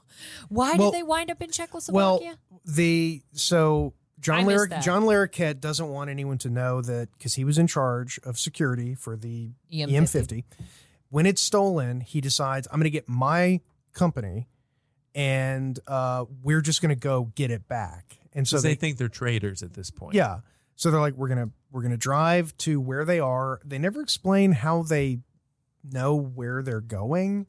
Speaker 2: why
Speaker 3: Well-
Speaker 2: did they wind up in
Speaker 3: well
Speaker 2: Czechoslovakia?
Speaker 3: the so
Speaker 2: I
Speaker 3: John
Speaker 2: missed
Speaker 3: Larroquette,
Speaker 2: that.
Speaker 3: John Larroquette doesn't want anyone to know that because he was in charge of security for the
Speaker 2: E
Speaker 3: EM50. When it's stolen, he decides I'm going to get my company, and uh, we're just going to go get it back. And so
Speaker 4: So they,
Speaker 3: they
Speaker 4: think they're traitors at this point.
Speaker 3: Yeah. So they're like, we're gonna we're gonna drive to where they are. They never explain how they know where they're going,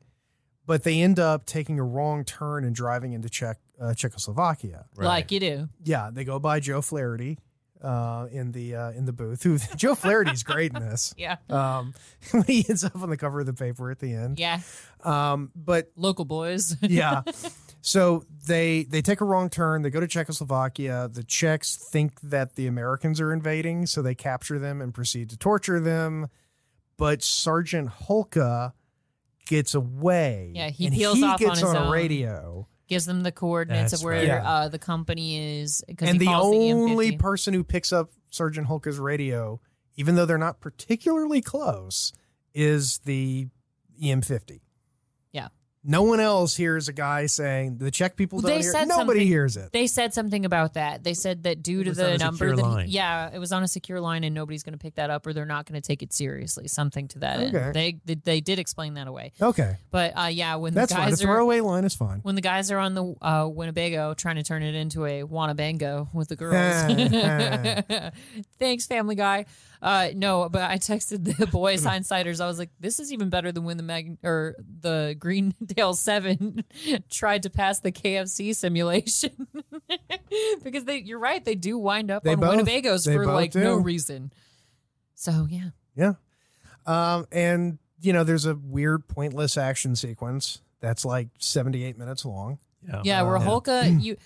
Speaker 3: but they end up taking a wrong turn and driving into Czech uh, Czechoslovakia.
Speaker 4: Right.
Speaker 2: Like you do.
Speaker 3: Yeah, they go by Joe Flaherty uh, in the uh, in the booth. Who Joe Flaherty's great in this.
Speaker 2: Yeah.
Speaker 3: Um, when he ends up on the cover of the paper at the end.
Speaker 2: Yeah.
Speaker 3: Um, but
Speaker 2: Local boys.
Speaker 3: yeah. So they they take a wrong turn. They go to Czechoslovakia. The Czechs think that the Americans are invading, so they capture them and proceed to torture them. But Sergeant Holka gets away.
Speaker 2: Yeah, he
Speaker 3: and
Speaker 2: peels
Speaker 3: he
Speaker 2: off on
Speaker 3: gets
Speaker 2: his
Speaker 3: on,
Speaker 2: own.
Speaker 3: a radio.
Speaker 2: Gives them the coordinates
Speaker 4: That's
Speaker 2: of where
Speaker 4: right.
Speaker 3: Yeah.
Speaker 2: uh, the company is. 'cause
Speaker 3: And
Speaker 2: he
Speaker 3: the
Speaker 2: calls E
Speaker 3: only
Speaker 2: EM50.
Speaker 3: person who picks up Sergeant Holka's radio, even though they're not particularly close, is the EM50.
Speaker 2: Yeah.
Speaker 3: No one else hears a guy saying the Czech people
Speaker 2: Well, they
Speaker 3: don't hear.
Speaker 2: said
Speaker 3: Nobody
Speaker 2: something-
Speaker 3: hears it.
Speaker 2: They said something about that. They said that due
Speaker 4: It
Speaker 2: to
Speaker 4: was
Speaker 2: the
Speaker 4: on a
Speaker 2: number,
Speaker 4: secure
Speaker 2: that he-
Speaker 4: line.
Speaker 2: yeah, it was on a secure line, and nobody's going to pick that up, or they're not going to take it seriously. Something to that
Speaker 3: Okay.
Speaker 2: end. They, they they did explain that away,
Speaker 3: Okay.
Speaker 2: but uh, yeah, when
Speaker 3: That's
Speaker 2: the
Speaker 3: fine. The
Speaker 2: guys are
Speaker 3: throwaway line is fine.
Speaker 2: when the guys are on the uh, Winnebago trying to turn it into a Wanabango with the girls. Thanks, Family Guy. Uh, no, but I texted the boys hindsighters. I was like, this is even better than when the Mag- or the Greendale Seven tried to pass the KFC simulation because they, you're right, they do wind up
Speaker 3: They
Speaker 2: on
Speaker 3: both-
Speaker 2: Winnebagos
Speaker 3: they
Speaker 2: for
Speaker 3: both
Speaker 2: like no
Speaker 3: do.
Speaker 2: reason. So yeah,
Speaker 3: Yeah. Um, and you know, there's a weird, pointless action sequence that's like 78 minutes long.
Speaker 4: Yeah.
Speaker 2: Yeah, where
Speaker 3: Yeah. Hmm.
Speaker 2: Holka you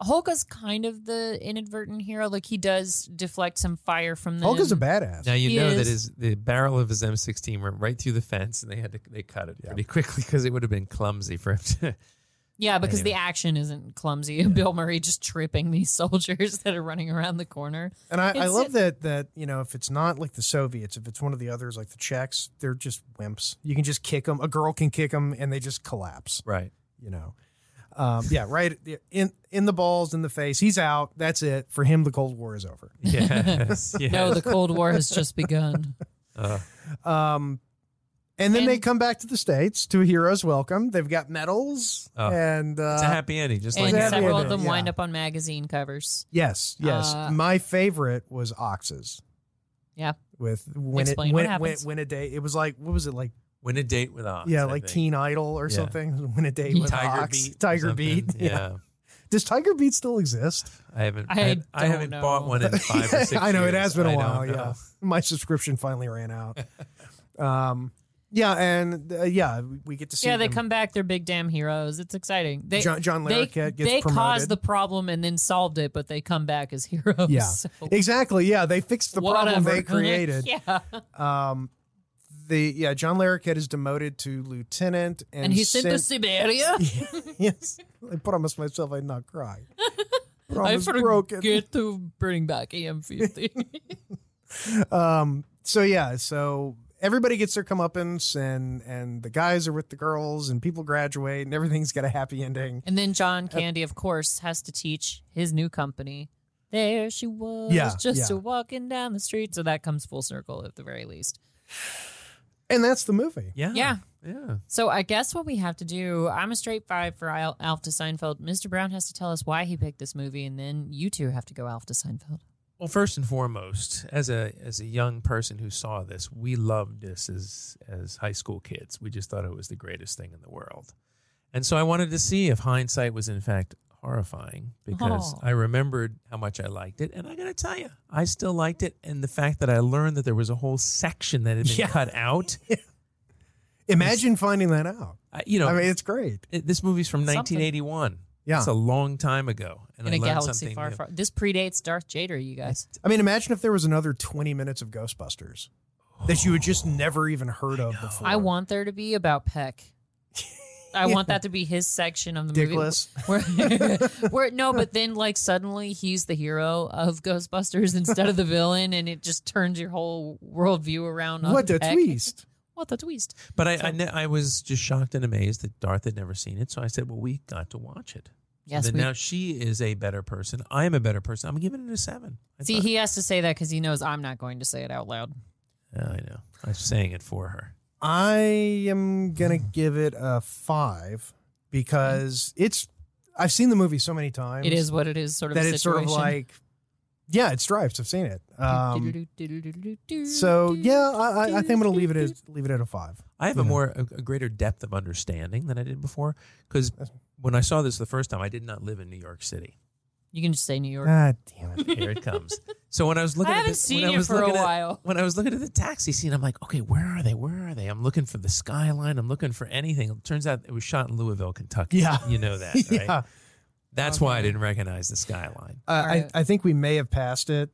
Speaker 2: Holka's kind of the inadvertent hero. Like he does deflect some fire from the
Speaker 3: Hulk is a badass.
Speaker 4: Now you
Speaker 2: He
Speaker 4: know that
Speaker 2: is-
Speaker 4: his the barrel of his M16 went right through the fence, and they had to they cut it pretty quickly because it would have been clumsy for him. to...
Speaker 2: Yeah, because
Speaker 4: Anyway.
Speaker 2: the action isn't clumsy. Bill Murray just tripping these soldiers that are running around the corner.
Speaker 3: And I, I
Speaker 2: It's-
Speaker 3: love that that, you know, if it's not like the Soviets, if it's one of the others like the Czechs, they're just wimps. You can just kick them. A girl can kick them and they just collapse,
Speaker 4: Right.
Speaker 3: you know. Um, yeah, right in in the balls, in the face. He's out. That's it. For him, the Cold War is over.
Speaker 4: Yes. yes.
Speaker 2: No, the Cold War has just begun.
Speaker 4: Uh,
Speaker 3: Um, and then
Speaker 2: And-
Speaker 3: they come back to the states to a hero's welcome. They've got medals
Speaker 4: Oh.
Speaker 3: and uh,
Speaker 4: it's a happy ending, just like
Speaker 2: and
Speaker 3: Exactly.
Speaker 2: several
Speaker 4: every
Speaker 2: of
Speaker 4: other.
Speaker 2: them
Speaker 3: Yeah.
Speaker 2: wind up on magazine covers.
Speaker 3: Yes, yes.
Speaker 2: Uh,
Speaker 3: My favorite was Ox's.
Speaker 2: Yeah.
Speaker 3: With when
Speaker 2: Explain what
Speaker 3: it when, it- when,
Speaker 2: happens.
Speaker 3: when a day it was like what was it like
Speaker 4: Win a date with Oz.
Speaker 3: yeah
Speaker 4: I
Speaker 3: like
Speaker 4: think.
Speaker 3: Teen Idol or
Speaker 4: Yeah.
Speaker 3: something when a day with
Speaker 4: Tiger
Speaker 3: Ox
Speaker 4: Beat. or
Speaker 3: Tiger
Speaker 4: something.
Speaker 3: Beat
Speaker 4: Yeah.
Speaker 3: does Tiger Beat still exist
Speaker 4: I haven't.
Speaker 2: I
Speaker 4: I, haven't- I
Speaker 2: don't
Speaker 4: haven't
Speaker 2: know.
Speaker 4: bought one in five or six.
Speaker 3: I know it
Speaker 4: years.
Speaker 3: has been
Speaker 4: I
Speaker 3: a
Speaker 4: don't
Speaker 3: while
Speaker 4: know.
Speaker 3: yeah my subscription finally ran out um yeah and uh, yeah we get to see
Speaker 2: yeah, they
Speaker 3: them.
Speaker 2: come back. They're big damn heroes. It's exciting. They
Speaker 3: John, John
Speaker 2: they,
Speaker 3: Larroquette gets
Speaker 2: they
Speaker 3: promoted
Speaker 2: caused the problem and then solved it, but they come back as heroes.
Speaker 3: Yeah.
Speaker 2: So,
Speaker 3: exactly yeah they fixed the problem
Speaker 2: whatever.
Speaker 3: they created
Speaker 2: yeah.
Speaker 3: um the yeah John Larroquette is demoted to lieutenant and,
Speaker 2: And, he sent, to Siberia.
Speaker 3: yes. I promised myself I'd not cry.
Speaker 2: I
Speaker 3: Promise
Speaker 2: forget
Speaker 3: broken.
Speaker 2: to bring back EM50.
Speaker 3: Um, so yeah, so everybody gets their comeuppance, and and the guys are with the girls, and people graduate, and everything's got a happy ending.
Speaker 2: and then John Candy, of course, has to teach his new company There she was,
Speaker 3: Yeah,
Speaker 2: just
Speaker 3: yeah.
Speaker 2: a walking down the street. So that comes full circle at the very least.
Speaker 3: And that's the movie.
Speaker 4: Yeah.
Speaker 2: Yeah.
Speaker 4: Yeah.
Speaker 2: So I guess what we have to do, I'm a straight five for Al- Alf to Seinfeld. Mr. Brown has to tell us why he picked this movie, and then you two have to go Alf to Seinfeld.
Speaker 4: Well, first and foremost, as a as a young person who saw this, we loved this as as high school kids. We just thought it was the greatest thing in the world, and so I wanted to see if hindsight was in fact horrifying because
Speaker 2: Oh.
Speaker 4: I remembered how much I liked it, and I got to tell you, I still liked it. And the fact that I learned that there was a whole section that had been
Speaker 3: Yeah.
Speaker 4: cut out,
Speaker 3: Imagine finding that out.
Speaker 4: I, you know,
Speaker 3: I mean, it's great.
Speaker 4: it- this movie's from
Speaker 2: Something.
Speaker 4: 1981.
Speaker 3: Yeah.
Speaker 4: it's a long time ago, and
Speaker 2: In
Speaker 4: I
Speaker 2: a
Speaker 4: learned
Speaker 2: galaxy
Speaker 4: something
Speaker 2: far,
Speaker 4: new.
Speaker 2: far. This predates Darth Jader, you guys.
Speaker 3: I mean, imagine if there was another 20 minutes of Ghostbusters that you had just never even heard of before.
Speaker 2: I want there to be about Peck. I want that to be his section of the
Speaker 3: Dickless.
Speaker 2: movie. Where, where no, but then like suddenly he's the hero of Ghostbusters instead of the villain, and it just turns your whole worldview around. on
Speaker 3: What a
Speaker 2: Peck.
Speaker 3: twist.
Speaker 2: What a twist!
Speaker 4: But I, I, ne- I was just shocked and amazed that Darth had never seen it. So I said, well, we got to watch it. So
Speaker 2: Yes,
Speaker 4: then
Speaker 2: we
Speaker 4: now she is a better person. I am a better person. I'm giving it a seven. I
Speaker 2: see.
Speaker 4: thought-
Speaker 2: He has to say that because he knows I'm not going to say it out loud.
Speaker 4: Yeah, I know. I'm saying it for her.
Speaker 3: I am going to give it a five because it's, I've seen the movie so many times.
Speaker 2: It is what it is. Sort of
Speaker 3: that
Speaker 2: a
Speaker 3: it's sort of
Speaker 2: situation.
Speaker 3: like, yeah, it stripes. I've seen it. Um,
Speaker 2: Do-do-do-do-do-do-do-do.
Speaker 3: so yeah, I, I- I think I'm going to leave it as, leave it at a five.
Speaker 4: I have a
Speaker 3: Yeah.
Speaker 4: more a, a greater depth of understanding than I did before because when I saw this the first time, I did not live in New York City.
Speaker 2: You can just say New York.
Speaker 3: Ah, damn it.
Speaker 4: Here it comes. So when I was looking,
Speaker 2: I
Speaker 4: at
Speaker 2: haven't
Speaker 4: this,
Speaker 2: seen
Speaker 4: when I
Speaker 2: it
Speaker 4: was
Speaker 2: for a
Speaker 4: looking at-
Speaker 2: while.
Speaker 4: when I was looking at the taxi scene, I'm like, okay, where are they? Where are they? I'm looking for the skyline. I'm looking for anything. It turns out it was shot in Louisville, Kentucky.
Speaker 3: Yeah.
Speaker 4: you know that, right?
Speaker 3: yeah.
Speaker 4: That's why I didn't recognize the skyline.
Speaker 3: Uh,
Speaker 2: Alright.
Speaker 3: I, I think we may have passed it,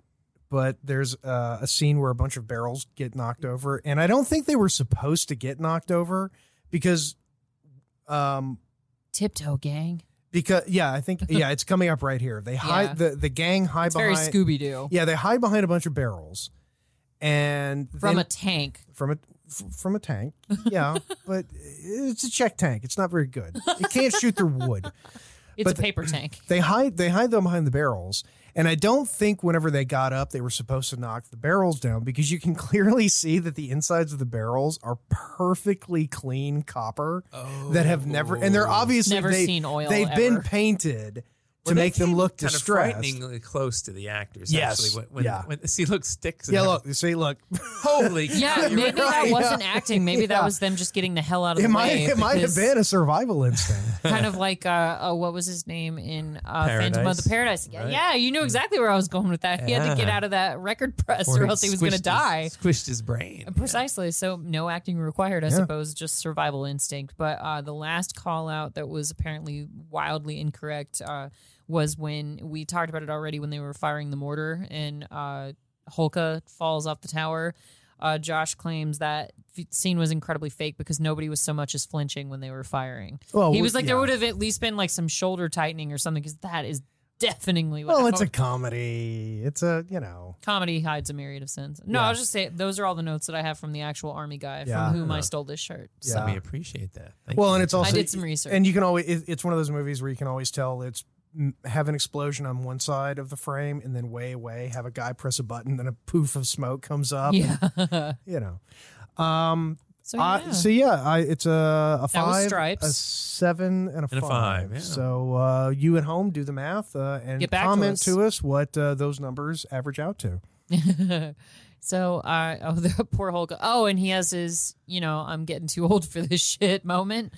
Speaker 3: but there's uh, a scene where a bunch of barrels get knocked over, and I don't think they were supposed to get knocked over because, um,
Speaker 2: Tiptoe gang.
Speaker 3: because yeah, I think yeah, it's coming up right here. They hide
Speaker 2: Yeah.
Speaker 3: the the gang hide
Speaker 2: It's very
Speaker 3: behind
Speaker 2: Scooby Doo.
Speaker 3: yeah they hide behind a bunch of barrels, and
Speaker 2: From a
Speaker 3: then-
Speaker 2: tank.
Speaker 3: from a f- from a tank. Yeah, but it's a check tank. It's not very good. It can't shoot through wood.
Speaker 2: It's
Speaker 3: But
Speaker 2: a
Speaker 3: the-
Speaker 2: paper tank.
Speaker 3: they hide they hide them behind the barrels and i don't think whenever they got up they were supposed to knock the barrels down because you can clearly see that the insides of the barrels are perfectly clean copper that have never and
Speaker 4: Oh.
Speaker 3: they're obviously
Speaker 2: Never
Speaker 3: they,
Speaker 2: seen oil
Speaker 3: they've
Speaker 2: ever.
Speaker 3: been painted to
Speaker 4: Well, they
Speaker 3: make them
Speaker 4: came
Speaker 3: look
Speaker 4: kind of
Speaker 3: distressed
Speaker 4: frighteningly close to the actors.
Speaker 3: Yes.
Speaker 4: actually, when, when,
Speaker 3: Yeah.
Speaker 4: when see, look, sticks. and
Speaker 3: yeah
Speaker 4: everything.
Speaker 3: look see look
Speaker 4: holy
Speaker 2: Yeah,
Speaker 4: cow, you're
Speaker 2: maybe
Speaker 4: right.
Speaker 2: that wasn't acting. Maybe that
Speaker 3: Yeah.
Speaker 2: was them just getting the hell out of
Speaker 3: it
Speaker 2: the
Speaker 3: might
Speaker 2: way.
Speaker 3: it might have
Speaker 2: because
Speaker 3: been a survival instinct
Speaker 2: kind of like uh, oh, what was his name in uh, Phantom of
Speaker 4: Paradise.
Speaker 2: the Paradise? Yeah,
Speaker 4: Right. Mm.
Speaker 2: yeah, you knew exactly where I was going with that. He had to get
Speaker 4: Yeah.
Speaker 2: out of that record press,
Speaker 4: Or
Speaker 2: or else he was going to
Speaker 4: squished his-
Speaker 2: die.
Speaker 4: Squished his brain.
Speaker 2: Precisely. So no acting required, I
Speaker 3: Yeah.
Speaker 2: suppose, just survival instinct. But uh, the last call out that was apparently wildly incorrect uh, was when we talked about it already when they were firing the mortar and uh, Holka falls off the tower. Uh, Josh claims that f- scene was incredibly fake because nobody was so much as flinching when they were firing.
Speaker 3: Oh, well
Speaker 2: he
Speaker 3: we-
Speaker 2: was like, there
Speaker 3: yeah.
Speaker 2: would have at least been like some shoulder tightening or something because that is deafeningly what
Speaker 3: well it's
Speaker 2: happened.
Speaker 3: a comedy it's a you know
Speaker 2: Comedy hides a myriad of sins. No,
Speaker 3: Yeah.
Speaker 2: I was just saying those are all the notes that I have from the actual army guy
Speaker 3: Yeah.
Speaker 2: from whom I stole this shirt. So
Speaker 3: Yeah.
Speaker 4: We appreciate that. Thank
Speaker 3: well
Speaker 4: you.
Speaker 3: and it's also
Speaker 2: I did some research.
Speaker 3: And you can always, it, it's one of those movies where you can always tell it's m- have an explosion on one side of the frame and then way away have a guy press a button then a poof of smoke comes up and,
Speaker 2: yeah.
Speaker 3: you know um
Speaker 2: so
Speaker 3: I-
Speaker 2: yeah.
Speaker 3: so yeah I, it's a, a
Speaker 2: That was
Speaker 3: five
Speaker 2: Stripes.
Speaker 3: a seven and a
Speaker 4: And
Speaker 3: five,
Speaker 4: a five, yeah.
Speaker 3: so uh you at home do the math uh, and
Speaker 2: Get back to
Speaker 3: comment
Speaker 2: us.
Speaker 3: to us what uh, those numbers average out to
Speaker 2: so uh, oh, the poor Hulk. Oh, and he has his, you know, I'm getting too old for this shit moment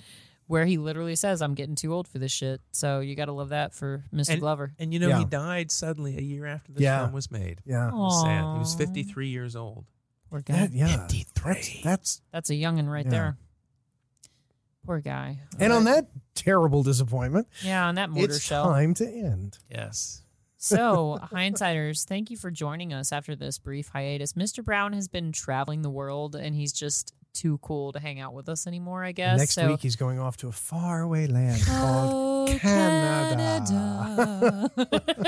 Speaker 2: where he literally says, I'm getting too old for this shit. So you got to love that for Mr. Glover.
Speaker 4: And you know,
Speaker 3: Yeah.
Speaker 4: he died suddenly a year after this
Speaker 3: Yeah.
Speaker 4: film was made.
Speaker 2: Oh,
Speaker 3: yeah
Speaker 4: It was sad. He was
Speaker 2: Aw.
Speaker 4: 53 years old.
Speaker 2: Poor guy.
Speaker 3: That- yeah
Speaker 4: 53.
Speaker 3: that's
Speaker 2: That's a young'un right
Speaker 3: Yeah.
Speaker 2: there. Poor guy.
Speaker 3: and on that terrible disappointment
Speaker 2: Yeah, on that mortar
Speaker 3: it's
Speaker 2: shell.
Speaker 3: time to end
Speaker 4: yes.
Speaker 2: So, hindsiders, thank you for joining us after this brief hiatus. Mr. Brown has been traveling the world and he's just too cool to hang out with us anymore, I guess.
Speaker 3: next
Speaker 2: so,
Speaker 3: week he's going off to a faraway land called
Speaker 2: Oh,
Speaker 3: Canada.
Speaker 2: Canada.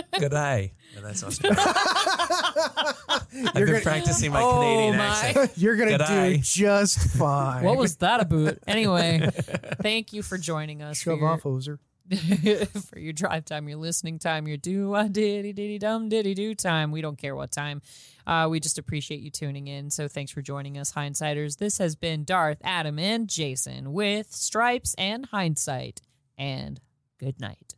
Speaker 4: Good day. No, that's Australian. I've been
Speaker 3: gonna-
Speaker 4: practicing my
Speaker 2: Oh,
Speaker 4: Canadian
Speaker 2: my.
Speaker 4: accent.
Speaker 3: You're gonna
Speaker 4: Good
Speaker 3: do
Speaker 4: eye.
Speaker 3: just fine.
Speaker 2: what was that about? Anyway, thank you for joining us. for
Speaker 3: shove
Speaker 2: your-
Speaker 3: off hoser?
Speaker 2: for your drive time, your listening time, your do a diddy diddy dum diddy do time. We don't care what time. Uh, we just appreciate you tuning in. So thanks for joining us, Hindsiders. This has been Darth, Adam, and Jason with Stripes and Hindsight. And good night.